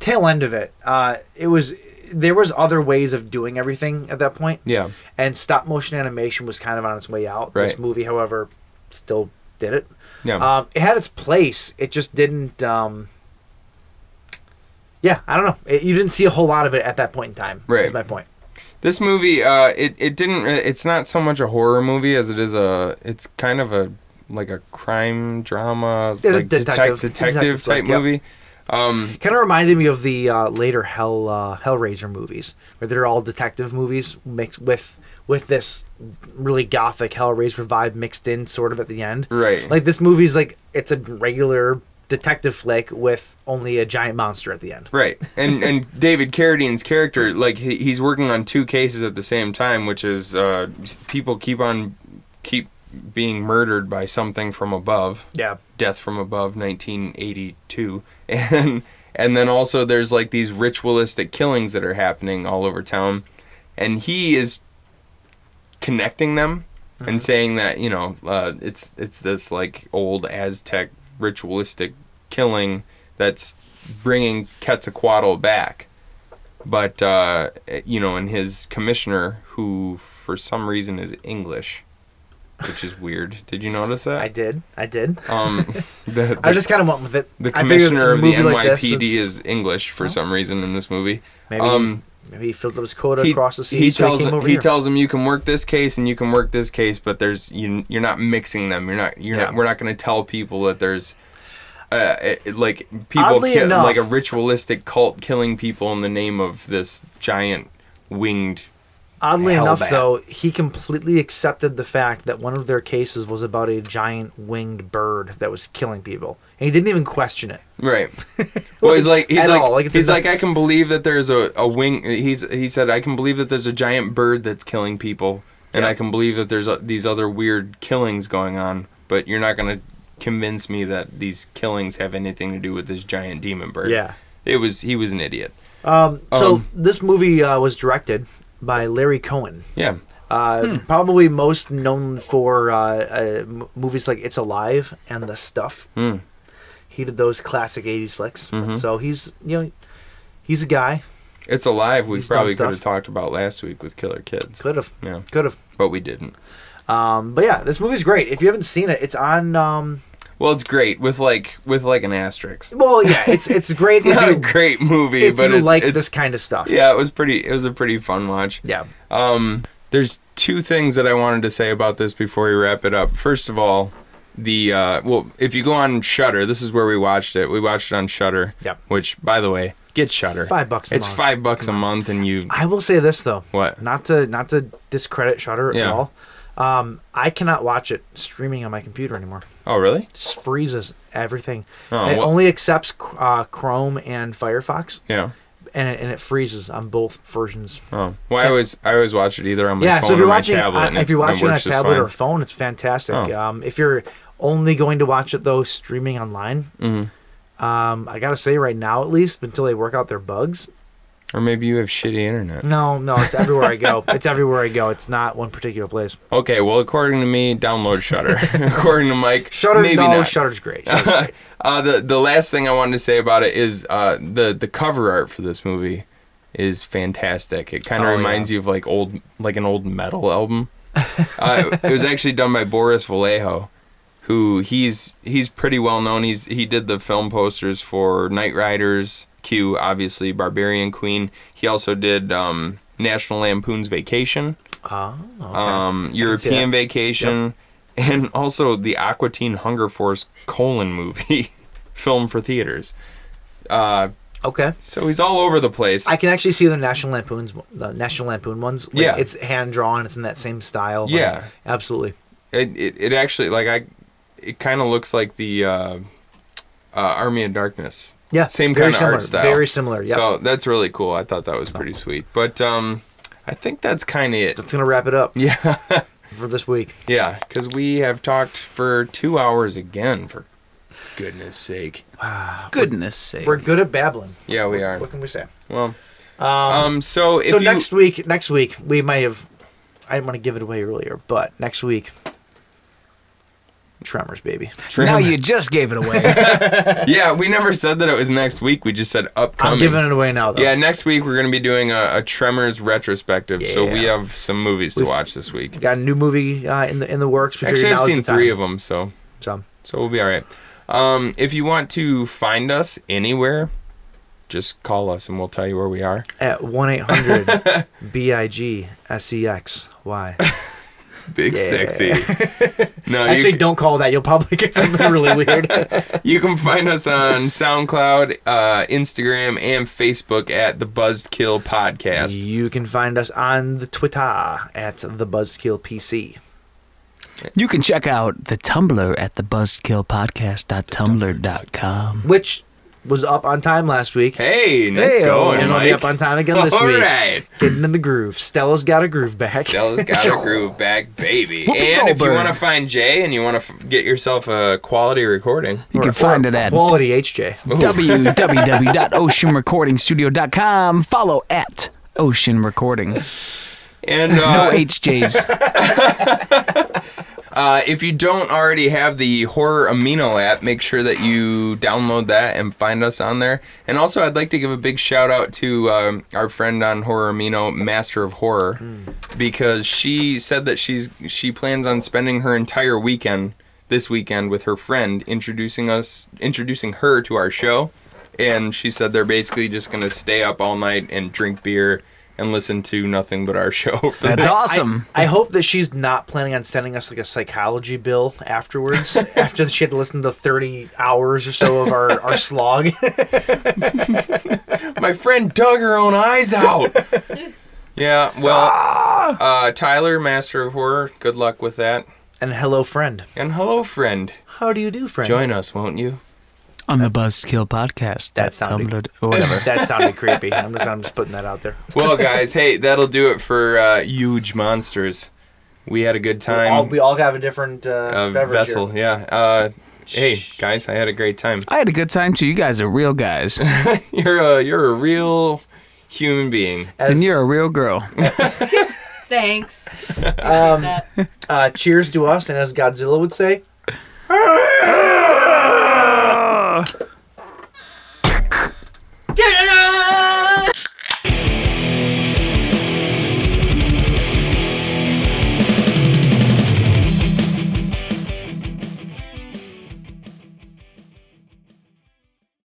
Speaker 5: tail end of it. Uh, it was there was other ways of doing everything at that point.
Speaker 6: Yeah.
Speaker 5: And stop motion animation was kind of on its way out. This
Speaker 6: Right.
Speaker 5: movie, however, still did it.
Speaker 6: Yeah.
Speaker 5: Um, it had its place. It just didn't. Um, yeah, I don't know. It, you didn't see a whole lot of it at that point in time. Is
Speaker 6: Right.
Speaker 5: my point.
Speaker 6: This movie, uh, it it didn't. It's not so much a horror movie as it is a. It's kind of a like a crime drama,
Speaker 5: It's a
Speaker 6: like detective
Speaker 5: detective-
Speaker 6: detective,
Speaker 5: detective
Speaker 6: type
Speaker 5: flick, yep.
Speaker 6: movie. Um,
Speaker 5: Kind of reminded me of the uh, later Hell uh, Hellraiser movies, where they're all detective movies mixed with with this really gothic Hellraiser vibe mixed in, sort of at the end.
Speaker 6: right.
Speaker 5: Like this movie's like it's a regular detective flick with only a giant monster at the end.
Speaker 6: Right, and and David Carradine's character, like he, he's working on two cases at the same time, which is uh, s- people keep on keep being murdered by something from above.
Speaker 5: Yeah.
Speaker 6: Death from Above 1982. [LAUGHS] And and then also there's like these ritualistic killings that are happening all over town. And he is connecting them and saying that, you know, uh, it's it's this like old Aztec ritualistic killing that's bringing Quetzalcoatl back. But uh, you know, and his commissioner who for some reason is English, which is weird. Did you notice that?
Speaker 5: I did. I did. [LAUGHS]
Speaker 6: Um, the, the,
Speaker 5: I just kind of went with it.
Speaker 6: the
Speaker 5: I figured
Speaker 6: commissioner
Speaker 5: a
Speaker 6: of the
Speaker 5: movie
Speaker 6: NYPD
Speaker 5: like this, it's-
Speaker 6: is English for some reason in this movie.
Speaker 5: Maybe,
Speaker 6: um,
Speaker 5: maybe he filled up his quota
Speaker 6: he,
Speaker 5: across the sea.
Speaker 6: he
Speaker 5: so
Speaker 6: tells
Speaker 5: came over
Speaker 6: he
Speaker 5: here.
Speaker 6: tells him you can work this case and you can work this case, but there's you you're not mixing them. You're not you're not
Speaker 5: Yeah.
Speaker 6: we're not going to tell people that there's. Uh, it- it- like people
Speaker 5: Oddly
Speaker 6: ki-
Speaker 5: enough-
Speaker 6: like a ritualistic cult killing people in the name of this giant winged
Speaker 5: Oddly
Speaker 6: hell
Speaker 5: enough,
Speaker 6: back.
Speaker 5: though, he completely accepted the fact that one of their cases was about a giant winged bird that was killing people, and he didn't even question it. [LAUGHS]
Speaker 6: Right. Well, he's like he's
Speaker 5: at
Speaker 6: like,
Speaker 5: all, like, it's
Speaker 6: he's
Speaker 5: a-
Speaker 6: like I can believe that there's a a wing. He's he said I can believe that there's a giant bird that's killing people, and
Speaker 5: Yeah.
Speaker 6: I can believe that there's uh these other weird killings going on. But you're not gonna convince me that these killings have anything to do with this giant demon bird.
Speaker 5: Yeah.
Speaker 6: It was he was an idiot.
Speaker 5: So
Speaker 6: Um,
Speaker 5: this movie uh, was directed by Larry Cohen,
Speaker 6: Yeah.
Speaker 5: uh, probably most known for uh, uh, m- movies like It's Alive and The Stuff.
Speaker 6: Hmm.
Speaker 5: He did those classic '80s flicks,
Speaker 6: Mm-hmm.
Speaker 5: so he's you know he's a guy
Speaker 6: It's alive. We
Speaker 5: He's done
Speaker 6: probably could
Speaker 5: stuff.
Speaker 6: have talked about last week with Killer Kids,
Speaker 5: could have
Speaker 6: Yeah.
Speaker 5: could have.
Speaker 6: but we didn't.
Speaker 5: Um, but yeah, this movie's great. If you haven't seen it, it's on. Um,
Speaker 6: Well, it's great with like with like an asterisk.
Speaker 5: well, yeah, it's it's great.
Speaker 6: It's not
Speaker 5: if
Speaker 6: a
Speaker 5: you-
Speaker 6: great movie,
Speaker 5: if
Speaker 6: but
Speaker 5: you
Speaker 6: it's,
Speaker 5: like
Speaker 6: it's
Speaker 5: this kind of stuff.
Speaker 6: yeah, it was pretty. It was a pretty fun watch.
Speaker 5: Yeah.
Speaker 6: Um, there's two things that I wanted to say about this before we wrap it up. First of all, the uh, well, if you go on Shutter, this is where we watched it. We watched it on Shutter.
Speaker 5: Yep.
Speaker 6: Which, by the way, get Shutter.
Speaker 5: Five bucks a
Speaker 6: it's
Speaker 5: month.
Speaker 6: five bucks a month, and you.
Speaker 5: I will say this though.
Speaker 6: What?
Speaker 5: Not to not to discredit Shutter
Speaker 6: Yeah.
Speaker 5: at all. Um, I cannot watch it streaming on my computer anymore.
Speaker 6: Oh, really?
Speaker 5: It just freezes everything.
Speaker 6: Oh,
Speaker 5: it
Speaker 6: well-
Speaker 5: only accepts uh, Chrome and Firefox,
Speaker 6: Yeah.
Speaker 5: and it, and it freezes on both versions.
Speaker 6: Oh, well, I always I always watch it either on my
Speaker 5: yeah,
Speaker 6: phone
Speaker 5: so if you're
Speaker 6: or
Speaker 5: watching
Speaker 6: my tablet.
Speaker 5: on,
Speaker 6: and
Speaker 5: if
Speaker 6: it's-
Speaker 5: you're
Speaker 6: it
Speaker 5: watching on a
Speaker 6: works just
Speaker 5: tablet
Speaker 6: fine.
Speaker 5: or a phone, it's fantastic.
Speaker 6: Oh.
Speaker 5: Um, if you're only going to watch it though streaming online,
Speaker 6: Mm-hmm.
Speaker 5: um, I gotta say right now at least until they work out their bugs,
Speaker 6: or maybe you have shitty internet.
Speaker 5: [LAUGHS] No, no, it's everywhere
Speaker 6: [LAUGHS]
Speaker 5: I go. It's everywhere I go. It's not one particular place.
Speaker 6: Okay, well, according to me, download Shutter.
Speaker 5: [LAUGHS]
Speaker 6: according to Mike,
Speaker 5: Shutter,
Speaker 6: maybe
Speaker 5: no,
Speaker 6: not.
Speaker 5: Shutter's
Speaker 6: [LAUGHS]
Speaker 5: great. Shudder's great.
Speaker 6: Uh, the the last thing I wanted to say about it is uh, the the cover art for this movie is fantastic. It kind of
Speaker 5: Oh,
Speaker 6: reminds you of like old like an old metal album. [LAUGHS] uh, it was actually done by Boris Vallejo, who he's he's pretty well known. He's he did the film posters for Night Riders, Q, obviously Barbarian Queen. He also did um, National Lampoon's Vacation,
Speaker 5: Oh, okay.
Speaker 6: um,
Speaker 5: see
Speaker 6: European
Speaker 5: that.
Speaker 6: Vacation, and also the Aqua Teen Hunger Force colon movie, [LAUGHS] film for theaters. Uh,
Speaker 5: okay.
Speaker 6: so he's all over the place.
Speaker 5: I can actually see the National Lampoon's the National Lampoon ones. Like,
Speaker 6: Yeah.
Speaker 5: it's hand drawn. It's in that same style. Like,
Speaker 6: Yeah.
Speaker 5: absolutely.
Speaker 6: it, it, it actually like I, it kind of looks like the uh, uh, Army of Darkness.
Speaker 5: Yeah,
Speaker 6: same
Speaker 5: very
Speaker 6: kind of
Speaker 5: similar,
Speaker 6: art style.
Speaker 5: very similar, yep.
Speaker 6: So that's really cool. I thought that was pretty sweet. But um, I think that's kind of it.
Speaker 5: That's gonna wrap it up
Speaker 6: Yeah, [LAUGHS]
Speaker 5: for this week.
Speaker 6: yeah, because we have talked for two hours again. For goodness sake.
Speaker 7: Goodness sake.
Speaker 5: We're good at babbling.
Speaker 6: Yeah, we are.
Speaker 5: What can we say?
Speaker 6: Well, um, so if
Speaker 5: so
Speaker 6: you,
Speaker 5: next week, next week we might have. I didn't want to give it away earlier, but next week, Tremors, baby.
Speaker 7: Now you just gave it [LAUGHS] away.
Speaker 6: yeah, we never said that it was next week. We just said upcoming.
Speaker 5: I'm giving it away now, though.
Speaker 6: yeah, next week we're gonna be doing a, a Tremors retrospective, so we
Speaker 5: Yeah.
Speaker 6: have some movies to
Speaker 5: We've-
Speaker 6: watch this week.
Speaker 5: got a new movie uh, in the in the works.
Speaker 6: Actually, I've seen three of them, so
Speaker 5: So
Speaker 6: so we'll be all right. Um, if you want to find us anywhere, just call us and we'll tell you where we are.
Speaker 5: at one eight hundred B I G S E X
Speaker 6: [LAUGHS]
Speaker 5: Y.
Speaker 6: Big
Speaker 5: [LAUGHS]
Speaker 6: sexy. no, you
Speaker 5: Actually,
Speaker 6: c-
Speaker 5: don't call that. You'll probably get
Speaker 6: [LAUGHS]
Speaker 5: something really weird.
Speaker 6: You can find us on SoundCloud, uh, Instagram, and Facebook at the Buzzkill Podcast.
Speaker 5: you can find us on the Twitter at the Buzzkill PC.
Speaker 7: you can check out the Tumblr at the buzzkillpodcast.tumblr.com.
Speaker 5: Which was up on time last week.
Speaker 6: Hey, nice going,
Speaker 5: and I'll be
Speaker 6: Mike.
Speaker 5: up on time again this
Speaker 6: All
Speaker 5: week.
Speaker 6: right.
Speaker 5: Getting in the groove. Stella's got a groove back.
Speaker 6: Stella's got
Speaker 5: [LAUGHS]
Speaker 6: a groove back, baby. and if you
Speaker 7: Goldberg.
Speaker 6: want to find Jay and you want to f- get yourself a quality recording,
Speaker 7: You can find it at
Speaker 5: Quality HJ.
Speaker 7: www.oceanrecordingstudio.com. Follow at Ocean Recording.
Speaker 6: and uh,
Speaker 5: [LAUGHS]
Speaker 7: No HJs.
Speaker 6: uh, if you don't already have the Horror Amino app, make sure that you download that and find us on there. And also, I'd like to give a big shout out to um, our friend on Horror Amino, Master of Horror, because she said that she's she plans on spending her entire weekend this weekend with her friend introducing us introducing her to our show. and she said they're basically just gonna stay up all night and drink beer and listen to nothing but our [LAUGHS] show.
Speaker 7: That's awesome.
Speaker 5: I hope that she's not planning on sending us like a psychology bill [LAUGHS] afterwards, after she had to listen to 30 hours or so of our, our [LAUGHS] slog.
Speaker 6: My friend dug her own eyes out. yeah, well, uh, Tyler, master of horror, good luck with that.
Speaker 5: and hello, friend.
Speaker 6: And hello, friend.
Speaker 5: How do you do, friend?
Speaker 6: Join us, won't you?
Speaker 7: [LAUGHS] On the Buzzkill podcast.
Speaker 5: That sounded-
Speaker 7: Tumblr, or whatever.
Speaker 5: That sounded creepy. I'm just, I'm just putting that out there.
Speaker 6: Well, guys, hey, that'll do it for uh, huge monsters. We had a good time.
Speaker 5: all, we all have a different uh,
Speaker 6: uh,
Speaker 5: beverage.
Speaker 6: vessel,
Speaker 5: here.
Speaker 6: yeah. Uh, hey, guys, I had a great time.
Speaker 7: [LAUGHS]
Speaker 6: [LAUGHS]
Speaker 7: I had a good time too. You guys are real guys,
Speaker 6: You're a you're a real human being.
Speaker 7: and you're a real girl.
Speaker 11: Thanks.
Speaker 5: Uh, cheers to us, and as Godzilla would say,